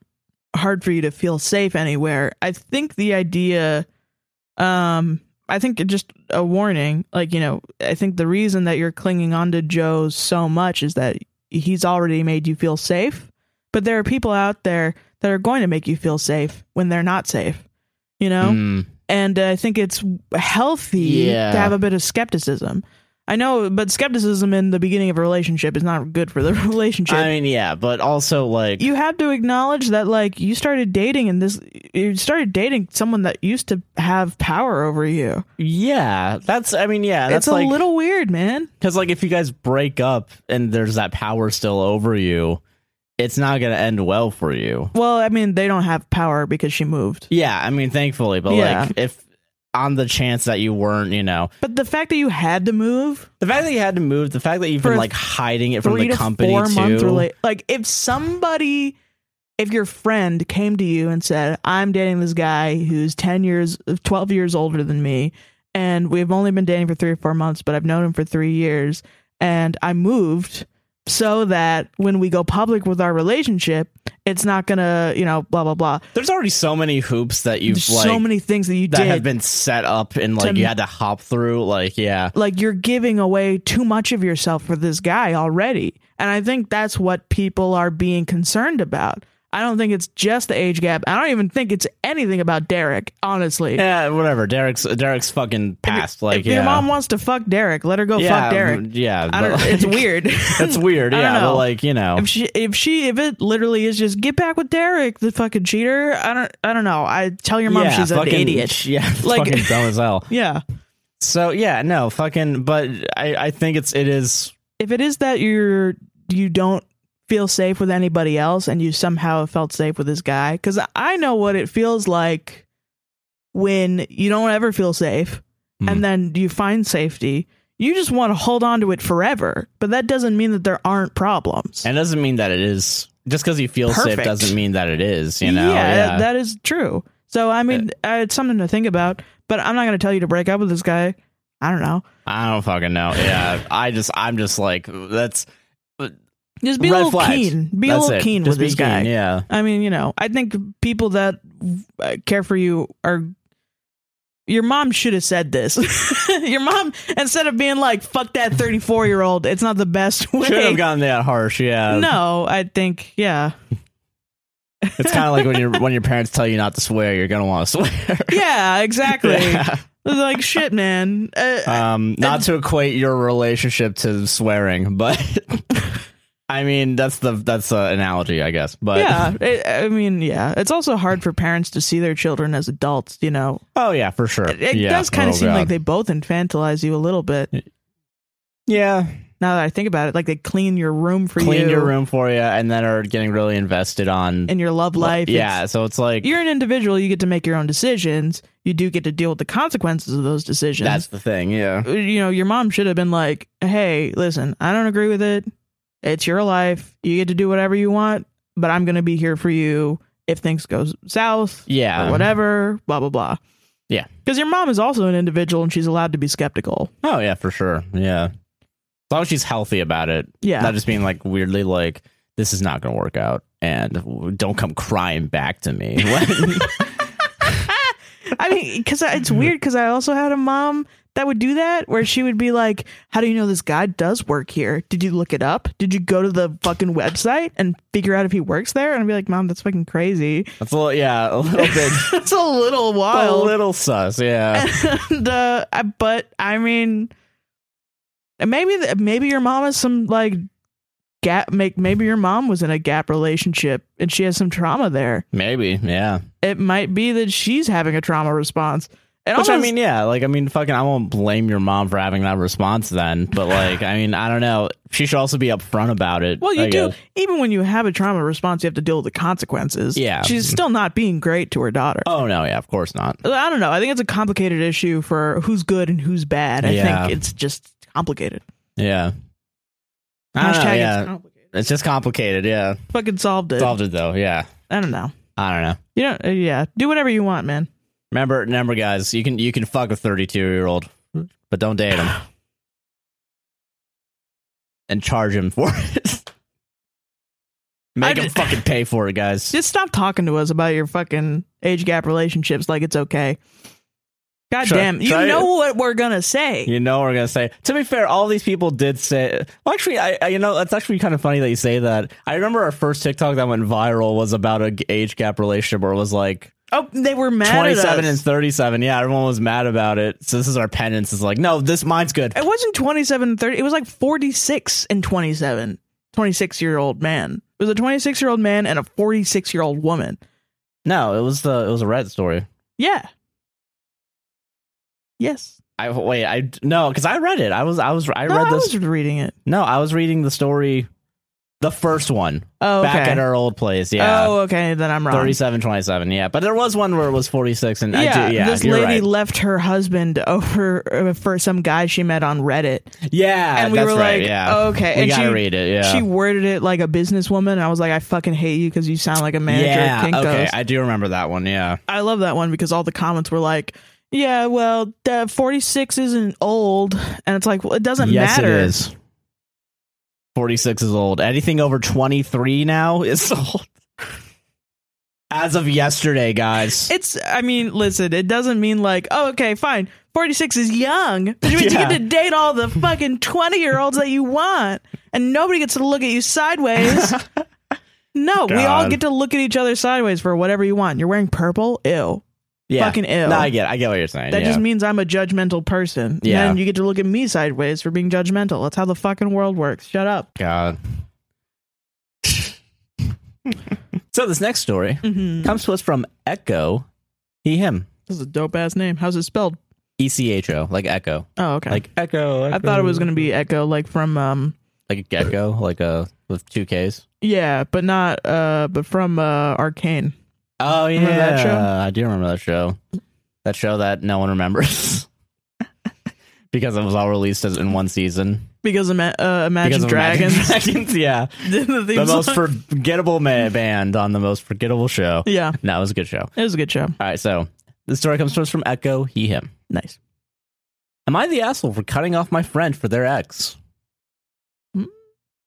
hard for you to feel safe anywhere. I think the idea, um, I think it just a warning. Like you know, I think the reason that you're clinging on to Joe so much is that he's already made you feel safe. But there are people out there that are going to make you feel safe when they're not safe. You know Mm, and I think it's healthy Yeah. to have a bit of skepticism. I know, but skepticism in the beginning of a relationship is not good for the [LAUGHS] relationship. I mean, yeah, but also like, you have to acknowledge that, like, you started dating, and this you started dating someone that used to have power over you. yeah, that's I mean, yeah, that's it's a like little weird, man. Because like if you guys break up and there's that power still over you, it's not gonna end well for you. Well, I mean, they don't have power because she moved. Yeah, I mean, thankfully, but Yeah. like if on the chance that you weren't, you know, But the fact that you had to move the fact that you had to move, the fact that you've For been like hiding it from three the to company four too. month rela- like if somebody if your friend came to you and said i'm dating this guy who's 10 years 12 years older than me and we've only been dating for three or four months but i've known him for three years and i moved so that when we go public with our relationship it's not gonna you know blah blah blah There's already so many hoops that you've There's like so many things that you that did have been set up and like To- you had to hop through. Like, yeah, like you're giving away too much of yourself for this guy already. And I think that's what people are being concerned about. I don't think it's just the age gap. I don't even think it's anything about Derek, honestly. yeah, whatever. Derek's Derek's fucking past. like, if yeah, your mom wants to fuck Derek, let her go yeah, fuck Derek. Yeah, I don't, but, it's like, weird. [LAUGHS] [LAUGHS] That's weird. I don't Yeah, but know. like you know, if she if she if it literally is just get back with Derek, the fucking cheater, I don't I don't know. I tell your mom she's an fucking- [LAUGHS] idiot. Yeah, [LAUGHS] Like- fucking dumb as hell. Yeah. So yeah, no, fucking. But I, I think it's it is. if it is that you're you don't feel safe with anybody else and you somehow felt safe with this guy because i know what it feels like when you don't ever feel safe Hmm. and then you find safety you just want to hold on to it forever but that doesn't mean that there aren't problems And it doesn't mean that it is. Just because you feel Perfect. safe doesn't mean that it is. You know. yeah, Yeah. that is true so i mean uh, it's something to think about but i'm not going to tell you to break up with this guy i don't know I don't fucking know. Yeah. I just I'm just like that's. but Just be a Red little flags. keen. Be a That's little it. keen Just with be this guy. keen, Yeah. I mean, you know, I think people that uh, care for you are. Your mom should have said this. [LAUGHS] Your mom, instead of being like, fuck that 34 year old, it's not [LAUGHS] the best way. Should have gotten that harsh. Yeah. [LAUGHS] no, I think, yeah. It's kind of like when your when your parents tell you not to swear, you're gonna want to [LAUGHS] swear. [LAUGHS] Yeah, exactly. Yeah. Like, shit, man. Uh, Um, not to equate your relationship to swearing, but [LAUGHS] I mean that's the that's an analogy, I guess. But yeah. It, I mean, yeah. It's also hard for parents to see their children as adults, you know. oh yeah, for sure. It, it yeah, does kind oh, of seem God. like they both infantilize you a little bit. yeah, Now that I think about it, like they clean your room for you. clean your room for you, and then are getting really invested on and your love life. It's- Yeah, so it's like you're an individual, you get to make your own decisions. You do get to deal with the consequences of those decisions. that's the thing. Yeah, you know, your mom should have been like, "Hey, listen, I don't agree with it. It's your life. You get to do whatever you want, but I'm going to be here for you if things go south yeah, or whatever, blah blah blah." Yeah. Cuz your mom is also an individual and she's allowed to be skeptical. Oh yeah, for sure. Yeah, as long as she's healthy about it, Yeah. not just being like weirdly like this is not gonna work out, and don't come crying back to me. [LAUGHS] When- [LAUGHS] I mean, because it's weird because I also had a mom that would do that where she would be like, How do you know this guy does work here? Did you look it up? Did you go to the fucking website and figure out if he works there? And I'd be like, Mom, that's fucking crazy. [LAUGHS] that's a little, yeah, a little bit. That's a little [LAUGHS] a wild. little sus, yeah. [LAUGHS] and, uh, I- but I mean, maybe th- maybe your mom is some like gap. Make maybe your mom was in a gap relationship and she has some trauma there. Maybe, yeah. It might be that she's having a trauma response. And Which I almost- mean, yeah. Like, I mean, fucking, I won't blame your mom for having that response then. [LAUGHS] But like, I mean, I don't know. She should also be upfront about it. Well, you I do. guess. Even when you have a trauma response, you have to deal with the consequences. Yeah. Mm-hmm. She's still not being great to her daughter. Oh no, yeah, of course not. I don't know. I think it's a complicated issue for who's good and who's bad. I Yeah. think it's just complicated. Yeah. I don't know, Hashtag yeah. it's complicated. It's just complicated. Yeah. Fucking solved it. Solved it though. Yeah. I don't know. I don't know. You don't, uh, yeah. Do whatever you want, man. Remember, remember, guys. You can you can fuck a thirty two year old, but don't date [SIGHS] him. and charge him for it. Make I him did- fucking pay for it, guys. Just stop talking to us about your fucking age gap relationships like it's okay. God Try- damn. You try- know what we're going to say. You know what we're gonna say. To be fair, all these people did say. Well, actually, I, I you know that's actually kind of funny that you say that. I remember our first TikTok that went viral was about a g- age gap relationship where it was like Oh, they were mad twenty at seven us. and thirty seven. Yeah, everyone was mad about it. So this is our penance. It's like no, this mine's good. It wasn't 27 and 30. It was like 46 and 27. 26 year old man. It was a 26 year old man and a 46 year old woman. No, it was the it was a red story. Yeah. Yes. I wait. I no, because I read it. I was I was I No, read this. was reading it. no, I was reading the story, the first one Oh, okay. back at our old place. Yeah. Oh, okay. Then I'm wrong. 37 27 yeah but there was one where it was 46 and yeah, I do, yeah this you're lady right. left her husband over uh, for some guy she met on Reddit, Yeah, and we Uh, that's were right, like, yeah. "Okay." we and gotta she, read it. Yeah, she worded it like a businesswoman, and I was like, "I fucking hate you because you sound like a manager yeah. at Kinko's." okay, I do remember that one. Yeah, I love that one because all the comments were like, "Yeah, well, uh, 46 isn't old," and it's like, "Well, it doesn't matter." it is. Forty six is old. Anything over twenty three now [LAUGHS] is old. As of yesterday, guys. It's. I mean, listen, it doesn't mean like, "Oh, okay, fine, 46 is young," which means you Yeah. get to date all the fucking 20 year olds that you want, and nobody gets to look at [LAUGHS] you sideways. No, we all God. get to look at each other sideways for whatever you want. You're wearing purple? Ew. yeah, Fucking ew. No, I get, I get what you're saying. That yeah. just means I'm a judgmental person. Yeah. And you get to look at me sideways for being judgmental. That's how the fucking world works. Shut up. God. [LAUGHS] so this next story Mm-hmm. comes to us from Echo. He him. This is a dope ass name. How's it spelled? E C H O like Echo Oh, okay. like Echo. I thought it was gonna be Echo, like from um, like a gecko like a with two K's. yeah, but not uh, but from uh, Arcane. Oh yeah, Remember that show? I do remember that show. That show that no one remembers [LAUGHS] because it was all released as in one season. Because ima- because uh, Imagine of [LAUGHS] Dragons, [LAUGHS] Dragons, yeah, did the, the theme most song. forgettable ma- band on the most forgettable show. yeah, No, it was a good show. it was a good show. All right, so the story comes to us from Echo. He him. Nice. Am I the asshole for cutting off my friend for their ex? Hmm?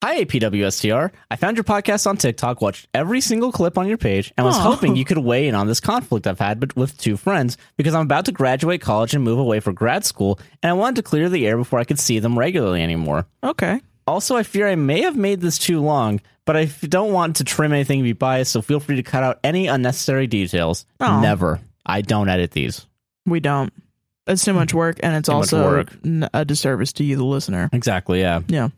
Hi, APWSTR. I found your podcast on TikTok, watched every single clip on your page, and was Aw. hoping you could weigh in on this conflict I've had bet- with two friends because I'm about to graduate college and move away for grad school, and I wanted to clear the air before I could see them regularly anymore. Okay. Also, I fear I may have made this too long, but I f- don't want to trim anything to be biased, so feel free to cut out any unnecessary details. Aw. Never. I don't edit these. We don't. It's too much work, and it's Too much also work. n- a disservice to you, the listener. Exactly, yeah. Yeah.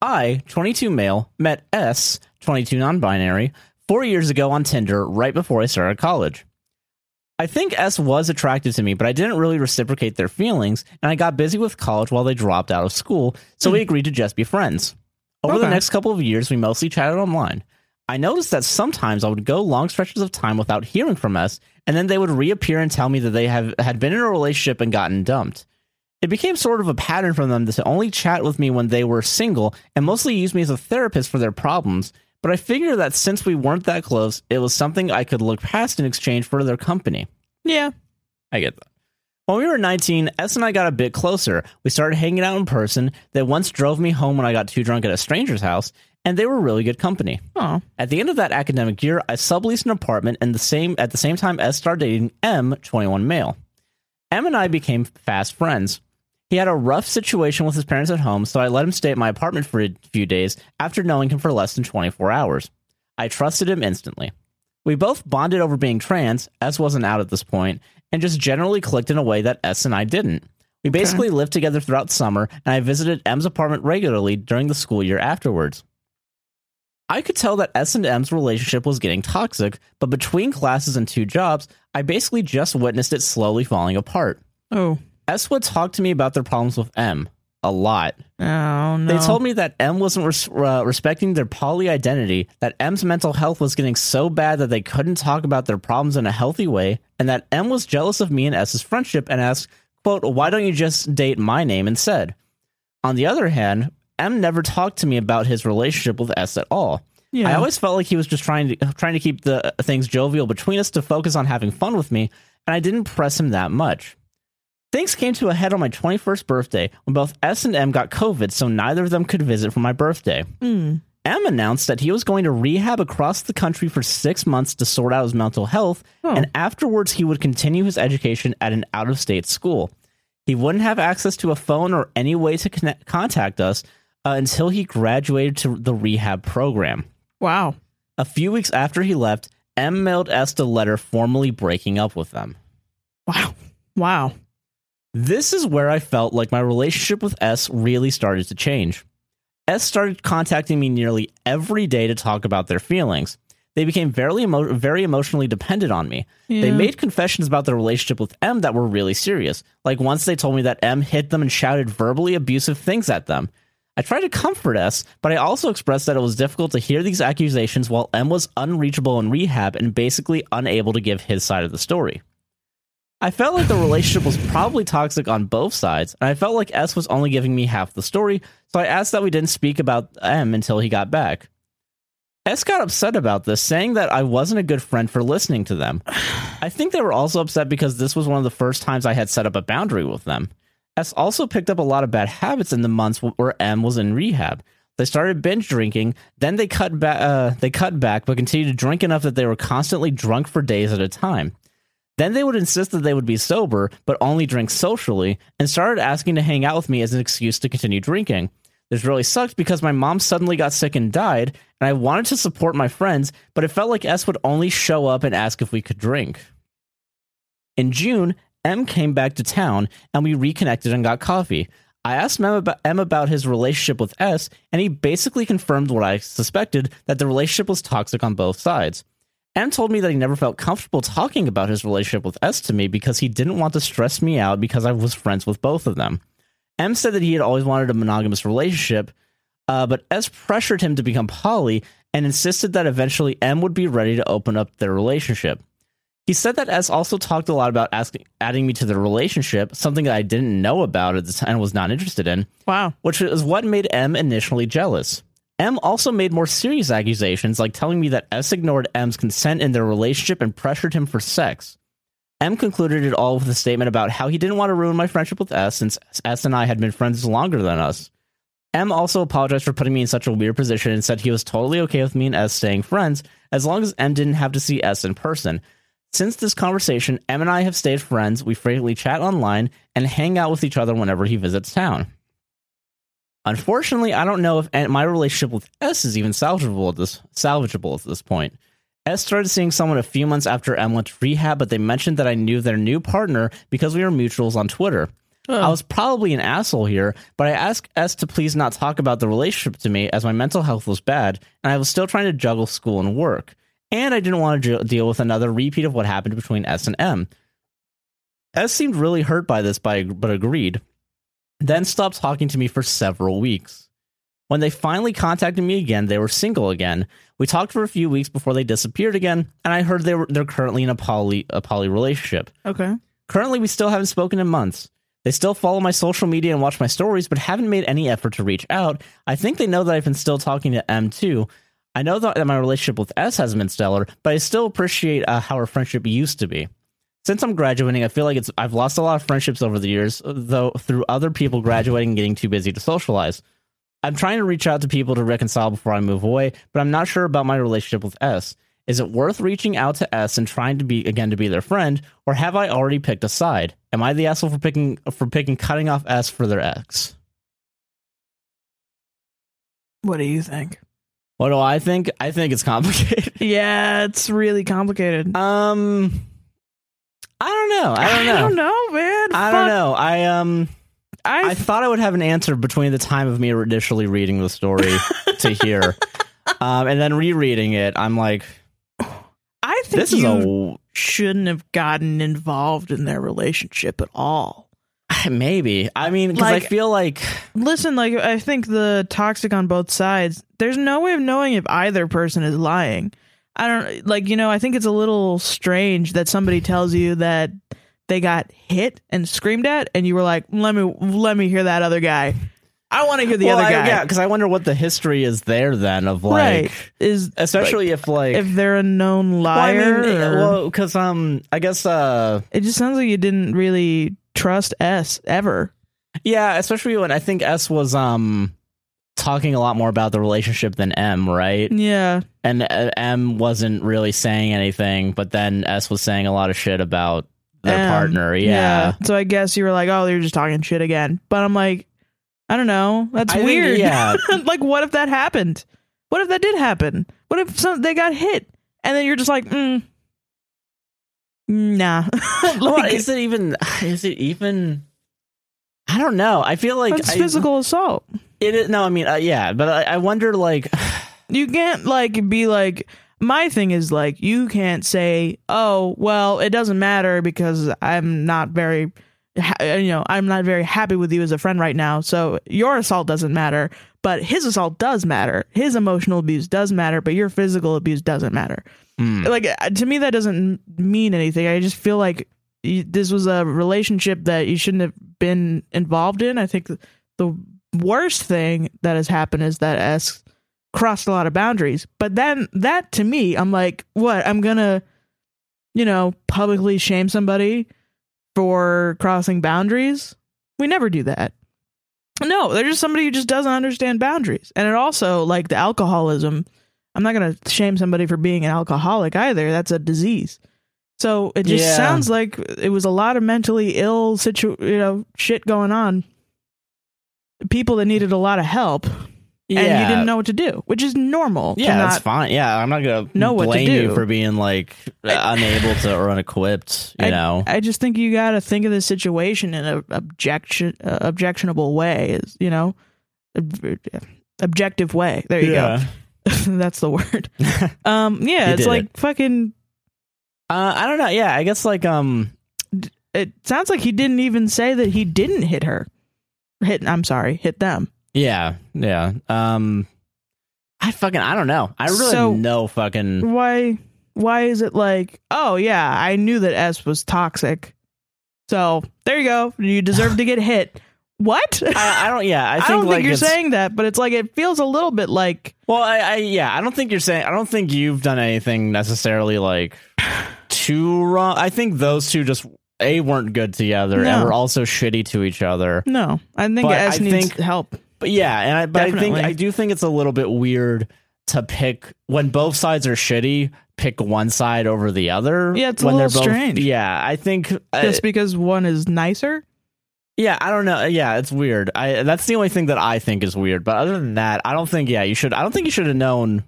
I, 22 male, met S, 22 non binary, four years ago on Tinder right before I started college. I think S was attracted to me, but I didn't really reciprocate their feelings, and I got busy with college while they dropped out of school, so we agreed to just be friends. Over the Okay. next couple of years, we mostly chatted online. I noticed that sometimes I would go long stretches of time without hearing from S, and then they would reappear and tell me that they have had been in a relationship and gotten dumped. It became sort of a pattern from them to only chat with me when they were single and mostly use me as a therapist for their problems. But I figured that since we weren't that close, it was something I could look past in exchange for their company. Yeah. I get that. When we were 19, S and I got a bit closer. We started hanging out in person. They once drove me home when I got too drunk at a stranger's house, and they were really good company. Oh. At the end of that academic year, I subleased an apartment and the same at the same time as started dating M, 21 male. M and I became fast friends. He had a rough situation with his parents at home, so I let him stay at my apartment for a few days after knowing him for less than 24 hours. I trusted him instantly. We both bonded over being trans, S wasn't out at this point, and just generally clicked in a way that S and I didn't. We basically lived together throughout summer, and I visited M's apartment regularly during the school year afterwards. I could tell that S and M's relationship was getting toxic, but between classes and two jobs, I basically just witnessed it slowly falling apart. Oh. S would talk to me about their problems with M a lot. Oh no. They told me that M wasn't res- uh, respecting their poly identity, that M's mental health was getting so bad that they couldn't talk about their problems in a healthy way, and that M was jealous of me and S's friendship and asked, quote, why don't you just date my name instead? On the other hand, M never talked to me about his relationship with S at all. Yeah. I always felt like he was just trying to trying to keep the uh, things jovial between us to focus on having fun with me, and I didn't press him that much. Things came to a head on my 21st birthday when both S and M got COVID, so neither of them could visit for my birthday. Mm. M announced that he was going to rehab across the country for six months to sort out his mental health, Oh. and afterwards he would continue his education at an out of state school. He wouldn't have access to a phone or any way to connect, contact us uh, until he graduated to the rehab program. Wow. A few weeks after he left, M mailed Est a letter formally breaking up with them. Wow. Wow. This is where I felt like my relationship with S really started to change. S started contacting me nearly every day to talk about their feelings. They became very, emo- very emotionally dependent on me. They Yeah. made confessions about their relationship with M that were really serious. Like once they told me that M hit them and shouted verbally abusive things at them. I tried to comfort S, but I also expressed that it was difficult to hear these accusations while M was unreachable in rehab and basically unable to give his side of the story. I felt like the relationship was probably toxic on both sides, and I felt like S was only giving me half the story, so I asked that we didn't speak about M until he got back. S got upset about this, saying that I wasn't a good friend for listening to them. I think they were also upset because this was one of the first times I had set up a boundary with them. S also picked up a lot of bad habits in the months wh- where M was in rehab. They started binge drinking, then they cut back. Uh, they cut back, but continued to drink enough that they were constantly drunk for days at a time. Then they would insist that they would be sober, but only drink socially, and started asking to hang out with me as an excuse to continue drinking. This really sucked because my mom suddenly got sick and died, and I wanted to support my friends, but it felt like S would only show up and ask if we could drink. In June, M came back to town and we reconnected and got coffee. I asked M about, M about his relationship with S, and he basically confirmed what I suspected that the relationship was toxic on both sides. M told me that he never felt comfortable talking about his relationship with S to me because he didn't want to stress me out because I was friends with both of them. M said that he had always wanted a monogamous relationship, uh, but S pressured him to become poly and insisted that eventually M would be ready to open up their relationship. He said that S also talked a lot about asking, adding me to the relationship, something that I didn't know about at the time and was not interested in, Wow. which is what made M initially jealous. M also made more serious accusations, like telling me that S ignored M's consent in their relationship and pressured him for sex. M concluded it all with a statement about how he didn't want to ruin my friendship with S since S and I had been friends longer than us. M also apologized for putting me in such a weird position and said he was totally okay with me and S staying friends as long as M didn't have to see S in person. Since this conversation, M and I have stayed friends. We frequently chat online and hang out with each other whenever he visits town. Unfortunately, I don't know if and my relationship with S is even salvageable at this salvageable at this point. S started seeing someone a few months after M went to rehab, but they mentioned that I knew their new partner because we were mutuals on Twitter. I was probably an asshole here, but I asked S to please not talk about the relationship to me as my mental health was bad and I was still trying to juggle school and work. And I didn't want to ju- deal with another repeat of what happened between S and M. S seemed really hurt by this, by, but agreed, then stopped talking to me for several weeks. When they finally contacted me again, they were single again. We talked for a few weeks before they disappeared again, and I heard they were, they're currently in a poly, a poly relationship. okay. Currently, we still haven't spoken in months. They still follow my social media and watch my stories, but haven't made any effort to reach out. I think they know that I've been still talking to M too. I know that that my relationship with S hasn't been stellar, but I still appreciate uh, how our friendship used to be. Since I'm graduating, I feel like it's I've lost a lot of friendships over the years, though through other people graduating and getting too busy to socialize. I'm trying to reach out to people to reconcile before I move away, but I'm not sure about my relationship with S. Is it worth reaching out to S and trying to be again to be their friend, or have I already picked a side? Am I the asshole for picking for picking cutting off S for their ex? What do you think? What do I think? I think it's complicated. [LAUGHS] Yeah, it's really complicated. Um, I don't know. I don't know. [LAUGHS] I don't know, man. I Fuck. don't know. I um, I, I thought I would have an answer between the time of me initially reading the [LAUGHS] story to here, um, and then rereading it. I'm like, I think this is you a shouldn't have gotten involved in their relationship at all. [LAUGHS] maybe. I mean, because I Like- feel like Listen, like I think the toxic on both sides. There's no way of knowing if either person is lying. I don't like you know. I think it's a little strange that somebody tells you that they got hit and screamed at, and you were like, "Let me, let me hear that other guy. I want to hear the well, other I- guy." yeah, because I wonder what the history is there then of like. right? Is especially if like if they're a known Well, I liar? mean, or- well, because um, I guess uh, it just sounds like you didn't really trust S ever. yeah, especially when I think S was um talking a lot more about the relationship than M, right? Yeah, And uh, M wasn't really saying anything, but then S was saying a lot of shit about their Um, partner. Yeah, So I guess you were like, oh, they're just talking shit again. But I'm like, I don't know. That's I think- [LAUGHS] weird. yeah. [LAUGHS] like, what if that happened? What if that did happen? What if some they got hit and then you're just like, mm, nah. [LAUGHS] like, Well, is it even? [SIGHS] Is it even? I don't know. I feel like that's I- physical assault. It is, no, I mean, uh, yeah, but I, I wonder, like, You can't like be like. My thing is like you can't say, "Oh, well, it doesn't matter because I'm not very, ha- you know, I'm not very happy with you as a friend right now." So your assault doesn't matter, but his assault does matter. His emotional abuse does matter, but your physical abuse doesn't matter. [LAUGHS] [LAUGHS] hmm. Like uh, to me, that doesn't mean anything. I just feel like you, this was a relationship that you shouldn't have been involved in. I think the, the worst thing that has happened is that S crossed a lot of boundaries. But then that to me, I'm like, what? I'm gonna, you know, publicly shame somebody for crossing boundaries. We never do that. No, they're just somebody who just doesn't understand boundaries. And it also like the alcoholism. I'm not gonna shame somebody for being an alcoholic either. That's a disease. So it just Yeah. sounds like it was a lot of mentally ill situ you know shit going on. People that needed a lot of help yeah, and you didn't know what to do, which is normal. to Yeah, that's not- fine. Yeah, I'm not gonna know what to blame you do. for being like uh, unable to or unequipped. You know, I just think you got to think of the situation in a objection uh, objectionable way. Is you know, ob- objective way. There you yeah. go. [LAUGHS] that's [LAUGHS] the word. Um, yeah, You it's did like fucking. Uh, I don't know. Yeah, I guess like um, It sounds like he didn't even say that he didn't hit her. Hit. I'm sorry, hit them. yeah, yeah. Um, I fucking I don't know. I really So- no fucking. Why? Why is it like? Oh yeah, I knew that S was toxic. So there you go. You deserve to get hit. What? I, I don't. Yeah, I [LAUGHS] I, think don't like think you're it's- saying that, but it's like it feels a little bit like Well, I, I yeah, I don't think you're saying. I don't think you've done anything necessarily like too wrong. I think those two just a weren't good together No. and were also shitty to each other. no. I think But S I needs think- help. But yeah, and I, but I Definitely. think I do think it's a little bit weird to pick when both sides are shitty. Pick one side over the other. Yeah, it's a when little strange. Yeah, I think. uh, I- Just because one is nicer? yeah, I don't know. Uh, Yeah, it's weird. I that's the only thing that I think is weird. But other than that, I don't think. Yeah, you should. I don't think you should have known.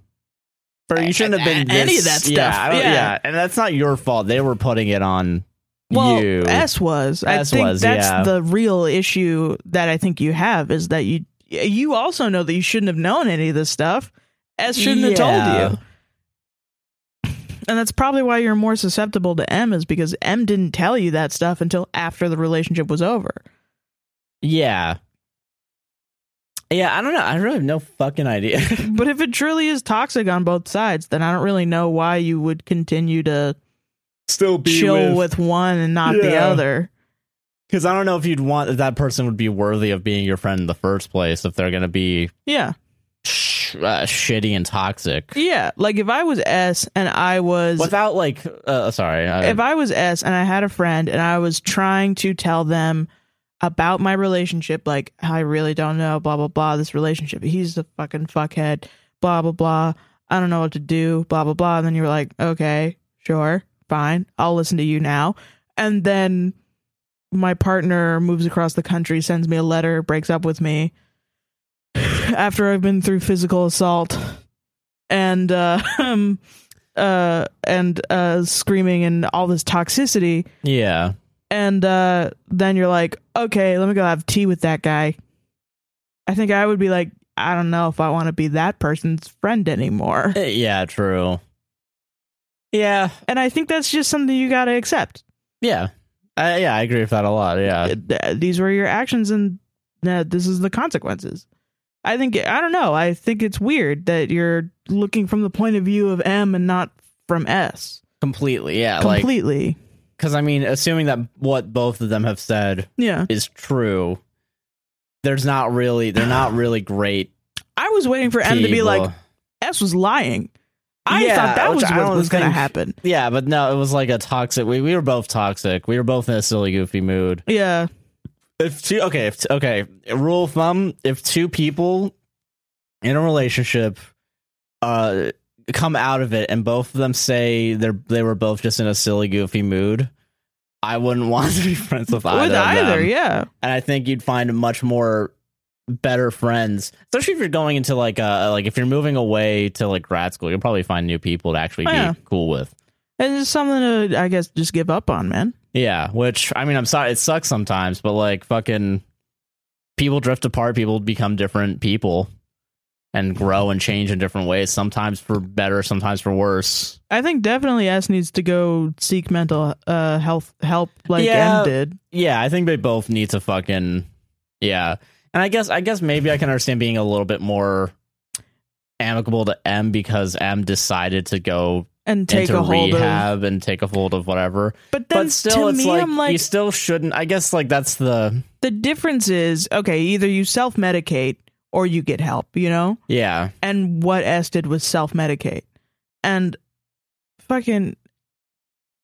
Or you shouldn't have been A- a- any this- of that Yeah, stuff. I don't- Yeah. yeah, and that's not your fault. They were putting it on Well, you. S was. I S think was, that's yeah. the real issue that I think you have is that you you also know that you shouldn't have known any of this stuff. S shouldn't Yeah. have told you. And that's probably why you're more susceptible to M is because M didn't tell you that stuff until after the relationship was over. Yeah. Yeah, I don't know. I really have no fucking idea. [LAUGHS] But if it truly is toxic on both sides, then I don't really know why you would continue to Still chill with, one and not the Yeah. other. because I don't know if you'd want if that person would be worthy of being your friend in the first place if they're gonna be Yeah. sh- uh, shitty and toxic Yeah. Like if I was S and I was without like. Uh, sorry, I, if I was S and I had a friend and I was trying to tell them about my relationship, like I really don't know, blah blah blah, this relationship, he's a fucking fuckhead, blah blah blah. I don't know what to do, blah blah blah. And then you were like, okay, sure, fine, I'll listen to you now. And then my partner moves across the country, sends me a letter, breaks up with me [SIGHS] after I've been through physical assault and uh, [LAUGHS] um, uh, and uh, screaming and all this toxicity. yeah, And uh, then you're like, okay, let me go have tea with that guy. I think I would be like, I don't know if I want to be that person's friend anymore. Eh, yeah, true. Yeah, And I think that's just something you got to accept. yeah, I, yeah. I agree with that a lot. Yeah, Uh, th- These were your actions, and uh, this is the consequences. I think I don't know. I think it's weird that you're looking from the point of view of M and not from S completely. Yeah, like completely. because I mean, assuming that what both of them have said yeah, is true, there's not really they're not [SIGHS] really great I was waiting for M to be people. like, S was lying. I Yeah, thought that which was I what don't was going to think- happen. Yeah, but no, it was like a toxic. We, we were both toxic. We were both in a silly, goofy mood. [LAUGHS] Yeah, If two, okay, if okay, rule of thumb: if two people in a relationship uh come out of it and both of them say they're they were both just in a silly, goofy mood, I wouldn't [LAUGHS] want to be friends with either. with of either, them. yeah, and I think you'd find much more better friends, especially if you're going into like uh like if you're moving away to like grad school, you'll probably find new people to actually Oh, yeah. be cool with. it's just something to, I guess, just give up on, man. Yeah, which I mean, I'm sorry, it sucks sometimes, but like fucking people drift apart, people become different people and grow and change in different ways, sometimes for better, sometimes for worse. I think definitely S needs to go seek mental uh, health help, like Yeah. M did. Yeah, I think they both need to fucking yeah. And I guess I guess maybe I can understand being a little bit more amicable to M because M decided to go And take into a hold of, rehab and take a hold of whatever. but then but still to it's me, like, I'm like, you still shouldn't I guess like that's the the difference is okay. Either you self medicate or you get help. You know, yeah. and what S did was self medicate. And fucking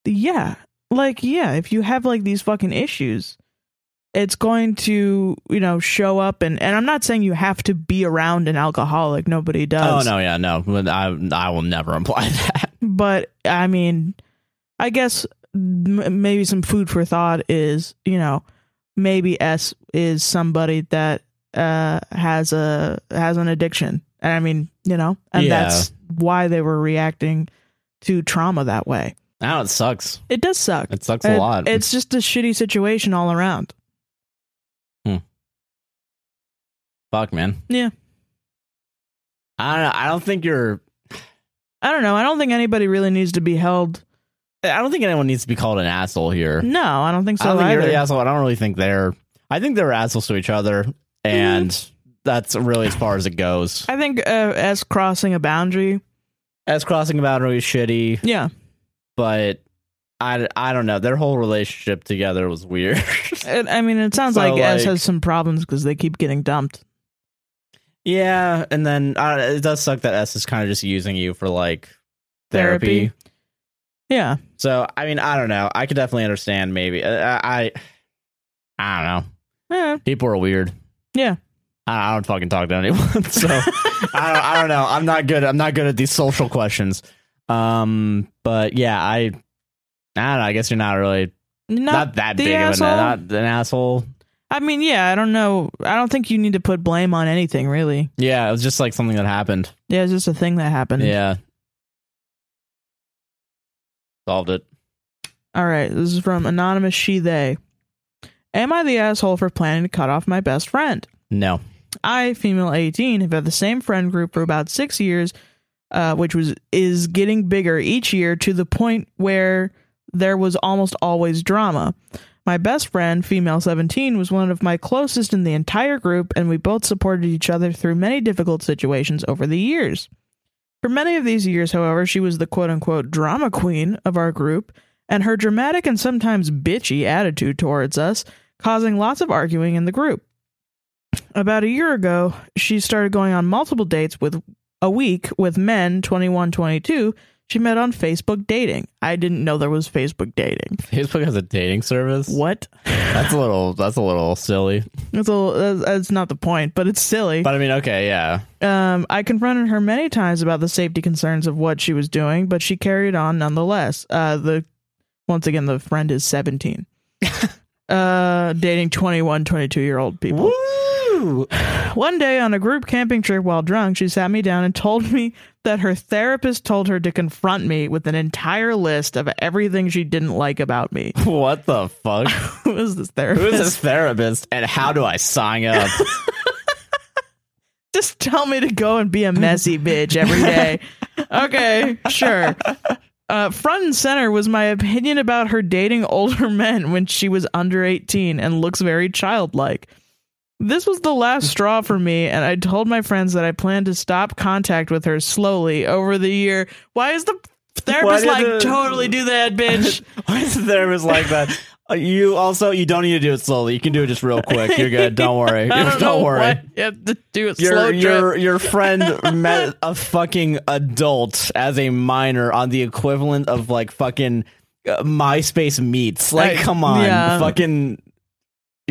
yeah. Like yeah, if you have like these fucking issues, it's going to, you know, show up and and I'm not saying you have to be around an alcoholic, nobody Oh does. no, yeah, no. I I will never [LAUGHS] imply that. But I mean, I guess m- maybe some food for thought is, you know, maybe S is somebody that uh has a has an addiction. And I mean, you know, and Yeah. that's why they were reacting to trauma that way. I don't. It sucks. It does suck. It sucks a It- lot. It's just a shitty situation all around. fuck, man. Yeah. I don't. Know, I don't think you're. I don't know. I don't think anybody really needs to be held. I don't think anyone needs to be called an asshole here. No, I don't think I so don't think either. you're the asshole. I don't really think they're. I think they're assholes to each other, and that's really as far as it goes. I think uh, S crossing a boundary. As crossing a boundary is shitty, Yeah. but I, I don't know. Their whole relationship together was weird. [LAUGHS] It, I mean, it sounds So, like, S like- has some problems because they keep getting dumped. yeah, and then uh, it does suck that S is kind of just using you for like therapy. Therapy. Yeah, So I mean, I don't know. I could definitely understand. Maybe I, I, I don't know. Eh, People are weird. Yeah. I I I don't fucking talk to anyone, [LAUGHS] [LAUGHS] so I don't, I don't know. I'm not good. I'm not good at these social questions. Um, but yeah, I, I don't know. I guess you're not really Not, not, that the big asshole. of an, not an asshole. I mean, yeah, I don't know. I don't think you need to put blame on anything, really. Yeah, it was just like something that happened. Yeah, it's just a thing that happened. Yeah, solved it. All right, this is from anonymous she they. Am I the asshole for planning to cut off my best friend? No. [LAUGHS] I, female 18, have had the same friend group for about six years, uh, which was is getting bigger each year to the point where there was almost always drama. My best friend, female 17, was one of my closest in the entire group, and we both supported each other through many difficult situations over the years. For many of these years, however, she was the quote unquote drama queen of our group, and her dramatic and sometimes bitchy attitude towards us causing lots of arguing in the group about a year ago, she started going on multiple dates with a week with men 21, 22. She met on Facebook dating. I didn't know there was Facebook dating. Facebook has a dating service. What? That's a little. That's a little silly. That's, a, that's- that's not the point, but it's silly. But I mean, okay, yeah. Um, I confronted her many times about the safety concerns of what she was doing, but she carried on nonetheless. Uh, the once again, the friend is 17, uh, dating 21, 22 year old people. Woo! [LAUGHS] One day on a group camping trip while drunk, she sat me down and told me that her therapist told her to confront me with an entire list of everything she didn't like about me. [LAUGHS] What the fuck? Who is this Who therapist? is this therapist, and how do I sign [LAUGHS] up? Just tell me to go and be a messy bitch every day. okay, sure. Uh, front and center was my opinion about her dating older men when she was under 18 and looks very childlike. This was the last straw for me, and I told my friends that I planned to stop contact with her slowly over the year. Why is the therapist did like, the- totally do [LAUGHS] that, bitch? Why is the therapist like that? Uh, You also you don't need to do it slowly. You can do it just real quick. You're good. Don't worry. [LAUGHS] I Don't, don't, know worry. why you have to do it Your slow drip. your your [LAUGHS] friend met a fucking adult as a minor on the equivalent of like fucking uh, MySpace meets. Like, Like, come on, yeah. fucking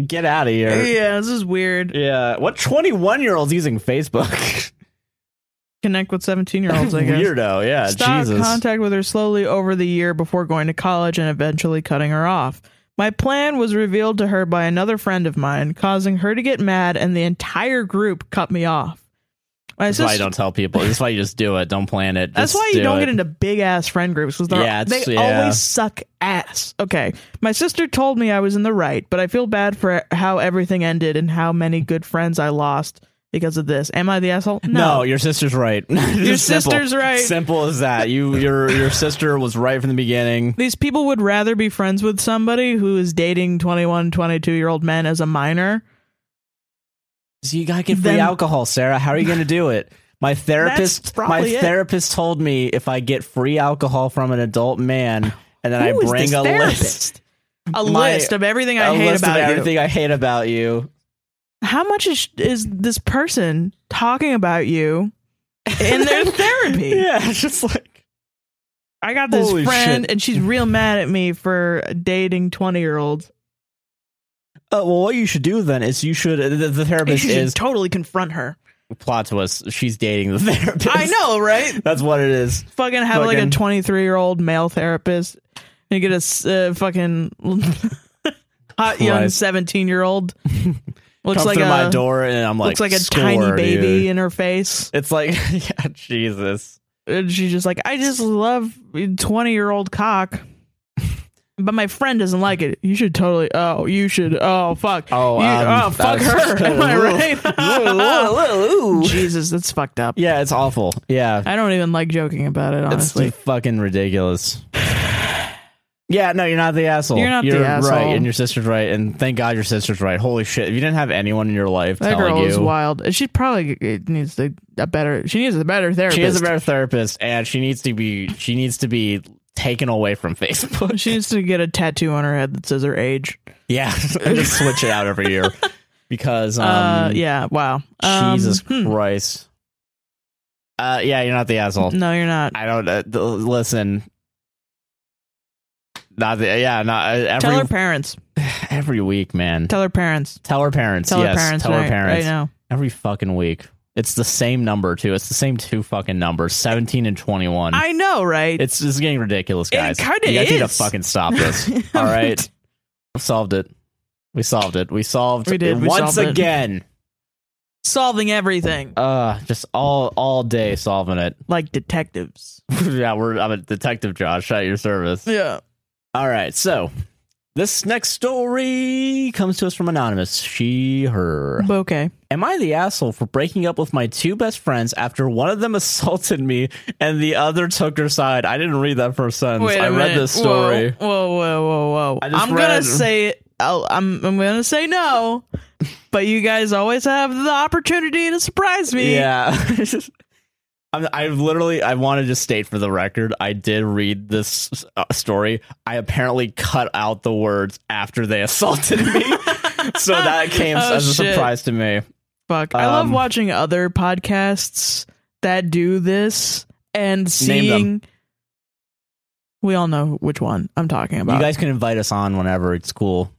get out of here. Yeah, this is weird. Yeah, what twenty one year olds using Facebook? Connect with 17 year [LAUGHS] olds, I guess. Weirdo, yeah, Stopped Uh, Jesus. contact with her slowly over the year before going to college and eventually cutting her off. My plan was revealed to her by another friend of mine, causing her to get mad, and the entire group cut me off. My That's why you sis- don't tell people. That's why you just do it. Don't plan it. that's Just why you do don't it. get into big ass friend groups because Yeah, they it's- yeah. always suck ass. Okay. My sister told me I was in the right, but I feel bad for how everything ended and how many good friends I lost because of this. Am I the asshole? No. your sister's right. [LAUGHS] your sister's right. Simple as that. You your your sister was right from the beginning. these people would rather be friends with somebody who is dating 21 22 year old men as a minor So you gotta get free Then- alcohol, Sarah. How are you gonna do it? My therapist my probably it. therapist told me if I get free alcohol from an adult man and then I Who is bring this a therapist? list a My- list of everything a i hate list about of you everything I hate about you. how much is, is this person talking about you in [LAUGHS] their therapy Yeah, it's just like i got this Holy friend shit. and she's real mad at me for dating 20 year olds uh, well what you should do then is you should the, the you therapist should is totally [LAUGHS] confront her plot twist she's dating the [LAUGHS] therapist i know right that's what it is fucking have like a Fucking- 23 year old male therapist and you get a s- uh, fucking [LAUGHS] hot young Christ. 17 [LAUGHS] year old looks comes like through a my door and i'm like looks like a "Score, tiny baby dude." in her face it's like [LAUGHS] yeah jesus and she's just like i just love 20 year old cock but my friend doesn't like it you should totally oh you should oh fuck Oh, You- um, oh fuck that's- [LAUGHS] her [LAUGHS] am i right jesus that's fucked up yeah it's awful [SIGHS] yeah i don't even like joking about it it's honestly fucking ridiculous [SIGHS] yeah no you're not the asshole You're not the asshole. right and your sister's right and thank god your sister's right holy shit if you didn't have anyone in your life That telling girl you is wild. She probably needs a, a better. She needs a better therapist. she is a better therapist and she needs to be she needs to be taken away from facebook [LAUGHS] She needs to get a tattoo on her head that says her age. yeah [LAUGHS] and just switch it out every [LAUGHS] year because um uh, yeah. Wow. Um, Jesus hmm. Christ. Uh, yeah, you're not the asshole. No, you're not. I don't uh, th- listen. Not the, yeah, not uh, Tell her every parents. [SIGHS] every week, man. Tell her parents. Tell her parents. Tell yes, her parents. tell right, her parents. right now. Every fucking week. It's the same number too. It's the same two fucking numbers, seventeen and twenty one. I know, right? It's it's getting ridiculous, It guys. kinda you guys need to is. fucking [LAUGHS] stop this. All right, we solved it. We solved it. We solved We did. it We once solved it. again. [LAUGHS] Solving everything Uh, just all all day solving it. [LAUGHS] like detectives. yeah, we're I'm a detective, Josh, at your service. Yeah. All right, so this next story comes to us from anonymous. She her. Okay. Am I the asshole for breaking up with my two best friends after one of them [LAUGHS] assaulted me and the other took her side? I didn't read that first sentence. Wait a I read minute. this story. Whoa, whoa, whoa, whoa, whoa. I just I'm gonna read- say it. I'll, I'm I'm gonna say no, but you guys always have the opportunity to surprise me. Yeah. [LAUGHS] I'm, I literally, I want to just state for the record, I did read this uh, story. I apparently cut out the words after they [LAUGHS] assaulted [LAUGHS] me, so that came Oh, as a shit. surprise to me. Fuck. I love Um, watching other podcasts that do this and them. seeing. We all know which one I'm talking about. You guys can invite us on whenever it's cool.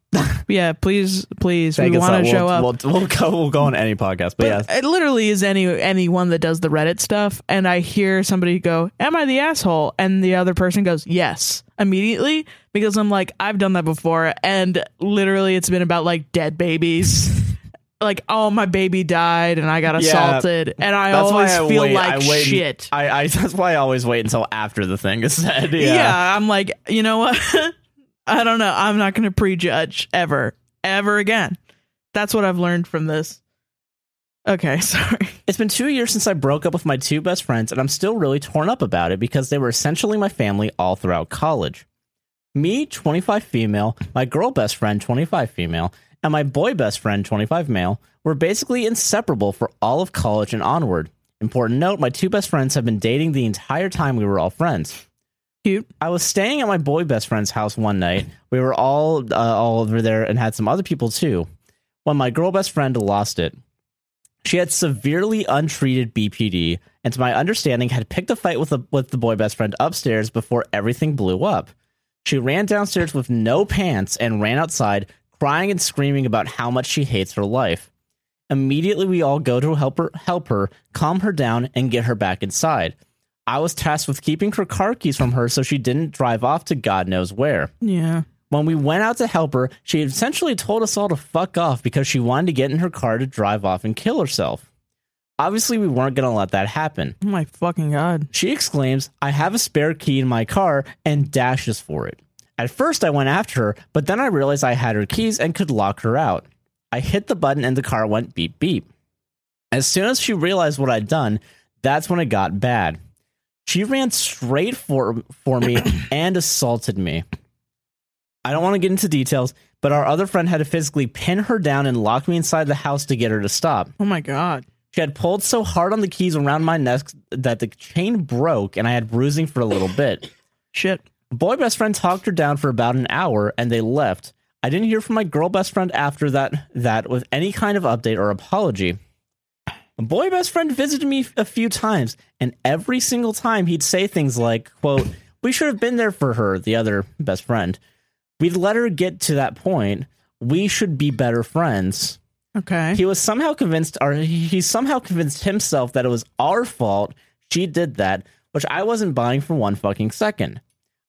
yeah, please, please, Take we us want on. to show up. we'll, We'll, we'll go. We'll go on any podcast. But, yeah, But it literally is any anyone that does the Reddit stuff, and I hear somebody go, "Am I the asshole?" and the other person goes, "Yes," immediately because I'm like, I've done that before, and literally it's been about like dead babies. [LAUGHS] Like oh my baby died and I got Yeah. assaulted and I That's why always I feel wait- like I wait- shit. I, I. [LAUGHS] That's why I always wait until after the thing is said. yeah. Yeah. I'm like you know what? [LAUGHS] I don't know. I'm not going to prejudge ever, ever again. That's what I've learned from this. Okay, [LAUGHS] sorry. It's been two years since I broke up with my two best friends, and I'm still really torn up about it because they were essentially my family all throughout college. Me, 25 female, my girl best friend, 25 female, and my boy best friend, 25 male, were basically inseparable for all of college and onward. Important note my two best friends have been dating the entire time we were all friends. Cute. I was staying at my boy best friend's house one night. We were all uh, all over there and had some other people too. When my girl best friend lost it, she had severely untreated BPD, and to my understanding, had picked a fight with the with the boy best friend upstairs before everything blew up. She ran downstairs with no pants and ran outside, crying and screaming about how much she hates her life. Immediately, we all go to help her, help her, calm her down, and get her back inside. I was tasked with keeping her car keys from her so she didn't drive off to God knows where. Yeah. When we went out to help her, she essentially told us all to fuck off because she wanted to get in her car to drive off and kill herself. Obviously, we weren't going to let that happen. Oh my fucking god. She exclaims, I have a spare key in my car, and dashes for it. At first, I went after her, but then I realized I had her keys and could lock her out. I hit the button, and the car went beep beep. As soon as she realized what I'd done, that's when it got bad. She ran straight for, for me and assaulted me. I don't want to get into details, but our other friend had to physically pin her down and lock me inside the house to get her to stop. Oh my god. She had pulled so hard on the keys around my neck that the chain broke and I had bruising for a little bit. Shit. Boy best friend talked her down for about an hour and they left. I didn't hear from my girl best friend after that that with any kind of update or apology. Boy best friend visited me a few times and every single time he'd say things like, quote, "We should have been there for her," the other best friend. We'd let her get to that point. We should be better friends Okay. he was somehow convinced or he he somehow convinced himself that it was our fault she did that which i wasn't buying for one fucking second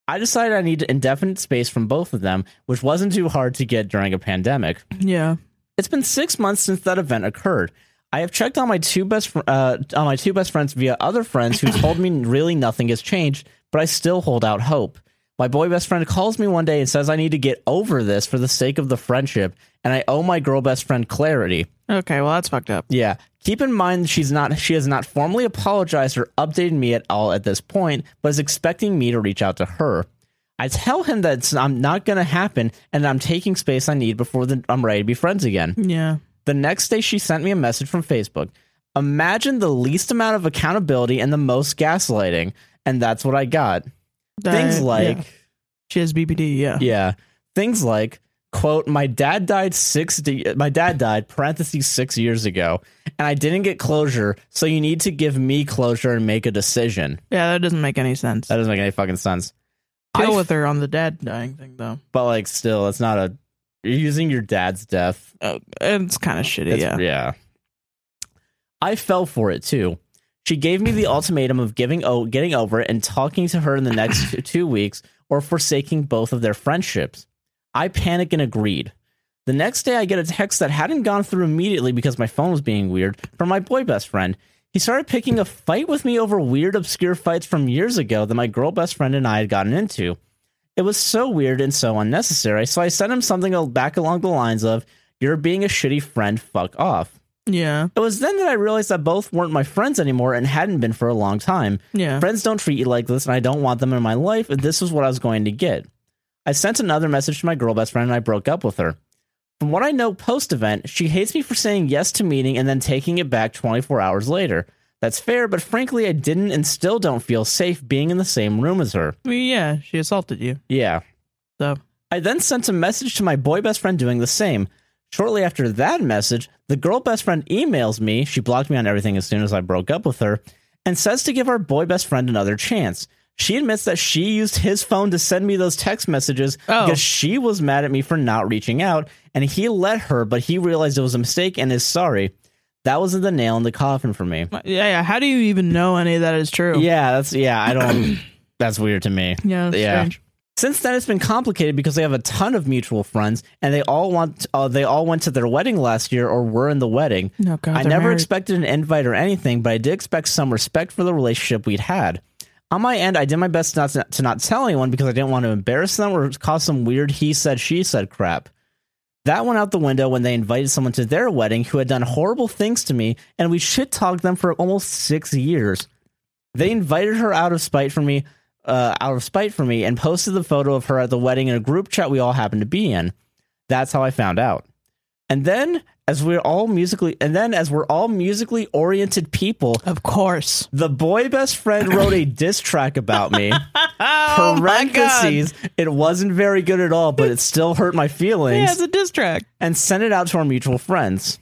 i decided i needed indefinite space from both of them which wasn't too hard to get during a pandemic yeah. it's been six months since that event occurred i have checked on my two best fr- uh, on my two best friends via other friends who told me really nothing has changed but i still hold out hope my boy best friend calls me one day and says i need to get over this for the sake of the friendship and i owe my girl best friend clarity Okay, well that's fucked up. yeah. Keep in mind she's not she has not formally apologized or updated me at all at this point, but is expecting me to reach out to her. I tell him that it's, I'm not going to happen and that I'm taking space I need before the, I'm ready to be friends again. Yeah. The next day, she sent me a message from Facebook. Imagine the least amount of accountability and the most gaslighting. And that's what I got. That- Things like, yeah. she has BPD, yeah. yeah. Things like, quote, my dad died six de- my dad died, parentheses six years ago, and I didn't get closure, so you need to give me closure and make a decision. Yeah, that doesn't make any sense. That doesn't make any fucking sense. I Deal f- with her on the dad dying thing though. but like still, it's not a you're using your dad's death. Oh, it's kind of shitty, It's- yeah. yeah. I fell for it too. She gave me the ultimatum of giving o- getting over it and talking to her in the next two- two weeks or forsaking both of their friendships. I panicked and agreed. The next day, I get a text that hadn't gone through immediately because my phone was being weird from my boy best friend. He started picking a fight with me over weird, obscure fights from years ago that my girl best friend and I had gotten into. It was so weird and so unnecessary, so I sent him something al- back along the lines of, You're being a shitty friend, fuck off. Yeah. It was then that I realized that both weren't my friends anymore and hadn't been for a long time. Yeah. Friends don't treat you like this, and I don't want them in my life, and this is what I was going to get. I sent another message to my girl best friend, and I broke up with her. From what I know post event, she hates me for saying yes to meeting and then taking it back 24 hours later. That's fair, but frankly, I didn't and still don't feel safe being in the same room as her. I mean, yeah, she assaulted you. Yeah. So I then sent a message to my boy best friend doing the same. Shortly after that message, the girl best friend emails me. She blocked me on everything as soon as I broke up with her and says to give our boy best friend another chance. She admits that she used his phone to send me those text messages Oh. because she was mad at me for not reaching out and he let her, but he realized it was a mistake and is sorry. That was the nail in the coffin for me. yeah, Uh, yeah. How do you even know any of that is true? Yeah, that's yeah, I don't [CLEARS THROAT] that's weird to me. Yeah. it's Yeah. Strange. Since then, it's been complicated because they have a ton of mutual friends, and they all want uh, they all went to their wedding last year or were in the wedding. No God. I they're never married. expected an invite or anything, but I did expect some respect for the relationship we'd had. On my end, I did my best not to, to not tell anyone because I didn't want to embarrass them or cause some weird he said she said crap. That went out the window when they invited someone to their wedding who had done horrible things to me, and we shit talked them for almost six years. They invited her out of spite for me, uh, out of spite for me, and posted the photo of her at the wedding in a group chat we all happened to be in. That's how I found out. And then, as we're all musically, and then as we're all musically oriented people, Of course. the boy best friend wrote [LAUGHS] a diss track about me. Oh my God. Parentheses, it wasn't very good at all, but it still hurt my Yeah, feelings it's a diss track. and sent it out to our mutual friends.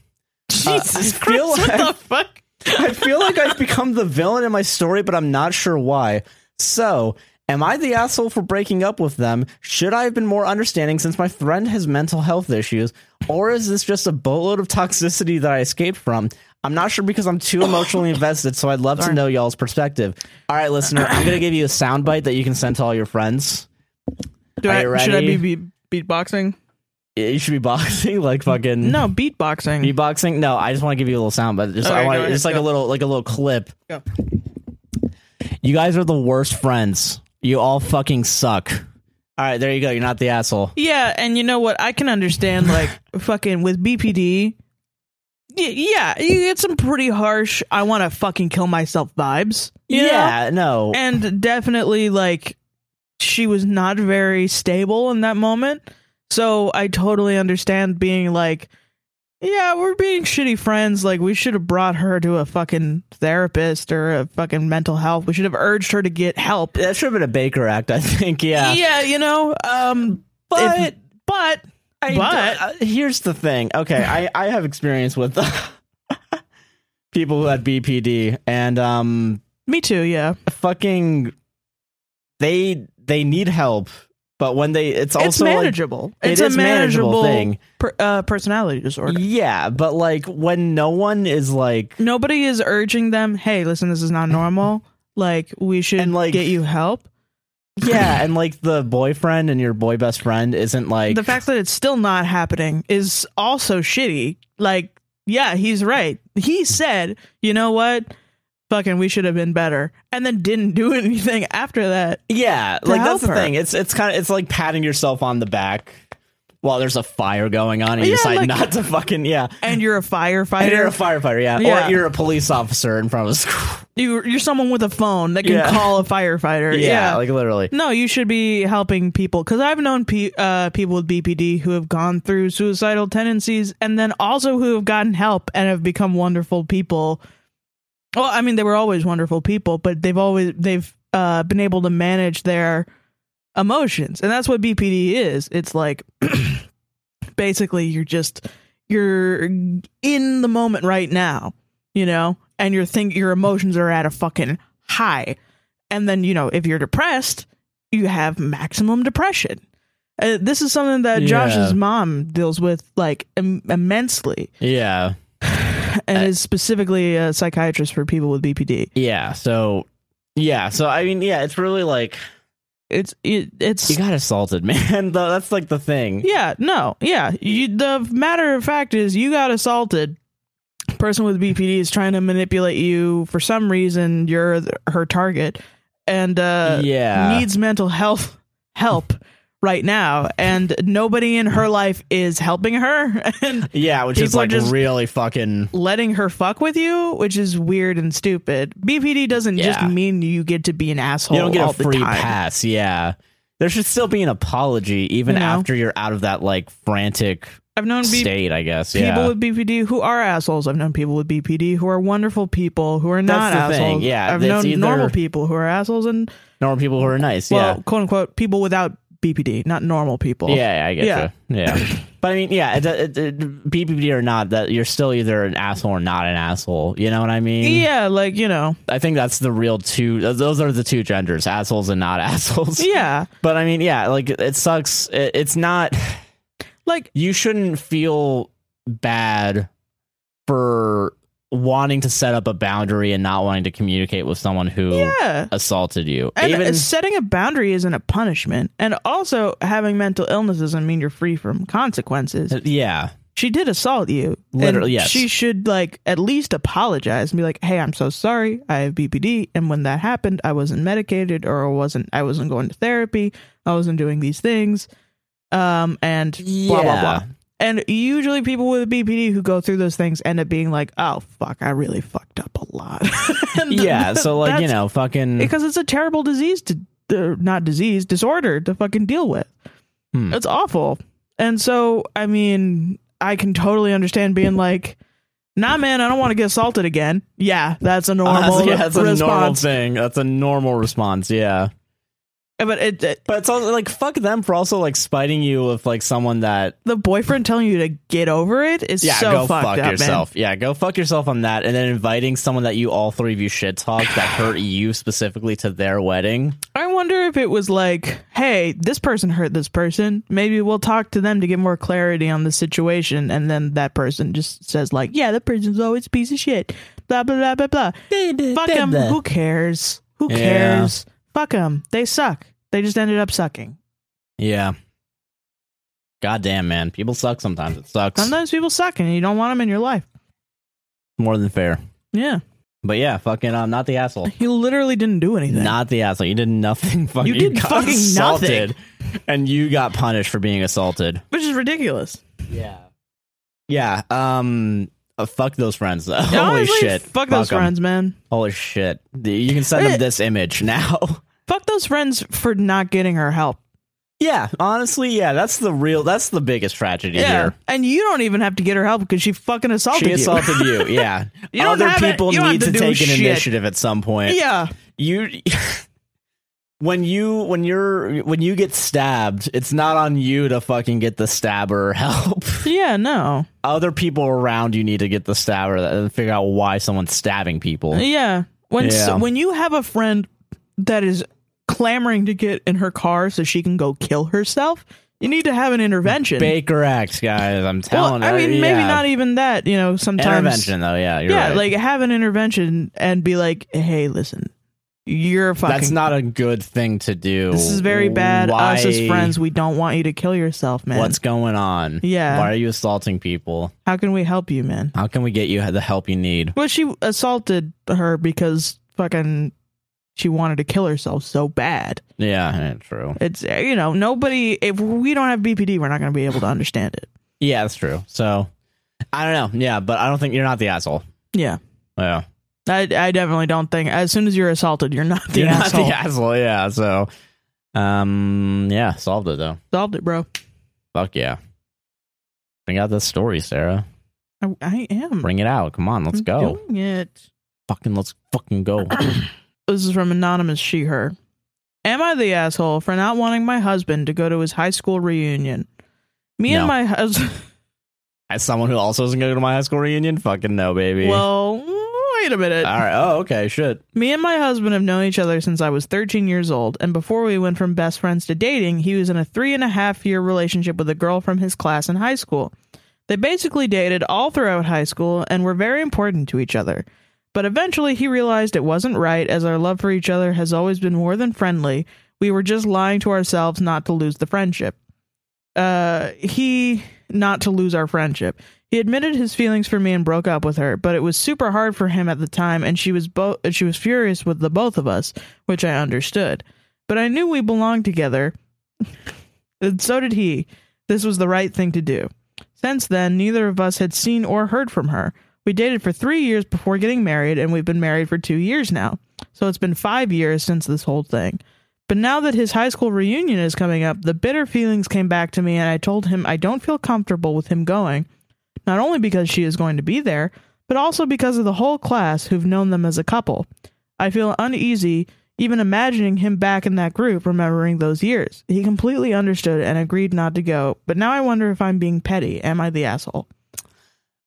[LAUGHS] Jesus I Christ! feel What the fuck? I feel like I've become the villain in my story, but I'm not sure why. So, am I the asshole for breaking up with them? Should I have been more understanding since my friend has mental health issues? Or is this just a boatload of toxicity that I escaped from? I'm not sure because I'm too emotionally invested, so I'd love to know y'all's perspective. All right, listener, I'm going to give you a soundbite that you can send to all your friends. Do Are I, you Should I ready? be, be beatboxing? You should be [LAUGHS] boxing, like fucking. No, beatboxing. Beatboxing? No, I just want to give you a little sound, but just Okay, I go want ahead, just like go. a little like a little clip. Go. You guys are the worst friends. You all fucking suck. All right, there you go. You're not the asshole. Yeah, and you know what? I can understand like fucking with BPD. Y- yeah, you get some pretty harsh. I want to fucking kill myself vibes. you know? Yeah, no. and definitely like she was not very stable in that moment. So I totally understand being like, yeah, we're being shitty friends. Like we should have brought her to a fucking therapist or a fucking mental health. We should have urged her to get help. that should have been a Baker Act, I think. Yeah. you know. Um, But- if- but I- But- uh, here's the thing. Okay, I I have experience with uh, [LAUGHS] people who had BPD, and um, me too. Yeah. fucking they they need help but when they it's also it's like- manageable. it it's is a manageable manageable, thing. Per, uh, personality disorder. yeah but like when no one is like Nobody is urging them. Hey, listen, this is not normal. Like we should And, like, get you help. yeah and like the boyfriend and your boy best friend isn't like the fact that it's still not happening is also shitty. Like, yeah, he's right. He said, you know what? Fucking, we should have been better, and then didn't do [LAUGHS] anything after that. yeah like that's help the her. thing it's it's kind of it's like patting yourself on the back while there's a fire going on and you Yeah, decide like- not to fucking yeah [LAUGHS] And you're a and you're a firefighter. firefighter yeah, Yeah. or you're a police officer in front of a school [LAUGHS] You, you're someone with a phone that can Yeah. call a firefighter. yeah, yeah. like literally [LAUGHS] No, you should be helping people because I've known pe- uh, people with BPD who have gone through suicidal tendencies and then also who have gotten help and have become wonderful people. Well, I mean, they were always wonderful people, but they've always they've uh, been able to manage their emotions, and that's what BPD is. It's like [CLEARS THROAT] basically you're just you're in the moment right now, you know, and your think your emotions are at a fucking high, and then you know if you're depressed, you have maximum depression. Uh, this is something that Yeah. Josh's mom deals with like Im- immensely yeah and is specifically a psychiatrist for people with BPD. Yeah. So, yeah. So, I mean, yeah, it's really like It's it, it's you got assaulted, [LAUGHS] man. Though That's like the thing. yeah, no, yeah. You, the matter of fact is, you got assaulted. Person with BPD is trying to manipulate you for some reason. You're th- her target, and uh, yeah. needs mental health help right now, and nobody in her life is helping her [LAUGHS] and yeah. Which is people are like just- really fucking. letting her fuck with you, which is weird and stupid. BPD doesn't Yeah. just mean you get to be an asshole. You don't get all a free the time. pass. Yeah. There should still be an apology even You know? after you're out of that like frantic I've known B- state, I guess. people Yeah. with BPD who are assholes. I've known people with BPD who are wonderful people who are not That's the thing, assholes. yeah, I've that's known either- normal people who are assholes and normal people who are nice. well, quote unquote, people without BPD, not normal people. yeah. Yeah, I get yeah. you. [LAUGHS] Yeah. but I mean, yeah, it, it, it, BBD or not, that you're still either an asshole or not an asshole. You know what I mean? Yeah, like you know, I think that's the real two. Those are the two genders, assholes and not [LAUGHS] assholes. yeah, But I mean, yeah, like it sucks. It, it's not. like You shouldn't feel bad for wanting to set up a boundary and not wanting to communicate with someone who yeah. assaulted you. And Even uh, setting a boundary isn't a punishment. And also, having mental illness doesn't mean you're free from consequences. [LAUGHS] yeah, she did assault you. and Literally, yes. She should like at least apologize and be like, "Hey, I'm so sorry. I have BPD, and when that happened, I wasn't medicated, or I wasn't I wasn't going to therapy. I wasn't doing these things, um, and blah blah Yeah. blah." And usually, people with BPD who go through those things end up being like, "Oh fuck, I really fucked up a lot." [LAUGHS] And yeah. So like you that's- know, fucking. because it's a terrible disease to uh, not disease disorder to fucking deal with Hmm. it's awful and so i mean i can totally understand being like nah man i don't want to get assaulted again yeah [LAUGHS] that's a normal yeah, that's a normal response thing. That's a normal response. Yeah. but it, it- But it's also like fuck them for also like spiting you with like someone that the boyfriend telling you to get over it is yeah so go fucked fuck up yourself yeah go fuck yourself on that and then inviting someone that you all three of you shit talk that hurt you specifically to their wedding man i wonder if it was like hey this person hurt this person maybe we'll talk to them to get more clarity on the situation and then that person just says like yeah that person's always a piece of shit blah blah blah blah blah Fuck them. Who cares? Who Yeah. cares? Fuck 'em. Fuck them. They suck. They just ended up sucking. yeah goddamn man people suck sometimes it sucks Sometimes people suck and you don't want them in your life. more than fair Yeah. but yeah fucking um not the asshole You literally didn't do anything. not the asshole you did nothing [LAUGHS] fucking did got fucking assaulted and you got punished for being assaulted Which is ridiculous. Yeah. Yeah. Um. uh, fuck those friends. Though. [LAUGHS] Holy Honestly, shit. Fuck, those 'em. friends, man. Holy shit. The- You can send them Eh. this image [LAUGHS] now. Fuck those friends for not getting her help. yeah. Honestly, yeah. That's the real. That's the biggest tragedy here. And you don't even have to get her help because she fucking assaulted She [LAUGHS] assaulted you. Yeah. You don't Other have it- people you don't need have to, to do take an shit. initiative at some you. point. Yeah. You. [LAUGHS] When you when you're when you get stabbed, it's not on you to fucking get the stabber help. [LAUGHS] Yeah, no. Other people around you need to get the stabber and figure out why someone's stabbing people. Yeah. When s- Yeah. when you have a friend that is clamoring to get in her car so she can go kill herself, you need to have an intervention. Baker Act, guys. I'm telling. Well, I mean, maybe uh, yeah. not even that. You know, sometimes intervention though. Yeah, you're yeah, right. like have an intervention and be like, "Hey, listen, you're fucking. that's not a good thing to do. this is very bad. Why, Us as friends, we don't want you to kill yourself, man. What's going on? Yeah. Why are you assaulting people? How can we help you, man? How can we get you the help you need? Well, she assaulted her because fucking she wanted to kill herself so bad. Yeah, yeah, true. It's uh, you know nobody. If we don't have BPD, we're not going to be able to understand it. Yeah, that's true. So, I don't know. Yeah, but I don't think you're not the asshole. Yeah. Yeah, I, I definitely don't think as soon as you're assaulted, you're not [LAUGHS] the you're asshole. not the asshole. Yeah. So, um, yeah, solved it though. Solved it, bro. Fuck yeah. Bring out this story, Sarah. I, I am. Bring it out. Come on, let's I'm go. Doing it. Fucking let's fucking [CLEARS THROAT] go. This is from anonymous she her. Am I the asshole for not wanting my husband to go to his high school reunion? Me No. and [LAUGHS] my husband. As someone who also isn't going to my high school reunion, fucking no, baby. Well, wait a minute. all right. Oh, okay. Shit. Me and my husband have known each other since I was 13 years old, and before we went from best friends to dating, he was in a three and a half year relationship with a girl from his class in high school. They basically dated all throughout high school and were very important to each other. But eventually he realized it wasn't right, as our love for each other has always been more than friendly. We were just lying to ourselves not to lose the friendship. Uh, he, not to lose our friendship. He admitted his feelings for me and broke up with her, but it was super hard for him at the time, and she was both she was furious with the both of us, which I understood. But I knew we belonged together, [LAUGHS] and so did he. This was the right thing to do. Since then, neither of us had seen or heard from her. We dated for three years before getting married, and we've been married for two years now. So it's been five years since this whole thing. But now that his high school reunion is coming up, the bitter feelings came back to me, and I told him I don't feel comfortable with him going, not only because she is going to be there, but also because of the whole class who've known them as a couple. I feel uneasy even imagining him back in that group, remembering those years. He completely understood and agreed not to go, but now I wonder if I'm being petty. Am I the asshole?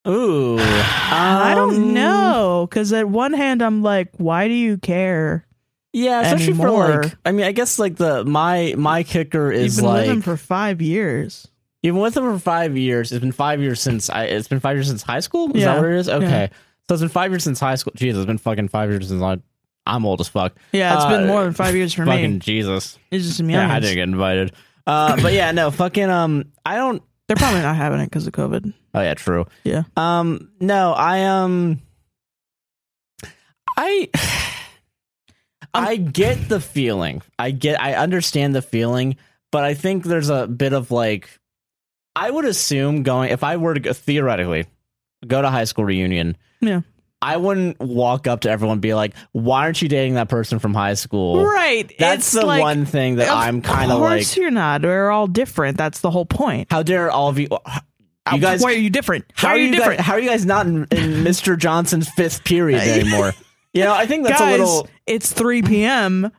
Ooh. Um, I don't know, because at one hand, I'm like, why do you care? Yeah, especially for Anymore. like. I mean, I guess like the my my kicker You've is been with him like for five years. you've been with him for five years. It's been five years since I. It's been five years since high school. Is Yeah. that what it is? Okay, Yeah. so it's been five years since high school. Jesus, it's been fucking five years since I. I'm old as fuck. Yeah, it's Uh, been more than five years for fucking me. Jesus. It's just some Yeah, I youngins. didn't get invited. Uh, but yeah, no, fucking um, I don't. They're probably not having it because of COVID. Oh yeah, true. Yeah. Um, no, I um, I, [SIGHS] Um, I get the feeling. I get. I understand the feeling, but I think there's a bit of like, I would assume going if I were to go, theoretically go to high school reunion. Yeah. I wouldn't walk up to everyone and be like, "Why aren't you dating that person from high school?" Right. That's the one thing that I'm kind of Of like. course you're not. We're all different. That's the whole point. How dare all of you? You guys Why are you different? How, are you, guys- different? how are you guys not in, [LAUGHS] in Mr. Johnson's fifth period anymore? [LAUGHS] You know, I think that's Guys, a little. it's 3 p.m.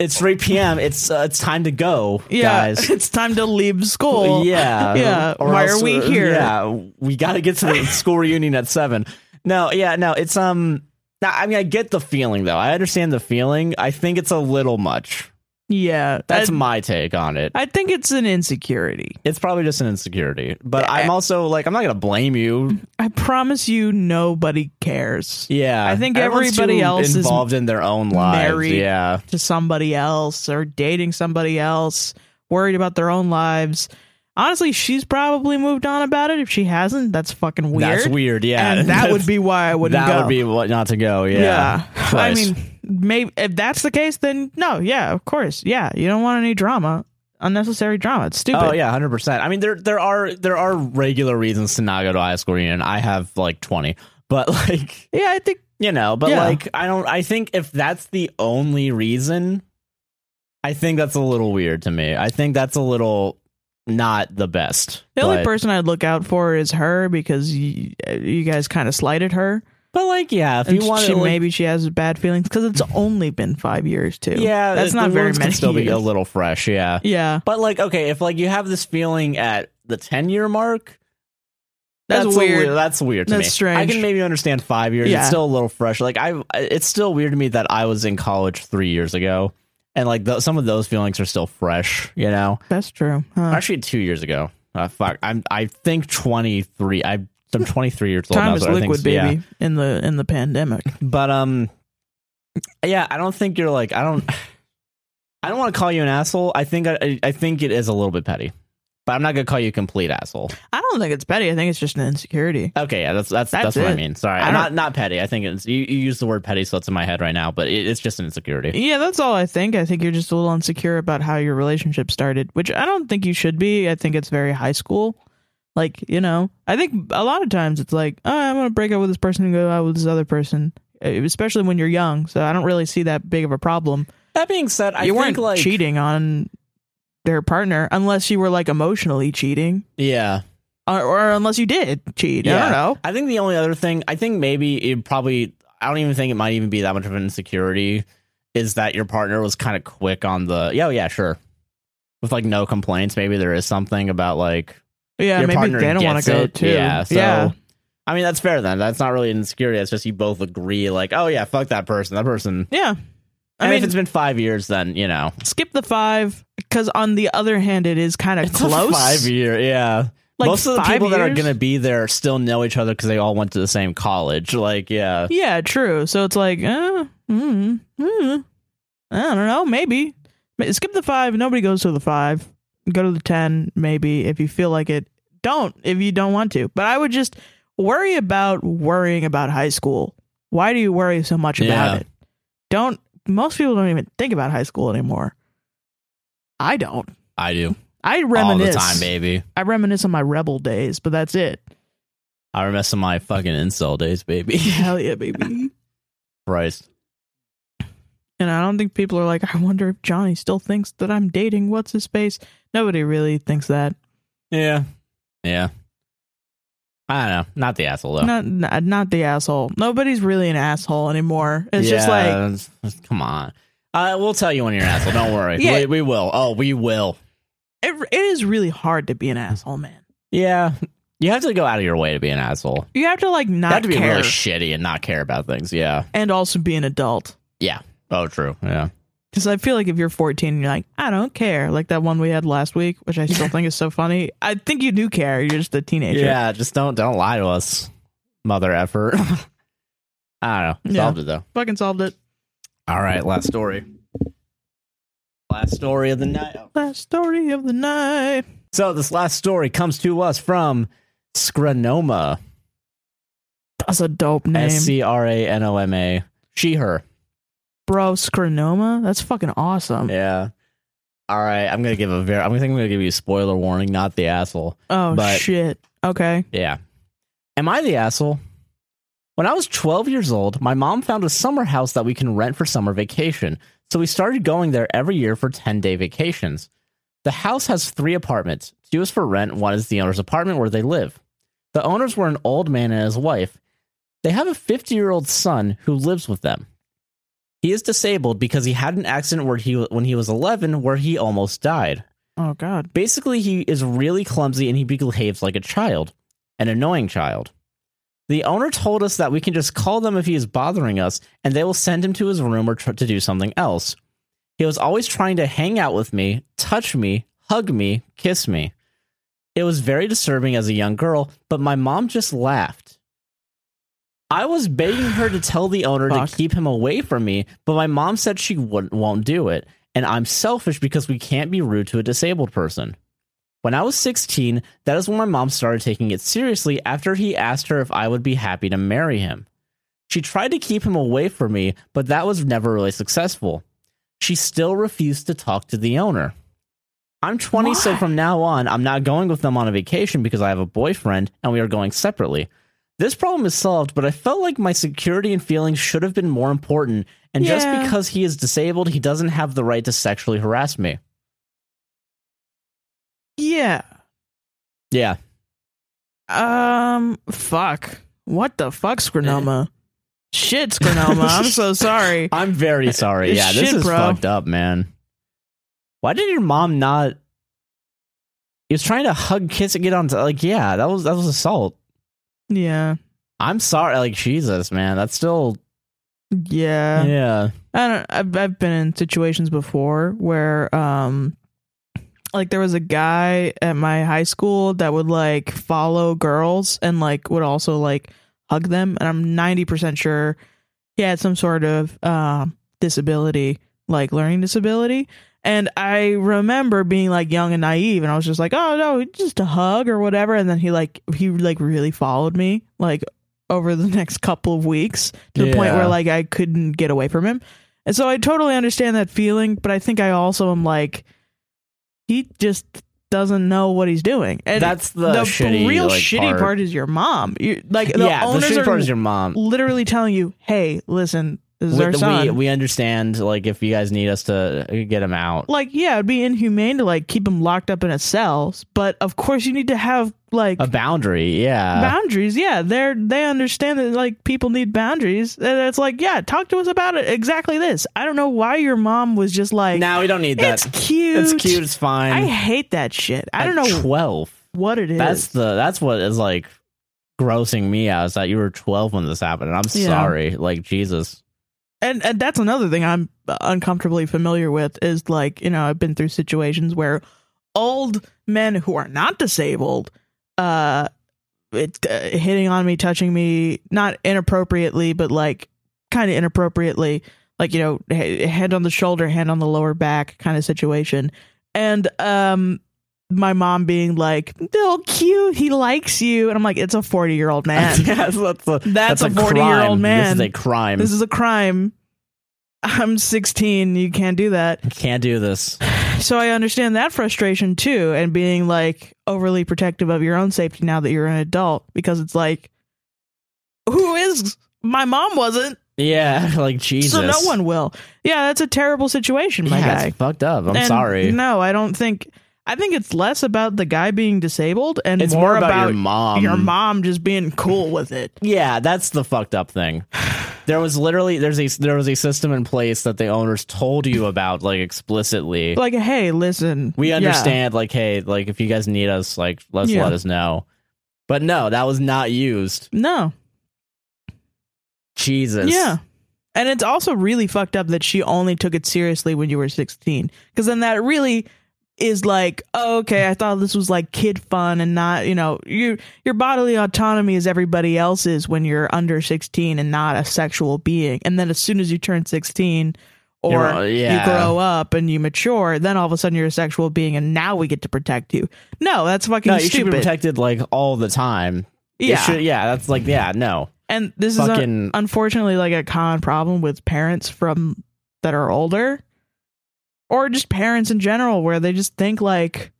It's 3 p.m. It's uh, it's time to go, Yeah, guys. [LAUGHS] it's time to leave school. Yeah, Yeah, Or why else, are we uh, here? Yeah, we got to get to [LAUGHS] the school reunion at seven. No, yeah, no. It's um. nah, I mean, I get the feeling though. I understand the feeling. I think it's a little much. yeah. That's I, my take on it. I think it's an insecurity. it's probably just an insecurity, but I'm also like, I'm not gonna blame you. I promise you, nobody cares Yeah, I think Everyone's everybody too else is involved in their own lives. married. Yeah, to somebody else or dating somebody else, worried about their own lives. Honestly, she's probably moved on about it. If she hasn't, that's fucking weird. That's weird. Yeah, [LAUGHS] and that would be why I wouldn't that go. would be what not to go. Yeah, [LAUGHS] I Christ. mean, maybe if that's the case, then no, yeah, of course, yeah. You don't want any drama, unnecessary drama. It's stupid. Oh yeah, hundred percent. I mean, there there are there are regular reasons to not go to high school reunion. I have like twenty, but [LAUGHS] like yeah. I think you know, but Yeah. like I don't. I think if that's the only reason, I think that's a little weird to me. I think that's a little not the best. the only but, person I'd look out for is her because you, you guys kind of slighted her. but like yeah, if And you want she, to like, maybe she has bad feelings because it's only been five years too. yeah, that's the- not the very wounds many. Can still be years. a little fresh. Yeah, yeah, but like okay, if like you have this feeling at the ten year mark. that's, a weird. That's weird. To That's me. strange. I can maybe understand five years. Yeah. It's still a little fresh. Like I, it's still weird to me that I was in college three years ago, and like th- some of those feelings are still fresh. You know, That's true. Huh. actually two years ago. Uh, fuck, I'm I think twenty three. I'm I'm twenty three years old. now, Time is so I think liquid, it's- yeah. baby. In the in the pandemic, But um, yeah, I don't think you're like I don't. I don't want to call you an asshole. I think I- I, I think it is a little bit petty, but I'm not gonna call you a complete asshole. I don't think it's petty. I think it's just an insecurity. Okay, yeah, that's that's That's that's, what it. I mean. Sorry, I not not petty. I think it's you, you use the word petty, so it's in my head right now. But it, it's just an insecurity. Yeah, that's all I think. I think you're just a little insecure about how your relationship started, which I don't think you should be. I think it's very high school. Like, you know, I think a lot of times it's like, oh, I'm going to break up with this person and go out with this other person, uh, especially when you're young. So I don't really see that big of a problem. That being said, I you think weren't like cheating on their partner unless you were like emotionally cheating yeah, or, or unless you did cheat. I yeah. don't know. I think the only other thing I think maybe it probably I don't even think it might even be that much of an insecurity is that your partner was kind of quick on the yeah oh, yeah sure with like no complaints. Maybe there is something about like Yeah, your maybe partner they don't want gets to go it. too. Yeah, so yeah. I mean that's fair then. That's not really an insecurity. It's just you both agree like oh yeah fuck that person that person. Yeah. I I mean, mean, if it's been five years, then you know skip the five because on the other hand it is kind of It's close a five year, yeah. Like Most of the five people that are years? going to be there still know each other because they all went to the same college. Like, yeah. Yeah, true. So it's like, uh, mm, mm, I don't know, maybe. Ma- Skip the five. Nobody goes to the five. Go to the 10, maybe, if you feel like it. Don't, if you don't want to. But I would just worry about worrying about high school. Why do you worry so much Yeah. about it? Don't, most people don't even think about high school anymore. I don't. I do. I All the reminisce. time, baby. I reminisce on my rebel days, but [LAUGHS] that's it. I remember some of my fucking incel days, baby. [LAUGHS] Hell yeah, baby. Christ. And I don't think people are like, I wonder if Johnny still thinks that I'm dating what's his face. Nobody really thinks that. Yeah. Yeah. I don't know. Not the asshole, though. Not, not not the asshole. Nobody's really an asshole anymore. It's just like like, come on. Uh, we'll tell you when you're an asshole. Don't worry. Yeah. we, we will. Oh, we will. it, it is really hard to be an asshole, man. Yeah. You have to go out of your way to be an asshole. You have to like You have not to be care really shitty and not care about things. Yeah. and also be an adult. Oh, true. Yeah. Because I feel like if you're 14 and you're like, I don't care, like that one we had last week, which [LAUGHS] I still think is so funny. I think you do care. You're just a teenager. Yeah. Just don't don't lie to us, mother effort. [LAUGHS] I don't know. Yeah. Solved it though. Fucking solved it. All right. Last story. Last story of the night. Last story of the night. So this last story comes to us from Scranoma. That's a dope name. S C R A N O M A. She her. Bro, Scranoma? That's fucking awesome. Yeah. All right, I'm gonna give a very. I'm gonna think I'm gonna give you a spoiler warning. Not the asshole. Oh But- shit. Okay. Yeah. Am I the asshole? When I was 12 years old, my mom found a summer house that we can rent for summer vacation. So we started going there every year for 10 day vacations. The house has three apartments. Two is for rent. One is the owner's apartment where they live. The owners were an old man and his wife. They have a 50 year old son who lives with them. He is disabled because he had an accident where he, when he was 11 where he almost died. Oh god. Basically, he is really clumsy and he behaves like a child, an annoying child. The owner told us that we can just call them if he is bothering us, and they will send him to his room or tr- to do something else. He was always trying to hang out with me, touch me, hug me, kiss me. It was very disturbing as a young girl, but my mom just laughed. I was begging her to tell the owner Fuck. to keep him away from me, but my mom said she wouldn't, won't do it, and I'm selfish because we can't be rude to a disabled person. When I was 16, that is when my mom started taking it seriously after he asked her if I would be happy to marry him. She tried to keep him away from me, but that was never really successful. She still refused to talk to the owner. I'm 20, so Why? from now on, I'm not going with them on a vacation because I have a boyfriend and we are going separately. This problem is solved, but I felt like my security and feelings should have been more important. And just Yeah. because he is disabled, he doesn't have the right to sexually harass me. Yeah. Yeah. Um fuck. What the fuck, Scranoma? shit, Scranoma. I'm [LAUGHS] so sorry. I'm [LAUGHS] very sorry. Yeah, this Shit, is bro. fucked up, man. Why did your mom not? He was trying to hug, kiss, and get on. Like, yeah, that was that was assault. Yeah. I'm sorry. Like, Jesus, man, that's still Yeah. yeah. I don't I've, I've been in situations before where um like there was a guy at my high school that would like follow girls and like would also like hug them and I'm 90% sure he had some sort of um disability like learning disability and I remember being like young and naive and I was just like oh no just a hug or whatever and then he like he like really followed me like over the next couple of weeks to the point Yeah. where like I couldn't get away from him and so I totally understand that feeling, but I think I also am like, he just doesn't know what he's doing. And that's the, shitty, real like, shitty part. is your mom. You, like the yeah, the owners shitty are part is your mom. literally telling you, "Hey, listen, this is We, our we, son." we understand. Like, if you guys need us to get him out, like, yeah, it'd be inhumane to like keep him locked up in a cell, but of course you need to have like a boundary. Yeah, boundaries. Yeah, they're they understand that like people need boundaries. And it's like, yeah, talk to us about it. Exactly this. I don't know why your mom was just like, now we don't need that. it's cute. It's cute. It's fine. I hate that shit. I At don't know Twelve. what it is. That's the that's what is like grossing me out is that you were 12 when this happened and i'm Yeah. sorry like jesus and, and that's another thing I'm uncomfortably familiar with is like, you know, I've been through situations where old men who are not disabled uh, it, uh, hitting on me, touching me, not inappropriately, but like kind of inappropriately, like you know, h- hand on the shoulder, hand on the lower back kind of situation, and um. My mom being like, "Little cute, he likes you," and I'm like, "It's a 40 year [LAUGHS] old [LAUGHS] man. yes, that's a, That's, a 40 crime. year old man. This is a crime. This is a crime. I'm 16. You can't do that. Can't do this. So I understand that frustration too, and being like overly protective of your own safety now that you're an adult, because it's like, who is my mom wasn't, Yeah, [LAUGHS] like Jesus. so no one will. Yeah, that's a terrible situation, my yeah, guy. it's fucked up. I'm And sorry. No, I don't think. I think it's less about the guy being disabled and it's more, about, about, your mom. your mom just being cool with it. [LAUGHS] Yeah, that's the fucked up [SIGHS] thing. There was literally there's a there was a system in place that the owners told you about like explicitly. Like, hey, listen, we yeah. understand like hey, like if you guys need us, like let's Yeah. let us know. But no, that was not used. No, Jesus. Yeah. And it's also really fucked up that she only took it seriously when you were 16. Because then that really is like, oh, okay, I thought this was like kid fun and not, you know, your your bodily autonomy is everybody else's when you're under 16 and not a sexual being. And then as soon as you turn 16 or You're- yeah. you grow up and you mature, then all of a sudden you're a sexual being and now we get to protect you. No, that's fucking No, you should be stupid. protected like all the time. It yeah. should- yeah, that's like yeah, no. and this is a, Fucking unfortunately like a common problem with parents from that are older or just parents in general where they just think like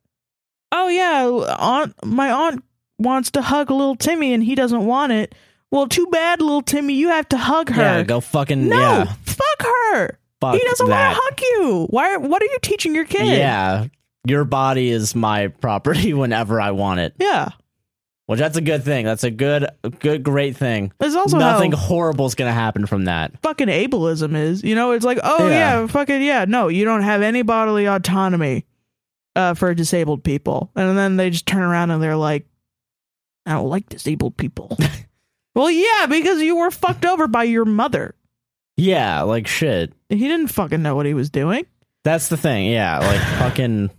oh yeah aunt my aunt wants to hug little timmy and he doesn't want it well too bad little timmy you have to hug her yeah, go fucking no yeah. fuck her Fuck he doesn't want that. to hug you why what are you teaching your kid Yeah. Your body is my [LAUGHS] property whenever I want it. yeah Which that's a good thing. That's a good good great thing. it's also Nothing how horrible's gonna happen from that. fucking ableism is. You know, it's like, oh Yeah. yeah, fucking yeah, no, you don't have any bodily autonomy uh, for disabled people, and then they just turn around and they're like, I don't like disabled [LAUGHS] people. well, yeah, because you were fucked over by your mother. Yeah, like shit. He didn't fucking know what he was doing. That's the thing. Yeah, [LAUGHS] like fucking.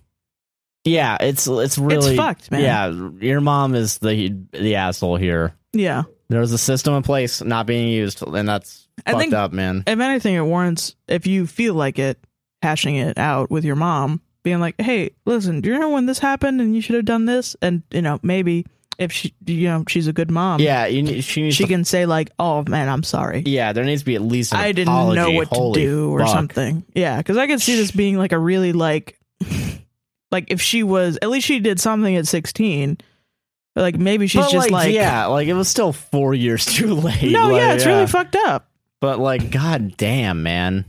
Yeah, it's it's really fucked, man. Yeah, your mom is the the asshole here. Yeah, There was a system in place not being used, and that's I fucked think- up, man. if anything, it warrants if you feel like it, hashing it out with your mom, being like, hey, listen, do you remember when this happened and you should have done this? And you know, maybe if she, you know, she's a good mom. Yeah, you need, she needs. she to, can say like, "Oh man, I'm sorry. yeah, there needs to be at least. An I didn't apology. know what Holy to do or fuck. something." Yeah, because I could see this being like a really like, [LAUGHS] like if she was at least she did something at 16. Like maybe she's but just like, like, yeah, like it was still four years [LAUGHS] too late. [LAUGHS] no, like, yeah, it's really fucked up. but like, god damn, man.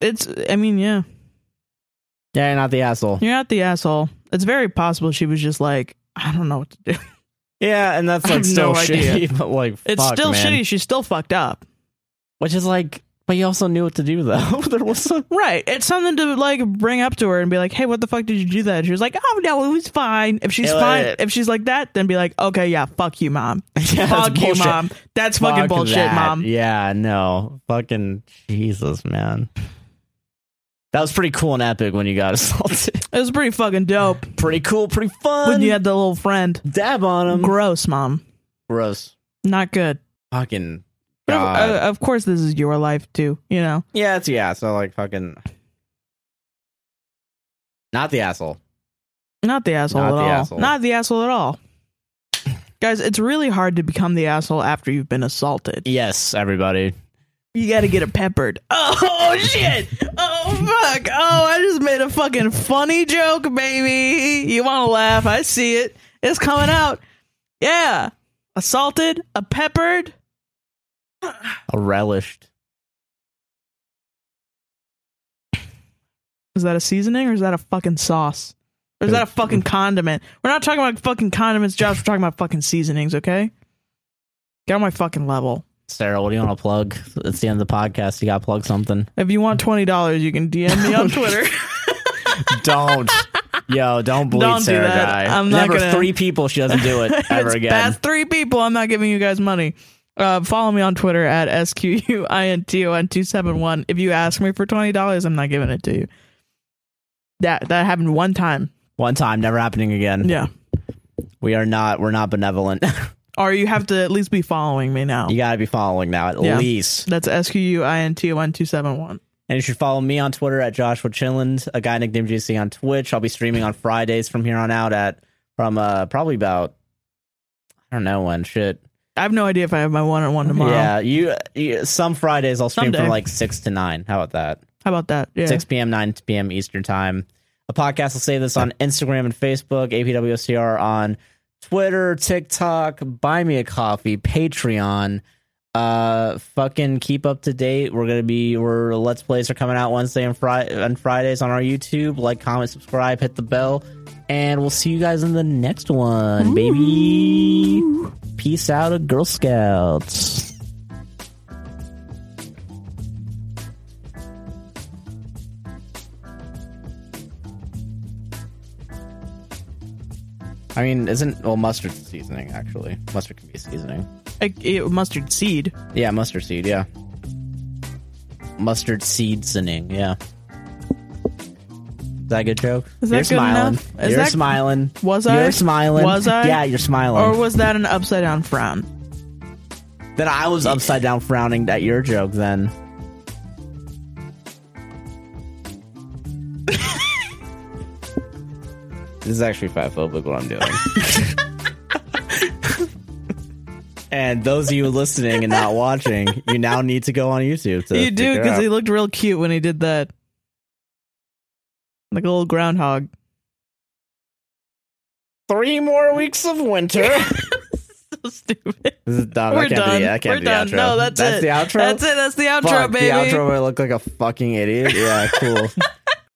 It's, I mean, yeah, Yeah, you're not the asshole. you're not the asshole. It's very possible she was just like, I don't know what to do. Yeah, and that's I like have still no shitty, idea. [LAUGHS] but like, It's fuck, still man. shitty. She's still fucked up. Which is like, but you also knew what to do though. [LAUGHS] there was a Right. It's something to like bring up to her and be like, "Hey, what the fuck did you do that?" She was like, "Oh no, it was fine." If she's Yeah, fine, like- if she's like that, then be like, "Okay, yeah, fuck you, mom. [LAUGHS] yeah, that's fuck you, bullshit. mom. That's fucking Fuck bullshit, that. mom." Yeah, no. Fucking Jesus, man. That was pretty cool and epic when you got [LAUGHS] assaulted. It was pretty fucking dope pretty cool, pretty fun. when you had the little friend. dab on him. Gross, mom. Gross. Not good. Fucking But of, God. uh, of course, this is your life too. You know. yeah, it's yeah, so like fucking not the asshole. Not the asshole Not at the all. asshole. Not the asshole at all. Guys, it's really hard to become the asshole after you've been assaulted. Yes, everybody. You gotta get it peppered. [LAUGHS] Oh shit! Oh fuck! Oh, I just made a fucking funny joke, baby. You wanna laugh? I see it. It's coming out. Yeah. Assaulted, a peppered. A relished. Is that a seasoning or is that a fucking sauce? Or is that a fucking condiment? We're not talking about fucking condiments, Josh. We're talking about fucking seasonings, okay? Get on my fucking level. Sarah, what do you want to plug? It's the end of the podcast. You gotta plug something. If you want twenty dollars, you can DM me on Twitter. [LAUGHS] don't. Yo, don't believe Don't do Sarah Guy. that. I'm not Never gonna- three people she doesn't do it ever [LAUGHS] It's again. past three people. I'm not giving you guys money. Uh, follow me on Twitter at squinton271. If you ask me for twenty dollars, I'm not giving it to you. That that happened one time. One time, never happening again. Yeah. We are not. We're not benevolent. [LAUGHS] Or you have to at least be following me now. you got to be following now at Yeah. least. That's S Q U I N T one two seven one. And you should follow me on Twitter at Joshua Chilland, a guy nicknamed JC on Twitch. I'll be streaming on Fridays from here on out at from uh probably about I don't know when shit. I have no idea if I have my one on one tomorrow. Yeah, you, you some Fridays I'll stream Someday. from like six to nine. How about that? How about that? Yeah. 6 p.m., 9 p.m. Eastern time. A podcast will say this on Instagram and Facebook, APWCR on Twitter, TikTok, Buy Me a Coffee, Patreon. Uh, fucking keep up to date. We're gonna be we're Let's Plays are coming out Wednesday and Friday on Fridays on our YouTube. Like, comment, subscribe, hit the bell, and we'll see you guys in the next one, baby. Peace out, of Girl Scouts. I mean, isn't well mustard seasoning actually? Mustard can be seasoning. I, it- mustard seed. Yeah, mustard seed. Yeah, mustard seed seasoning. Yeah. Is that a good joke? Is that you're good smiling. enough? Is you're that- smiling. Was you're I? You're smiling. Was I? Yeah, you're smiling. Or was that an upside down frown? then I was upside down frowning at your joke. [LAUGHS] Then. this is actually fat phobic what I'm doing. [LAUGHS] and those of you listening and not watching, you now need to go on YouTube. To you do figure because out. he looked real cute when he did that, like a little groundhog. [LAUGHS] three more weeks of winter. So stupid. [LAUGHS] this is dumb. We're I can't done. do that. I can't We're do the done. outro. No, that's it. the outro. That's it. That's the outro, Fuck, baby. [LAUGHS] The outro. I look like a fucking idiot. Yeah, cool.